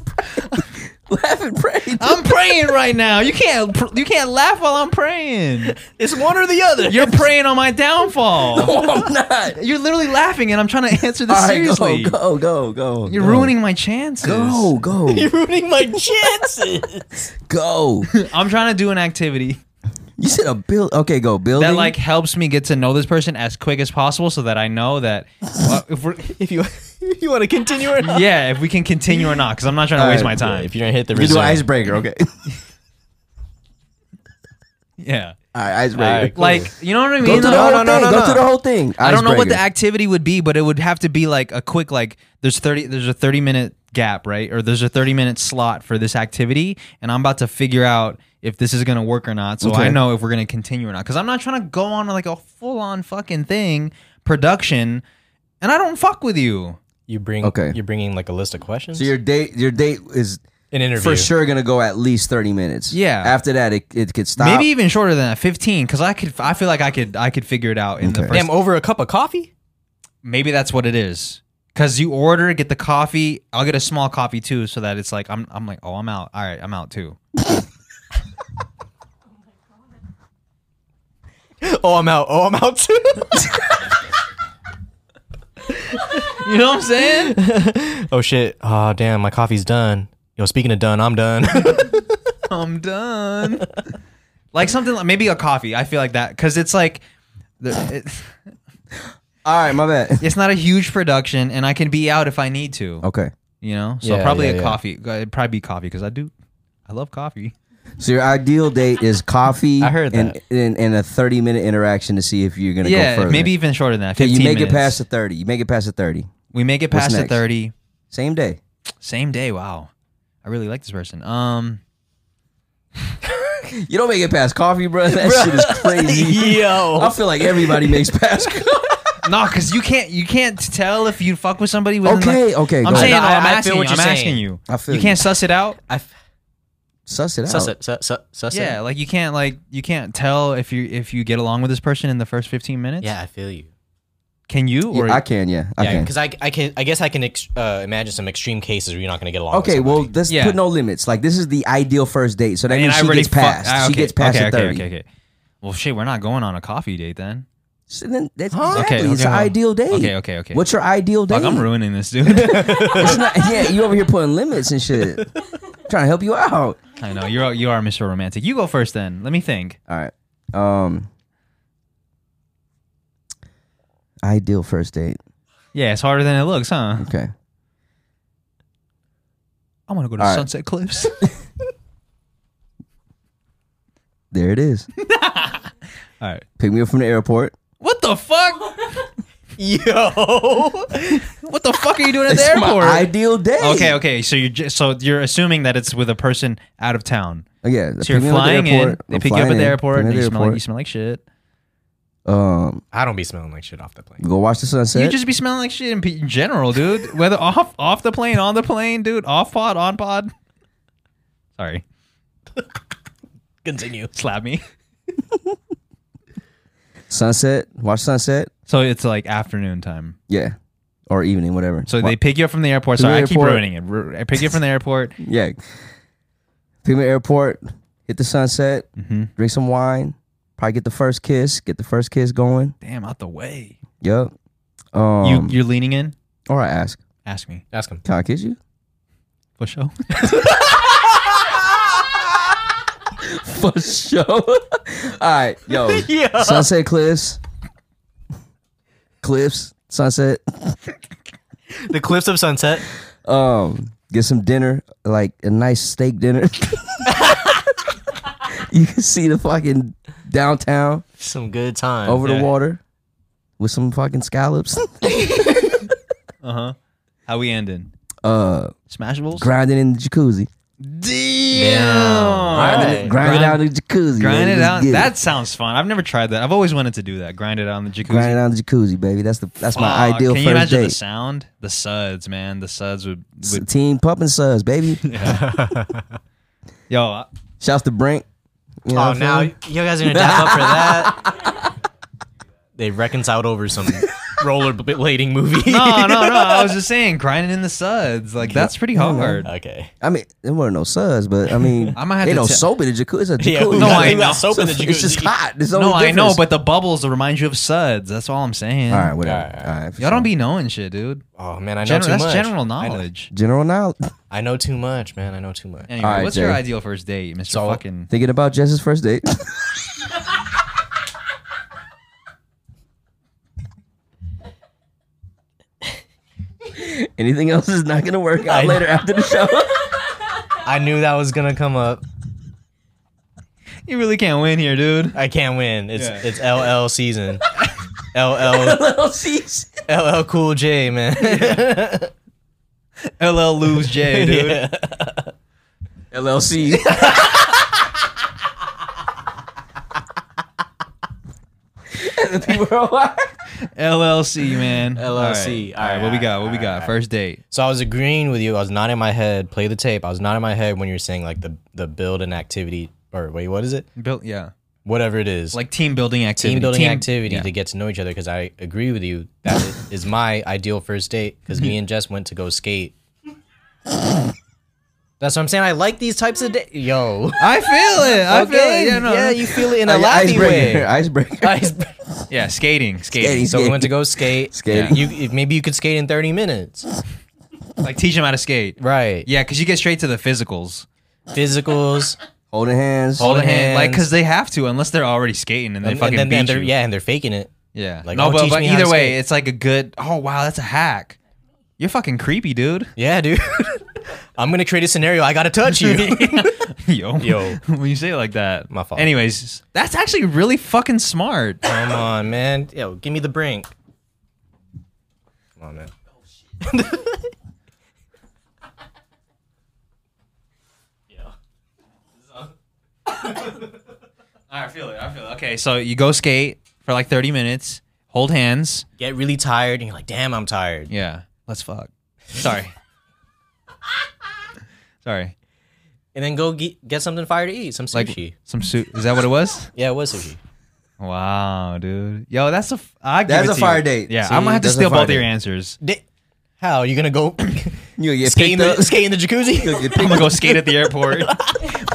[SPEAKER 3] Laugh and pray.
[SPEAKER 1] I'm praying right now. You can't pr- you can't laugh while I'm praying.
[SPEAKER 2] It's one or the other.
[SPEAKER 1] You're praying on my downfall.
[SPEAKER 3] I'm not.
[SPEAKER 1] You're literally laughing, and I'm trying to answer this
[SPEAKER 3] All right,
[SPEAKER 1] seriously.
[SPEAKER 3] go, go, go, go.
[SPEAKER 1] You're
[SPEAKER 3] go.
[SPEAKER 1] ruining my chances.
[SPEAKER 3] Go, go,
[SPEAKER 2] ruining my chances.
[SPEAKER 3] go.
[SPEAKER 1] I'm trying to do an activity
[SPEAKER 3] You said a build. Okay, go. Building.
[SPEAKER 1] that like helps me get to know this person as quick as possible, so that I know that uh, if we're
[SPEAKER 2] if you if you want to continue or not.
[SPEAKER 1] yeah, if we can continue or not, because I'm not trying to
[SPEAKER 3] All
[SPEAKER 1] waste
[SPEAKER 3] right,
[SPEAKER 1] my time.
[SPEAKER 2] If you're gonna hit the
[SPEAKER 3] you do
[SPEAKER 2] resume.
[SPEAKER 3] an icebreaker. Okay.
[SPEAKER 1] Yeah,
[SPEAKER 3] All right, icebreaker.
[SPEAKER 2] All right, cool.
[SPEAKER 1] like you know what I mean.
[SPEAKER 3] Go through the
[SPEAKER 1] Like,
[SPEAKER 2] no,
[SPEAKER 3] whole
[SPEAKER 2] no,
[SPEAKER 3] thing.
[SPEAKER 2] no,
[SPEAKER 3] Go
[SPEAKER 2] no.
[SPEAKER 3] through the whole thing.
[SPEAKER 1] I don't know what the
[SPEAKER 3] Icebreaker.
[SPEAKER 1] activity would be, but it would have to be like a quick like there's 30 there's a 30 minute gap, right? Or there's a 30 minute slot for this activity and I'm about to figure out if this is going to work or not. So I
[SPEAKER 3] Okay.
[SPEAKER 1] know if we're going to continue or not cuz I'm not trying to go on like a full on fucking thing production and I don't fuck with you.
[SPEAKER 2] you bring
[SPEAKER 3] Okay.
[SPEAKER 2] you're bringing like a list of questions.
[SPEAKER 3] So your date, your date is
[SPEAKER 2] an interview.
[SPEAKER 3] for sure gonna go at least thirty minutes.
[SPEAKER 1] Yeah.
[SPEAKER 3] After that, it, it could stop.
[SPEAKER 1] Maybe even shorter than that, 15 cuz I could I feel like I could I could figure it out in the
[SPEAKER 3] Okay.
[SPEAKER 1] first
[SPEAKER 2] Damn, over a cup of coffee?
[SPEAKER 1] maybe that's what it is. Cause you order, get the coffee. I'll get a small coffee too, so that it's like I'm. I'm like, oh, I'm out. All right, I'm out too.
[SPEAKER 2] Oh, I'm out. Oh, I'm out too.
[SPEAKER 1] You know what I'm saying?
[SPEAKER 2] oh shit. Oh damn, my coffee's done. Yo, speaking of done, I'm done.
[SPEAKER 1] I'm done. Like something, like maybe a coffee. I feel like that because it's like, the- it-
[SPEAKER 3] All right, my bad.
[SPEAKER 1] it's not a huge production, and I can be out if I need to.
[SPEAKER 3] Okay.
[SPEAKER 1] You know, so
[SPEAKER 2] Yeah,
[SPEAKER 1] probably
[SPEAKER 2] yeah,
[SPEAKER 1] a
[SPEAKER 2] yeah.
[SPEAKER 1] coffee. It'd probably be coffee because I do, I love coffee.
[SPEAKER 3] So your ideal date is coffee.
[SPEAKER 2] I heard
[SPEAKER 3] and,
[SPEAKER 2] that.
[SPEAKER 3] And, and a thirty minute interaction to see if you're gonna go
[SPEAKER 1] Yeah,
[SPEAKER 3] further.
[SPEAKER 1] maybe even shorter than that.
[SPEAKER 3] Okay,
[SPEAKER 1] 15
[SPEAKER 3] you make
[SPEAKER 1] minutes.
[SPEAKER 3] it past the thirty. You make it past the thirty.
[SPEAKER 1] We make it
[SPEAKER 3] What's
[SPEAKER 1] past the
[SPEAKER 3] next?
[SPEAKER 1] thirty.
[SPEAKER 3] Same day.
[SPEAKER 1] Same day. Wow, I really like this person. Um,
[SPEAKER 3] You don't make it past coffee, bro. That shit is crazy. I
[SPEAKER 2] Yo.
[SPEAKER 3] feel like everybody makes past. coffee.
[SPEAKER 1] no, because you can't. You can't tell if you fuck with somebody. Within
[SPEAKER 3] okay.
[SPEAKER 1] like-
[SPEAKER 3] Okay. Go
[SPEAKER 1] I'm saying.
[SPEAKER 2] I- I
[SPEAKER 1] I'm
[SPEAKER 2] feel
[SPEAKER 1] asking.
[SPEAKER 2] what
[SPEAKER 1] you,
[SPEAKER 2] you're
[SPEAKER 1] I'm
[SPEAKER 2] saying.
[SPEAKER 1] asking you.
[SPEAKER 3] I feel
[SPEAKER 1] You
[SPEAKER 3] you.
[SPEAKER 1] can't suss it out.
[SPEAKER 2] I f-
[SPEAKER 3] suss it out.
[SPEAKER 2] sus it. Sus, sus, sus
[SPEAKER 1] Yeah,
[SPEAKER 2] it.
[SPEAKER 1] like you can't like you can't tell if you if you get along with this person in the first 15 minutes.
[SPEAKER 2] Yeah, I feel you.
[SPEAKER 1] Can you
[SPEAKER 3] Yeah,
[SPEAKER 1] or
[SPEAKER 3] I can. Yeah. I
[SPEAKER 2] Yeah,
[SPEAKER 3] can.
[SPEAKER 2] because I, I can I guess I can ex- uh, imagine some extreme cases where you're not gonna get along.
[SPEAKER 3] Okay,
[SPEAKER 2] with
[SPEAKER 3] well,
[SPEAKER 2] somebody.
[SPEAKER 3] let's
[SPEAKER 1] Yeah.
[SPEAKER 3] put no limits. Like this is the ideal first date, so that
[SPEAKER 1] and
[SPEAKER 3] means
[SPEAKER 1] I
[SPEAKER 3] she
[SPEAKER 1] already
[SPEAKER 3] gets
[SPEAKER 1] fuck-
[SPEAKER 3] past.
[SPEAKER 1] ah,
[SPEAKER 3] She
[SPEAKER 1] okay,
[SPEAKER 3] gets past
[SPEAKER 1] okay,
[SPEAKER 3] the
[SPEAKER 1] okay,
[SPEAKER 3] thirty.
[SPEAKER 1] okay, okay. Well, shit, we're not going on a coffee date then.
[SPEAKER 3] So then that's
[SPEAKER 2] Huh?
[SPEAKER 3] exactly
[SPEAKER 1] Okay,
[SPEAKER 3] it's
[SPEAKER 1] okay,
[SPEAKER 3] an
[SPEAKER 1] well,
[SPEAKER 3] ideal date.
[SPEAKER 1] okay, okay, okay.
[SPEAKER 3] What's your ideal date?
[SPEAKER 1] Fuck, I'm ruining this, dude.
[SPEAKER 3] It's not- yeah, you over here putting limits and shit. trying to help you out.
[SPEAKER 1] I know you're you are Mr. Romantic. You go first then. Let me think.
[SPEAKER 3] All right. Um. Ideal first date.
[SPEAKER 1] Yeah, it's harder than it looks, huh?
[SPEAKER 3] Okay.
[SPEAKER 1] I want to go to
[SPEAKER 3] All right.
[SPEAKER 1] Sunset Cliffs.
[SPEAKER 3] There it is.
[SPEAKER 1] All right.
[SPEAKER 3] Pick me up from the airport.
[SPEAKER 1] What the fuck?
[SPEAKER 2] Yo,
[SPEAKER 1] What the fuck are you doing at the
[SPEAKER 3] It's my
[SPEAKER 1] airport?
[SPEAKER 3] ideal day.
[SPEAKER 1] okay, okay. So you're just, so you're assuming that it's with a person out of town.
[SPEAKER 3] Oh, yeah.
[SPEAKER 1] So you're flying in. They pick you up at the airport. And
[SPEAKER 3] And
[SPEAKER 1] you smell like you smell like shit.
[SPEAKER 3] um,
[SPEAKER 2] I don't be smelling like shit off the plane.
[SPEAKER 3] go watch the sunset.
[SPEAKER 1] You just be smelling like shit in, pe- in general, dude. Whether off off the plane, on the plane, dude. Off pod, on pod. Sorry,
[SPEAKER 2] Continue.
[SPEAKER 1] slap me.
[SPEAKER 3] sunset. Watch sunset.
[SPEAKER 1] So it's like afternoon time.
[SPEAKER 3] Yeah, or evening, whatever.
[SPEAKER 1] So
[SPEAKER 3] Wa-
[SPEAKER 1] they pick you up from the airport.
[SPEAKER 3] From
[SPEAKER 1] Sorry,
[SPEAKER 3] the
[SPEAKER 1] I keep
[SPEAKER 3] airport.
[SPEAKER 1] ruining it. Ru- I pick you up from the airport.
[SPEAKER 3] yeah, pick me at airport. Hit the sunset. Drink some wine. Probably get the first kiss. Get the first kiss going.
[SPEAKER 1] Damn, out the way.
[SPEAKER 3] Yep. Um,
[SPEAKER 1] you you're leaning in.
[SPEAKER 3] or I ask,
[SPEAKER 1] Ask me
[SPEAKER 2] Ask him.
[SPEAKER 3] can I kiss you?
[SPEAKER 1] for sure.
[SPEAKER 3] For sure. All right, yo. Sunset cliffs. Cliffs. Sunset.
[SPEAKER 2] The cliffs of sunset.
[SPEAKER 3] Um, get some dinner, like a nice steak dinner. you can see the fucking downtown
[SPEAKER 2] Some good time
[SPEAKER 3] over
[SPEAKER 1] Yeah.
[SPEAKER 3] the water with some fucking scallops.
[SPEAKER 1] Uh huh. How we ending?
[SPEAKER 3] uh,
[SPEAKER 1] Smashables.
[SPEAKER 3] grinding in the jacuzzi.
[SPEAKER 1] Damn.
[SPEAKER 2] Alright.
[SPEAKER 3] Grind,
[SPEAKER 1] Grind-
[SPEAKER 3] it out in the jacuzzi.
[SPEAKER 1] Grind
[SPEAKER 3] baby.
[SPEAKER 1] it
[SPEAKER 3] Let's
[SPEAKER 1] out.
[SPEAKER 3] get
[SPEAKER 1] That sounds fun. I've never tried that. I've always wanted to do that. Grind it out in the jacuzzi.
[SPEAKER 3] grind it out in the jacuzzi, baby. That's the that's my
[SPEAKER 1] Fuck,
[SPEAKER 3] ideal
[SPEAKER 1] Can you
[SPEAKER 3] first
[SPEAKER 1] imagine the
[SPEAKER 3] date.
[SPEAKER 1] sound? The suds, man. The suds would.
[SPEAKER 3] S-
[SPEAKER 1] would
[SPEAKER 3] Team pumping suds, baby.
[SPEAKER 1] yo, I-
[SPEAKER 3] Shouts to Brink. You know
[SPEAKER 2] Oh,
[SPEAKER 3] what I'm
[SPEAKER 2] now
[SPEAKER 3] saying?
[SPEAKER 2] you guys are gonna dap up for that. They reconciled over some rollerblading movie.
[SPEAKER 1] no, Oh, no, no. I was just saying, grinding in the suds. Like that's pretty hard.
[SPEAKER 2] Okay.
[SPEAKER 3] I mean, there weren't no suds, but I mean,
[SPEAKER 1] I might have
[SPEAKER 3] they
[SPEAKER 1] to
[SPEAKER 3] don't
[SPEAKER 1] tell-
[SPEAKER 3] soap in the jacuzzi. It's a
[SPEAKER 2] Yeah,
[SPEAKER 3] jacuzzi.
[SPEAKER 1] No, I
[SPEAKER 2] got
[SPEAKER 1] know.
[SPEAKER 2] soap in the
[SPEAKER 3] It's just
[SPEAKER 2] jacuzzi.
[SPEAKER 3] hot. There's
[SPEAKER 1] No,
[SPEAKER 3] only
[SPEAKER 1] I know,
[SPEAKER 3] difference.
[SPEAKER 1] but the bubbles will remind you of suds. That's all I'm saying.
[SPEAKER 3] all right, whatever. All
[SPEAKER 2] All right,
[SPEAKER 3] right,
[SPEAKER 2] all
[SPEAKER 3] for
[SPEAKER 1] Y'all
[SPEAKER 3] sure.
[SPEAKER 1] don't be knowing shit, dude.
[SPEAKER 2] Oh man, I know
[SPEAKER 1] Gen-
[SPEAKER 2] too
[SPEAKER 1] that's
[SPEAKER 2] much.
[SPEAKER 1] general
[SPEAKER 2] I know-
[SPEAKER 1] knowledge.
[SPEAKER 3] general knowledge.
[SPEAKER 2] I know, too much, man. I know too much.
[SPEAKER 1] Anyway,
[SPEAKER 3] All right,
[SPEAKER 1] what's your
[SPEAKER 3] Jay.
[SPEAKER 1] ideal first date, Mr.
[SPEAKER 2] So-
[SPEAKER 1] fucking?
[SPEAKER 3] Thinking about Jess's first date. Anything else is not gonna work out
[SPEAKER 2] I-
[SPEAKER 3] later after the show.
[SPEAKER 2] I knew that was gonna come up.
[SPEAKER 1] You really can't win here, dude.
[SPEAKER 2] I can't win. It's
[SPEAKER 1] Yeah.
[SPEAKER 2] it's LL season. LL
[SPEAKER 3] Little C's.
[SPEAKER 2] LL Cool J, man.
[SPEAKER 1] LL lose J, dude.
[SPEAKER 2] Yeah.
[SPEAKER 3] LLC. and the people are like,
[SPEAKER 1] LLC, man. All
[SPEAKER 2] LLC.
[SPEAKER 1] right, All right what we got? What we got? First date.
[SPEAKER 2] So I was agreeing with you. I was not in my head. Play the tape. I was not in my head when you were saying like the the build and activity or wait, what is it?
[SPEAKER 1] Built, yeah.
[SPEAKER 2] Whatever it is.
[SPEAKER 1] Like team building activity.
[SPEAKER 2] team building
[SPEAKER 1] Team-
[SPEAKER 2] activity
[SPEAKER 1] yeah.
[SPEAKER 2] to get to know each other because I agree with you that is- is my ideal first date because me and Jess went to go skate. That's what I'm saying. I like these types of dates. Yo.
[SPEAKER 1] I feel it. I feel it. Yeah, no, no.
[SPEAKER 2] you feel it in a laughy
[SPEAKER 3] icebreaker,
[SPEAKER 2] way.
[SPEAKER 3] icebreaker.
[SPEAKER 1] yeah. Skating, skating.
[SPEAKER 3] Skating.
[SPEAKER 2] So we went to go skate.
[SPEAKER 3] Skating.
[SPEAKER 2] You, if- maybe you could skate in 30 minutes.
[SPEAKER 1] Like teach them how to skate.
[SPEAKER 2] Right.
[SPEAKER 1] Yeah, because you get straight to the physicals.
[SPEAKER 2] Physicals.
[SPEAKER 3] Holding hands.
[SPEAKER 1] Hold a
[SPEAKER 2] Holding
[SPEAKER 1] hand, like
[SPEAKER 2] hands.
[SPEAKER 1] because they have to, unless they're already skating and they
[SPEAKER 2] and,
[SPEAKER 1] fucking
[SPEAKER 2] and then
[SPEAKER 1] beat
[SPEAKER 2] they're,
[SPEAKER 1] you.
[SPEAKER 2] yeah, and they're faking it.
[SPEAKER 1] yeah.
[SPEAKER 2] Like,
[SPEAKER 1] no,
[SPEAKER 2] oh,
[SPEAKER 1] but,
[SPEAKER 2] teach
[SPEAKER 1] but
[SPEAKER 2] me how to
[SPEAKER 1] either way,
[SPEAKER 2] skate.
[SPEAKER 1] it's like a good. Oh wow, that's a hack. You're fucking creepy, dude.
[SPEAKER 2] Yeah, dude. I'm gonna create a scenario. I gotta touch you.
[SPEAKER 1] Yo,
[SPEAKER 2] Yo.
[SPEAKER 1] when you say it like that,
[SPEAKER 2] My fault.
[SPEAKER 1] Anyways, that's actually really fucking smart.
[SPEAKER 2] Come on, man. Yo, give me the brink. Come on, man.
[SPEAKER 1] I feel it. I feel it. Okay, so you go skate for like 30 minutes, hold hands.
[SPEAKER 2] Get really tired, and you're like, damn, I'm tired.
[SPEAKER 1] Yeah. Let's fuck. Sorry. Sorry.
[SPEAKER 2] And then go get, get something fire to eat, some
[SPEAKER 1] Like
[SPEAKER 2] sushi.
[SPEAKER 1] some suit. Is that what it was?
[SPEAKER 2] yeah, it was sushi.
[SPEAKER 1] Wow, dude. Yo, that's a. F- I give
[SPEAKER 3] That's
[SPEAKER 1] it
[SPEAKER 3] a
[SPEAKER 1] to
[SPEAKER 3] fire
[SPEAKER 1] you.
[SPEAKER 3] date.
[SPEAKER 1] Yeah,
[SPEAKER 3] See,
[SPEAKER 1] I'm gonna have to
[SPEAKER 3] that's a
[SPEAKER 1] steal
[SPEAKER 3] fire
[SPEAKER 1] both of your
[SPEAKER 3] date.
[SPEAKER 1] ansers.
[SPEAKER 2] Di- How you gonna go
[SPEAKER 3] You get
[SPEAKER 2] skate in
[SPEAKER 3] picked
[SPEAKER 2] the
[SPEAKER 3] up.
[SPEAKER 2] skate in the jacuzzi?
[SPEAKER 3] You get
[SPEAKER 1] I'm
[SPEAKER 3] picked
[SPEAKER 1] gonna go skate at the airport.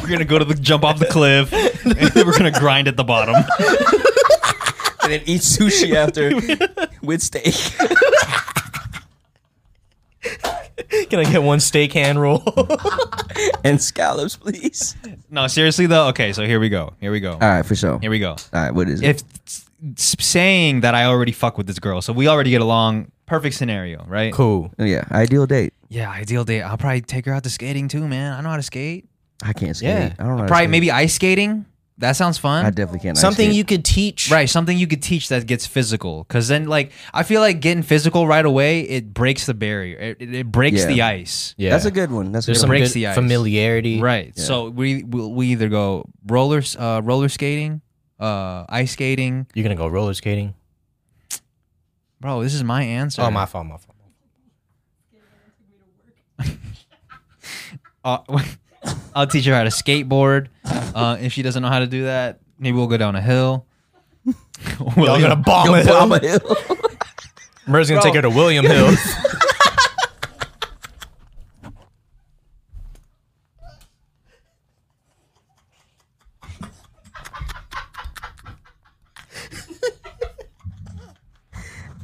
[SPEAKER 1] we're gonna go to the jump off the cliff, and then we're gonna grind at the bottom.
[SPEAKER 3] and then eat sushi after with steak.
[SPEAKER 2] Can I get one steak hand roll?
[SPEAKER 3] and scallops, please.
[SPEAKER 1] No, seriously though. Okay, so here we go. Here we go.
[SPEAKER 3] All right, for sure.
[SPEAKER 1] Here we go.
[SPEAKER 3] All right, what is it?
[SPEAKER 1] if s- s- saying that I already fuck with this girl, so we already get along. Perfect scenario, right?
[SPEAKER 2] cool.
[SPEAKER 3] Oh, yeah, ideal date.
[SPEAKER 1] Yeah, ideal date. I'll probably take her out to skating too, man. I know how to skate.
[SPEAKER 3] I can't skate.
[SPEAKER 2] Yeah.
[SPEAKER 3] I don't know. how to
[SPEAKER 1] Probably
[SPEAKER 3] skate.
[SPEAKER 1] maybe ice skating. That sounds fun.
[SPEAKER 3] I definitely can't. ice
[SPEAKER 2] Something
[SPEAKER 3] skate.
[SPEAKER 2] you could teach.
[SPEAKER 1] Right, something you could teach that gets physical. Because then, like, I feel like getting physical right away, it breaks the barrier. It, it, it breaks
[SPEAKER 3] Yeah.
[SPEAKER 1] the ice.
[SPEAKER 2] Yeah.
[SPEAKER 3] That's a good one. That's a
[SPEAKER 2] There's
[SPEAKER 3] good
[SPEAKER 2] some
[SPEAKER 3] one.
[SPEAKER 1] breaks
[SPEAKER 2] good
[SPEAKER 1] the ice.
[SPEAKER 2] familiarity.
[SPEAKER 1] Right. So we we we either go roller uh, roller skating, uh, ice skating.
[SPEAKER 2] You're gonna go roller skating.
[SPEAKER 1] Bro, this is my answer.
[SPEAKER 2] Oh my fault, my fault.
[SPEAKER 1] Uh, I'll teach her how to skateboard. Uh, if she doesn't know how to do that, maybe we'll go down a hill. Well,
[SPEAKER 2] Y'all
[SPEAKER 1] you
[SPEAKER 2] gonna
[SPEAKER 1] know,
[SPEAKER 2] bomb it.
[SPEAKER 3] Bomb a hill.
[SPEAKER 2] Mer's gonna take her to William Hill.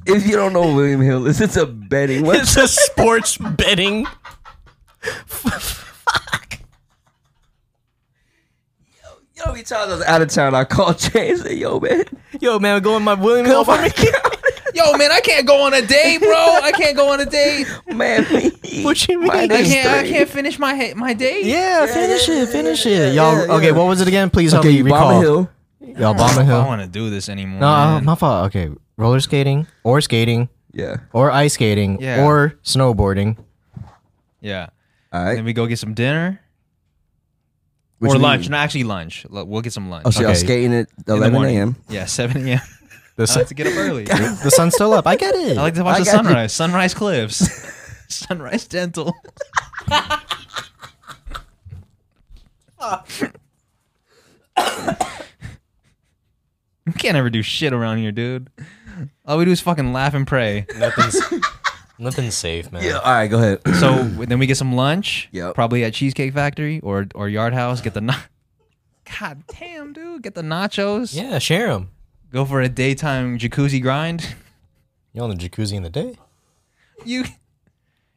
[SPEAKER 3] if you don't know William Hill, is it's a betting website.
[SPEAKER 2] it's a sports betting.
[SPEAKER 3] Yo, each time I was out of town, I called Jay and said, "Yo, man,
[SPEAKER 2] Yo, man, go on my William Hill for me.
[SPEAKER 1] Yo, man, I can't go on a date, bro. I can't go on a date.
[SPEAKER 3] man,
[SPEAKER 2] What you mean?
[SPEAKER 3] Mine
[SPEAKER 1] I
[SPEAKER 3] is
[SPEAKER 1] can't. I
[SPEAKER 3] three.
[SPEAKER 1] can't finish my ha- my date.
[SPEAKER 2] Yeah, finish it, finish it.
[SPEAKER 3] yeah,
[SPEAKER 2] Y'all,
[SPEAKER 3] yeah,
[SPEAKER 2] okay,
[SPEAKER 3] yeah.
[SPEAKER 2] what was it again? Please help
[SPEAKER 3] Okay,
[SPEAKER 2] me
[SPEAKER 3] you
[SPEAKER 2] recall.
[SPEAKER 3] bomb a hill.
[SPEAKER 2] Y'all, Bomber
[SPEAKER 1] I don't
[SPEAKER 2] Hill.
[SPEAKER 1] want to do this anymore.
[SPEAKER 2] No, uh,
[SPEAKER 1] man.
[SPEAKER 2] my fault. Okay, roller skating or skating
[SPEAKER 3] Yeah.
[SPEAKER 2] or ice skating
[SPEAKER 1] Yeah.
[SPEAKER 2] or snowboarding.
[SPEAKER 1] yeah.
[SPEAKER 3] All
[SPEAKER 1] Then
[SPEAKER 3] right.
[SPEAKER 1] we go get some dinner
[SPEAKER 3] What
[SPEAKER 1] or
[SPEAKER 3] you
[SPEAKER 1] lunch.
[SPEAKER 3] mean?
[SPEAKER 1] No, actually lunch. L- We'll get some lunch.
[SPEAKER 3] Oh, so y'all
[SPEAKER 2] Okay.
[SPEAKER 3] skating
[SPEAKER 1] In
[SPEAKER 3] at
[SPEAKER 1] the
[SPEAKER 3] 11
[SPEAKER 1] morning.
[SPEAKER 3] a.m.
[SPEAKER 1] Yeah, 7 a.m.
[SPEAKER 2] The,
[SPEAKER 1] I
[SPEAKER 2] sun,
[SPEAKER 1] like to get up early. I
[SPEAKER 2] the sun's still up. I get it.
[SPEAKER 1] like to watch
[SPEAKER 3] I
[SPEAKER 1] the
[SPEAKER 3] got you.
[SPEAKER 1] sunrise. Sunrise cliffs. sunrise dental. you can't ever do shit around here, dude. All we do is fucking laugh and pray.
[SPEAKER 2] nothing's, nothing's safe, man.
[SPEAKER 3] Yeah. All right, go ahead.
[SPEAKER 1] So then we get some lunch.
[SPEAKER 3] Yep.
[SPEAKER 1] Probably at Cheesecake Factory or or Yard House. Get the na- God damn, dude. Get the nachos.
[SPEAKER 2] Yeah, share them.
[SPEAKER 1] Go for a daytime jacuzzi grind.
[SPEAKER 2] You on the jacuzzi in the day?
[SPEAKER 1] You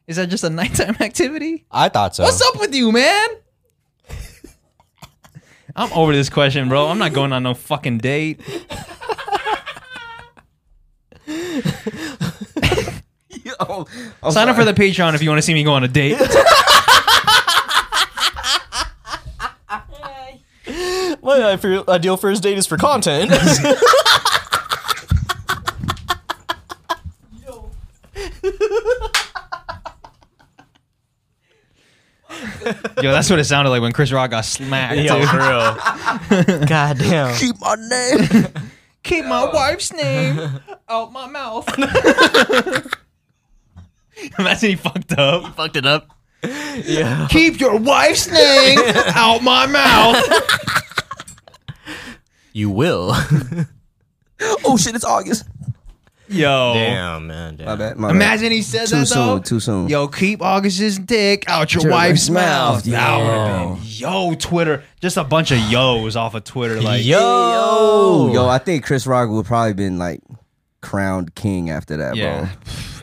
[SPEAKER 1] is that just a nighttime activity?
[SPEAKER 2] I thought so.
[SPEAKER 1] What's up with you, man? I'm over this question, bro. I'm not going on no fucking date.
[SPEAKER 3] Yo,
[SPEAKER 1] Sign up for the Patreon if you want to see me go on a date.
[SPEAKER 2] My ideal- ideal first date is for content.
[SPEAKER 1] Yo, that's what it sounded like when Chris Rock got smacked. dude.
[SPEAKER 2] real. God damn.
[SPEAKER 3] keep my name.
[SPEAKER 1] Keep my wife's name out my mouth. Imagine he fucked up. He fucked it up.
[SPEAKER 2] Yeah.
[SPEAKER 1] Keep your wife's name out my mouth.
[SPEAKER 2] You will.
[SPEAKER 3] oh shit, it's August.
[SPEAKER 1] Yo.
[SPEAKER 2] Damn, man.
[SPEAKER 3] My bad. My bad.
[SPEAKER 1] Imagine he said
[SPEAKER 3] Too
[SPEAKER 1] that though.
[SPEAKER 3] soon. Too soon.
[SPEAKER 1] Yo, keep August's dick out your
[SPEAKER 3] Your
[SPEAKER 1] wife's
[SPEAKER 3] wife's
[SPEAKER 1] mouth.
[SPEAKER 3] mouth.
[SPEAKER 1] That would
[SPEAKER 2] Yeah.
[SPEAKER 1] have been yo Twitter. Just a bunch of yo's off of Twitter. Like
[SPEAKER 2] yo.
[SPEAKER 3] Yo, I think Chris Rock would probably been like crowned king after that,
[SPEAKER 1] yeah,
[SPEAKER 3] bro.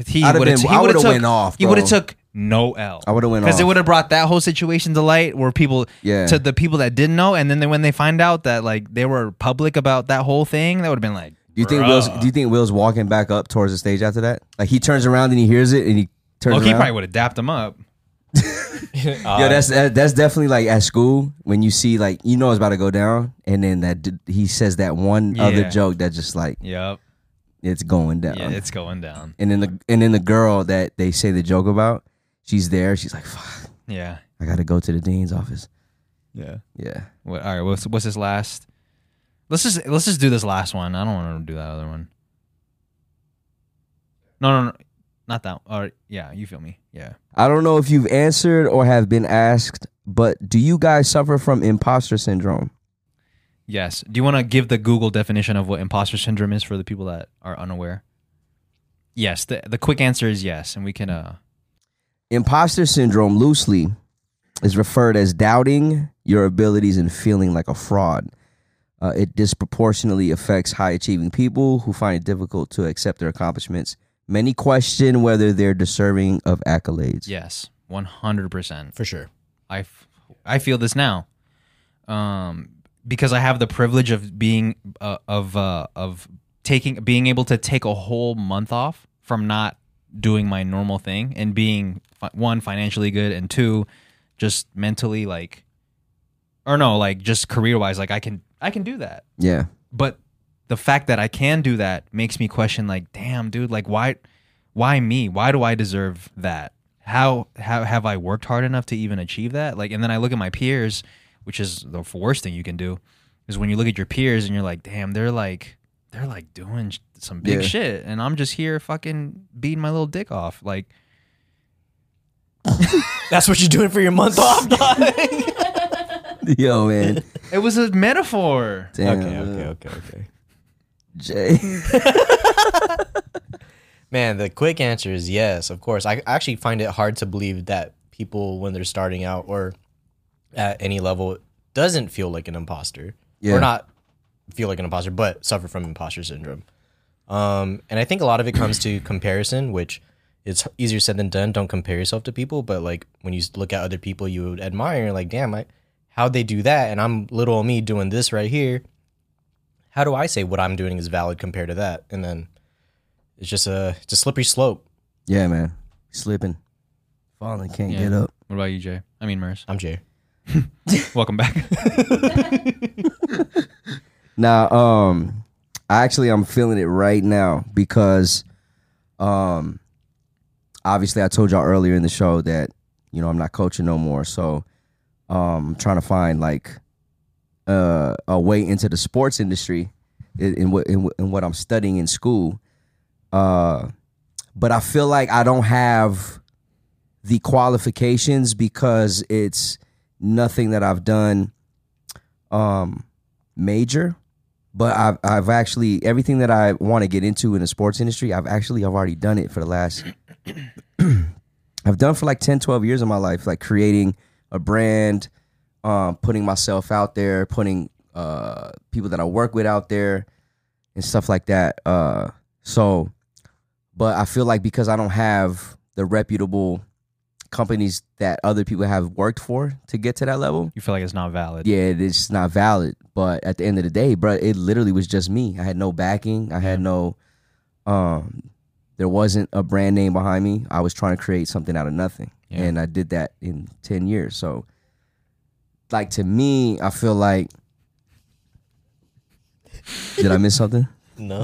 [SPEAKER 1] he
[SPEAKER 3] I'd have
[SPEAKER 1] would have.
[SPEAKER 3] been-
[SPEAKER 1] He
[SPEAKER 3] I
[SPEAKER 1] would have
[SPEAKER 3] would've
[SPEAKER 1] took.
[SPEAKER 3] went off,
[SPEAKER 1] he
[SPEAKER 3] bro.
[SPEAKER 1] would have took no L.
[SPEAKER 3] I would've went
[SPEAKER 1] because it
[SPEAKER 3] off.
[SPEAKER 1] would have brought that whole situation to light, where people
[SPEAKER 3] Yeah.
[SPEAKER 1] to the people that didn't know, and then they, when they find out that like they were public about that whole thing, that would have been like.
[SPEAKER 3] Do you think
[SPEAKER 1] bruh.
[SPEAKER 3] Will's? Do you think Will's walking back up towards the stage after that? Like he turns around and he hears it and he turns
[SPEAKER 1] Oh,
[SPEAKER 3] around.
[SPEAKER 1] he probably would have dapped him up.
[SPEAKER 2] Uh,
[SPEAKER 3] Yo, that's that, that's definitely like at school when you see like you know it's about to go down, and then that d- he says that one
[SPEAKER 1] Yeah.
[SPEAKER 3] other joke that just like
[SPEAKER 1] Yep.
[SPEAKER 3] it's going down.
[SPEAKER 1] Yeah, it's going down.
[SPEAKER 3] and then the and then the girl that they say the joke about, she's there. She's like, "Fuck,
[SPEAKER 1] Yeah.
[SPEAKER 3] I gotta go to the dean's office."
[SPEAKER 1] Yeah.
[SPEAKER 3] Yeah,
[SPEAKER 1] What, all right, what's what's his last? Let's just let's just do this last one. I don't want to do that other one. No, no, no, not that. All right, yeah, you feel me? Yeah.
[SPEAKER 3] I don't know if you've answered or have been asked, but do you guys suffer from imposter syndrome?
[SPEAKER 1] Yes. Do you want to give the Google definition of what imposter syndrome is for the people that are unaware? Yes. The the quick answer is yes, and we can. uh
[SPEAKER 3] Imposter syndrome loosely is referred as doubting your abilities and feeling like a fraud. Uh, it disproportionately affects high achieving people who find it difficult to accept their accomplishments. Many question whether they're deserving of accolades.
[SPEAKER 1] Yes, one hundred percent.
[SPEAKER 2] For sure.
[SPEAKER 1] I, f- I feel this now, um, because I have the privilege of being uh, of uh, of taking being able to take a whole month off from not doing my normal thing and being fi- one financially good and two just mentally like or no like just career wise like I can I can do that.
[SPEAKER 3] Yeah.
[SPEAKER 1] But the fact that I can do that makes me question like, damn, dude, like why why me? Why do I deserve that? How how have I worked hard enough to even achieve that? Like and then I look at my peers, which is the worst thing you can do, is when you look at your peers and you're like, damn, they're like they're like doing sh- some big
[SPEAKER 3] Yeah.
[SPEAKER 1] shit and I'm just here fucking beating my little dick off. Like
[SPEAKER 2] That's what you're doing for your month off. dog?
[SPEAKER 3] Yo, man.
[SPEAKER 1] it was a metaphor.
[SPEAKER 3] Damn.
[SPEAKER 2] okay, okay.
[SPEAKER 3] Jay.
[SPEAKER 2] Man, the quick answer is yes, of course. I I actually find it hard to believe that people, when they're starting out or at any level, doesn't feel like an imposter
[SPEAKER 3] Yeah.
[SPEAKER 2] or not feel like an imposter, but suffer from imposter syndrome. Um, and I think a lot of it comes to comparison, which it's easier said than done. Don't compare yourself to people, but like when you look at other people you would admire, you're like, damn, I, how'd they do that? And I'm little old me doing this right here. How do I say what I'm doing is valid compared to that? And then it's just a it's a slippery slope.
[SPEAKER 3] Yeah, man. Slipping. Falling, can't
[SPEAKER 1] Yeah.
[SPEAKER 3] get up.
[SPEAKER 1] What about you, Jay? I mean, Merce.
[SPEAKER 2] I'm Jay.
[SPEAKER 1] Welcome back.
[SPEAKER 3] Now, um, I actually I'm feeling it right now because, um, obviously I told y'all earlier in the show that you know I'm not coaching no more, so um, I'm trying to find like uh, a way into the sports industry in, in what in, what- in what I'm studying in school. Uh, but I feel like I don't have the qualifications because it's nothing that I've done. Um, major, but I've I've actually everything that I want to get into in the sports industry, I've actually I've already done it for the last I've done for like 10, 12 years of my life, like creating a brand, um, putting myself out there, putting uh, people that I work with out there and stuff like that. Uh, so but I feel like because I don't have the reputable companies that other people have worked for to get to that level,
[SPEAKER 1] you feel like it's not valid.
[SPEAKER 3] yeah, it's not valid. But at the end of the day, bro, it literally was just me. I had no backing. I had no, um, there wasn't a brand name behind me. I was trying to create something out of nothing,
[SPEAKER 1] Yeah.
[SPEAKER 3] and I did that in ten years. So, like to me, I feel like, did I miss something?
[SPEAKER 2] No.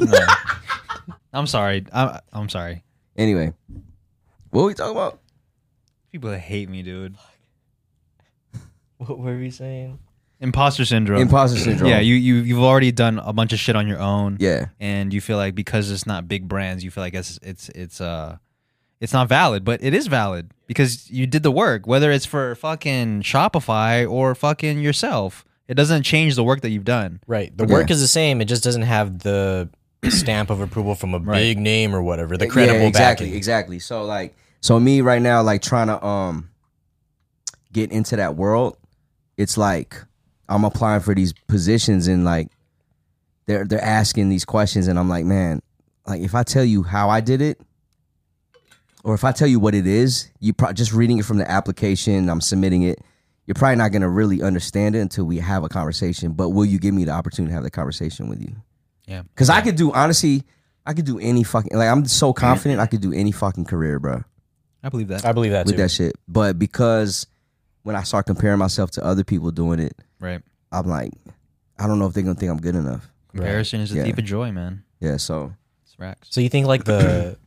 [SPEAKER 1] I'm sorry. I, I'm sorry.
[SPEAKER 3] Anyway, what were we talking about?
[SPEAKER 1] People that hate me, dude.
[SPEAKER 2] what were we saying?
[SPEAKER 1] Imposter syndrome.
[SPEAKER 3] Imposter syndrome.
[SPEAKER 1] Yeah, you you you've already done a bunch of shit on your own.
[SPEAKER 3] yeah,
[SPEAKER 1] And you feel like because it's not big brands, you feel like it's it's it's uh it's not valid, but it is valid because you did the work, whether it's for fucking Shopify or fucking yourself. It doesn't change the work that you've done.
[SPEAKER 2] Right. The
[SPEAKER 3] Yeah.
[SPEAKER 2] work is the same. It just doesn't have the stamp of approval from a
[SPEAKER 1] Right.
[SPEAKER 2] big name or whatever. The credible
[SPEAKER 3] yeah, exactly
[SPEAKER 2] backing.
[SPEAKER 3] exactly so like so me right now like trying to um get into that world it's like i'm applying for these positions and like they're they're asking these questions and i'm like man like if i tell you how i did it or if i tell you what it is you pro- just reading it from the application i'm submitting it you're probably not going to really understand it until we have a conversation but will you give me the opportunity to have the conversation with you
[SPEAKER 1] Yeah.
[SPEAKER 3] Cause I could do honestly, I could do any fucking like I'm
[SPEAKER 2] Mm-hmm.
[SPEAKER 3] so confident I could do any fucking career, bro,
[SPEAKER 1] I believe that.
[SPEAKER 2] I believe that
[SPEAKER 3] with
[SPEAKER 2] too.
[SPEAKER 3] that shit. But because when I start comparing myself to other people doing it,
[SPEAKER 1] right.
[SPEAKER 3] I'm like, I don't know if they're gonna think I'm good enough.
[SPEAKER 1] Comparison is the
[SPEAKER 3] Yeah.
[SPEAKER 1] thief of joy, man.
[SPEAKER 3] Yeah, so
[SPEAKER 1] It's racks.
[SPEAKER 2] So you think like the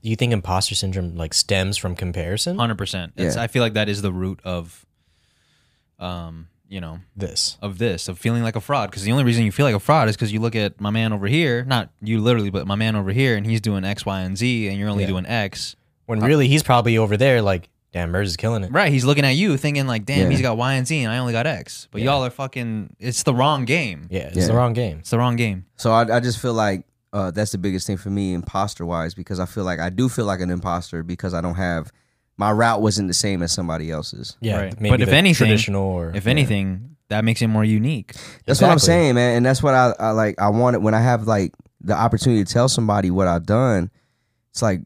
[SPEAKER 2] you think imposter syndrome like stems from comparison?
[SPEAKER 1] Hundred percent. It's
[SPEAKER 3] Yeah.
[SPEAKER 1] I feel like that is the root of um, you know,
[SPEAKER 2] This.
[SPEAKER 1] of this of feeling like a fraud because the only reason you feel like a fraud is because you look at my man over here not you literally but my man over here and he's doing x y and z and you're only
[SPEAKER 2] Yeah.
[SPEAKER 1] doing x
[SPEAKER 2] When really he's probably over there like, damn, Mers is killing it.
[SPEAKER 1] right he's looking at you thinking like damn
[SPEAKER 3] Yeah.
[SPEAKER 1] he's got y and z and i only got x but y'all are fucking it's the wrong game
[SPEAKER 2] Yeah, it's
[SPEAKER 3] Yeah.
[SPEAKER 2] the wrong game.
[SPEAKER 1] it's the wrong game
[SPEAKER 3] so I, I just feel like uh, that's the biggest thing for me, imposter wise, because I feel like I do feel like an imposter because I don't have my route wasn't the same as somebody else's.
[SPEAKER 2] Yeah.
[SPEAKER 1] Right.
[SPEAKER 2] Maybe
[SPEAKER 1] But if
[SPEAKER 2] the
[SPEAKER 1] anything-
[SPEAKER 2] traditional or
[SPEAKER 1] if anything that makes it more unique
[SPEAKER 3] That's what I'm
[SPEAKER 2] Exactly.
[SPEAKER 3] saying, man. And that's what I, I like. I want it when I have like the opportunity to tell somebody what I've done. It's like,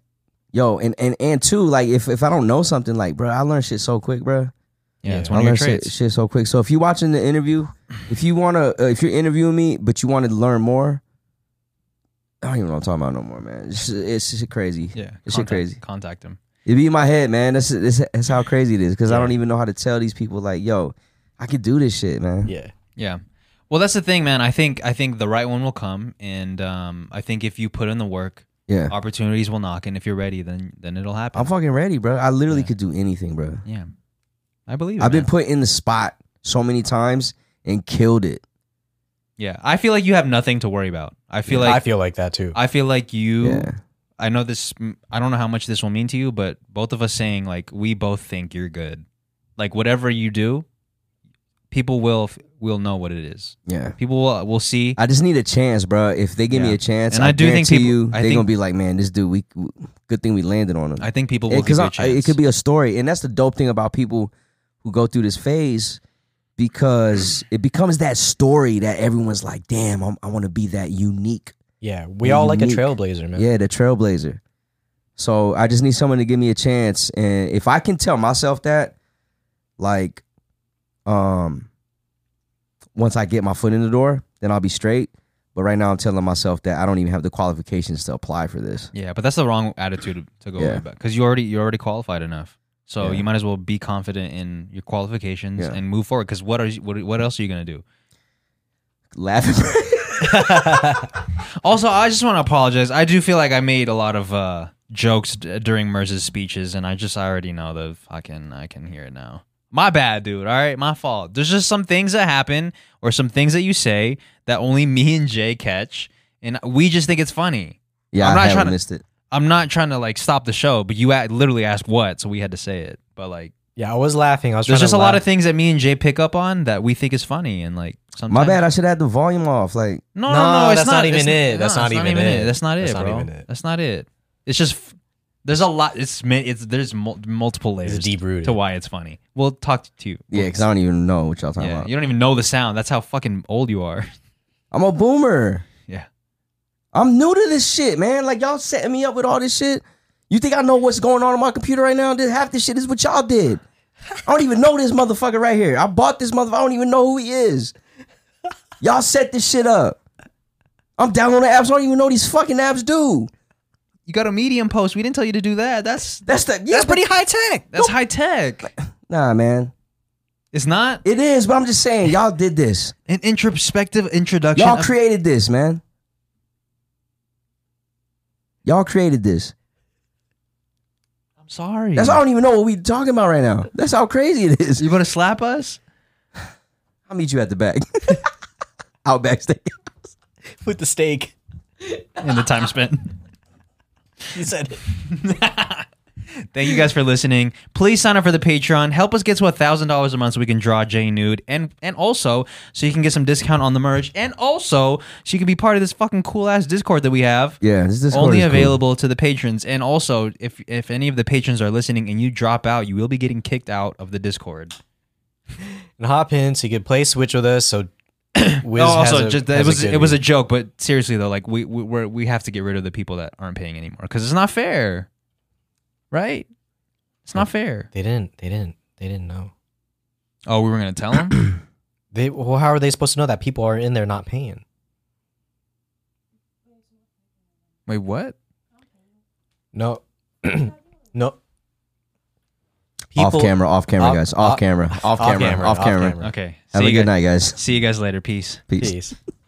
[SPEAKER 3] yo, and and and two, like if if I don't know something, like, bro, I learn shit so quick, bro.
[SPEAKER 1] yeah, it's
[SPEAKER 2] Yeah.
[SPEAKER 1] one
[SPEAKER 3] I
[SPEAKER 1] of your
[SPEAKER 3] learn shit,
[SPEAKER 1] traits
[SPEAKER 3] shit so quick. So if you're watching the interview, if you wanna, uh, if you're interviewing me, but you want to learn more, I don't even know what I'm talking about no more, man. It's it's, shit crazy.
[SPEAKER 1] yeah
[SPEAKER 3] This shit
[SPEAKER 1] contact,
[SPEAKER 3] crazy.
[SPEAKER 1] contact him
[SPEAKER 3] It be in my head, man. That's that's, that's how crazy it is because I don't even know how to tell these people, like, yo, I could do this shit, man.
[SPEAKER 2] Yeah.
[SPEAKER 1] yeah Well, that's the thing, man. I think I think the right one will come, and um, I think if you put in the work,
[SPEAKER 3] Yeah.
[SPEAKER 1] opportunities will knock, and if you're ready, then then it'll happen.
[SPEAKER 3] I'm fucking ready, bro. I literally could do anything, bro.
[SPEAKER 1] yeah, I believe. it,
[SPEAKER 3] I've been
[SPEAKER 1] man.
[SPEAKER 3] put in the spot so many times and killed it.
[SPEAKER 1] yeah, I feel like you have nothing to worry about. I feel like
[SPEAKER 2] I feel like that too.
[SPEAKER 1] I feel like you.
[SPEAKER 3] Yeah.
[SPEAKER 1] I know this. I don't know how much this will mean to you, but both of us saying like we both think you're good. Like whatever you do, people will will know what it is.
[SPEAKER 3] Yeah.
[SPEAKER 1] People will will see.
[SPEAKER 3] I just need a chance, bro. If they give me
[SPEAKER 1] Yeah.
[SPEAKER 3] a chance,
[SPEAKER 1] And
[SPEAKER 3] I,
[SPEAKER 1] I do think
[SPEAKER 3] guarantee
[SPEAKER 1] people-
[SPEAKER 3] you,
[SPEAKER 1] I
[SPEAKER 3] they're
[SPEAKER 1] think-
[SPEAKER 3] gonna be like, man, this dude, we good thing we landed on him.
[SPEAKER 1] I think people will give
[SPEAKER 3] because
[SPEAKER 1] you a chance.
[SPEAKER 3] it could be a story, and that's the dope thing about people who go through this phase, because it becomes that story that everyone's like, "Damn, I'm, I want to be that unique."
[SPEAKER 2] yeah, we all like a
[SPEAKER 3] Unique.
[SPEAKER 2] trailblazer, man.
[SPEAKER 3] Yeah, the trailblazer. So I just need someone to give me a chance, and if I can tell myself that, like, um, once I get my foot in the door, then I'll be straight. But right now, I'm telling myself that I don't even have the qualifications to apply for this.
[SPEAKER 1] Yeah, but that's the wrong attitude to go
[SPEAKER 3] Yeah.
[SPEAKER 1] about because you already you're already qualified enough. So
[SPEAKER 3] Yeah.
[SPEAKER 1] you might as well be confident in your qualifications
[SPEAKER 3] Yeah.
[SPEAKER 1] and move forward. Because what are you, what what else are you gonna do?
[SPEAKER 3] Laughing.
[SPEAKER 1] Also, I just want to apologize. I do feel like I made a lot of uh, jokes d- during Merz's speeches, and I just I already know the fucking I can hear it now. My bad, dude. All right, my fault. There's just some things that happen or some things that you say that only me and Jay catch, and we just think it's funny.
[SPEAKER 3] yeah,
[SPEAKER 1] I'm
[SPEAKER 3] I'm
[SPEAKER 1] not
[SPEAKER 3] not
[SPEAKER 1] trying
[SPEAKER 3] trying
[SPEAKER 1] to-
[SPEAKER 3] missed it.
[SPEAKER 1] I'm not trying to like stop the show, but you a literally asked what, so we had to say it. But like.
[SPEAKER 2] Yeah, I was laughing. I was.
[SPEAKER 1] There's
[SPEAKER 2] trying
[SPEAKER 1] just
[SPEAKER 2] to
[SPEAKER 1] a lot
[SPEAKER 2] laugh.
[SPEAKER 1] of things that me and Jay pick up on that we think is funny, and like sometimes.
[SPEAKER 3] My bad. I should have the volume off. Like,
[SPEAKER 1] no, no,
[SPEAKER 2] No,
[SPEAKER 1] no, it's
[SPEAKER 2] that's not even
[SPEAKER 1] it's-
[SPEAKER 2] it. That's
[SPEAKER 1] no,
[SPEAKER 2] not
[SPEAKER 1] it's
[SPEAKER 2] even it.
[SPEAKER 1] That's not
[SPEAKER 2] That's
[SPEAKER 1] it,
[SPEAKER 2] not
[SPEAKER 1] bro.
[SPEAKER 2] even it.
[SPEAKER 1] That's not it. It's just f- there's a lot. It's mi- it's there's mul- multiple layers
[SPEAKER 2] deep-rooted.
[SPEAKER 1] to why it's funny. We'll talk to you.
[SPEAKER 3] yeah, because I don't even know what y'all talking
[SPEAKER 1] Yeah,
[SPEAKER 3] about.
[SPEAKER 1] you don't even know the sound. That's how fucking old you are.
[SPEAKER 3] I'm a boomer.
[SPEAKER 1] yeah,
[SPEAKER 3] I'm new to this shit, man. Like y'all setting me up with all this shit. You think I know what's going on on my computer right now? This half this shit is what y'all did. I don't even know this motherfucker right here. I bought this motherfucker. I don't even know who he is. Y'all set this shit up. I'm downloading apps. I don't even know what these fucking apps do.
[SPEAKER 1] you got a medium post. We didn't tell you to do that. That's
[SPEAKER 3] That's the yeah, that's pretty
[SPEAKER 2] high tech.
[SPEAKER 1] that's high tech.
[SPEAKER 3] nah, man.
[SPEAKER 1] It's not
[SPEAKER 3] It is, but I'm just saying y'all did this.
[SPEAKER 1] an introspective introduction.
[SPEAKER 3] Y'all
[SPEAKER 1] of-
[SPEAKER 3] created this, man. Y'all created this.
[SPEAKER 1] I'm sorry.
[SPEAKER 3] That's I don't even know what we talking about right now. That's how crazy it is.
[SPEAKER 1] You want to slap us?
[SPEAKER 3] I'll meet you at the back. Out backstage.
[SPEAKER 2] with the steak.
[SPEAKER 1] in the time spent.
[SPEAKER 2] You said
[SPEAKER 1] Thank you guys for listening. Please sign up for the Patreon. Help us get to thousand dollars a month so we can draw Jay nude, and and also so you can get some discount on the merch, and also so you can be part of this fucking cool ass Discord that we have.
[SPEAKER 3] Yeah, this Discord
[SPEAKER 1] Only
[SPEAKER 3] is cool.
[SPEAKER 1] available to the patrons, and also if if any of the patrons are listening and you drop out, you will be getting kicked out of the Discord.
[SPEAKER 2] and hop in so you could play Switch with us. So Wiz
[SPEAKER 1] Oh,
[SPEAKER 2] has
[SPEAKER 1] also,
[SPEAKER 2] a-
[SPEAKER 1] just,
[SPEAKER 2] has
[SPEAKER 1] it was
[SPEAKER 2] good
[SPEAKER 1] it was a
[SPEAKER 2] read.
[SPEAKER 1] joke, but seriously though, like we we we're, we have to get rid of the people that aren't paying anymore because it's not fair, right? It's
[SPEAKER 2] Oh.
[SPEAKER 1] not fair.
[SPEAKER 2] They didn't. They didn't. They didn't know.
[SPEAKER 1] Oh, we were gonna tell them.
[SPEAKER 2] They well, how are they supposed to know that people are in there not paying?
[SPEAKER 1] Wait, what?
[SPEAKER 2] No, no.
[SPEAKER 3] Off camera, off camera,
[SPEAKER 2] off-
[SPEAKER 3] guys. Off,
[SPEAKER 2] off-
[SPEAKER 3] camera, off camera, off camera.
[SPEAKER 1] Okay.
[SPEAKER 3] Have
[SPEAKER 1] See
[SPEAKER 3] a
[SPEAKER 1] you guys-
[SPEAKER 3] good night, guys.
[SPEAKER 1] See you guys later. Peace.
[SPEAKER 3] Peace.
[SPEAKER 2] Peace.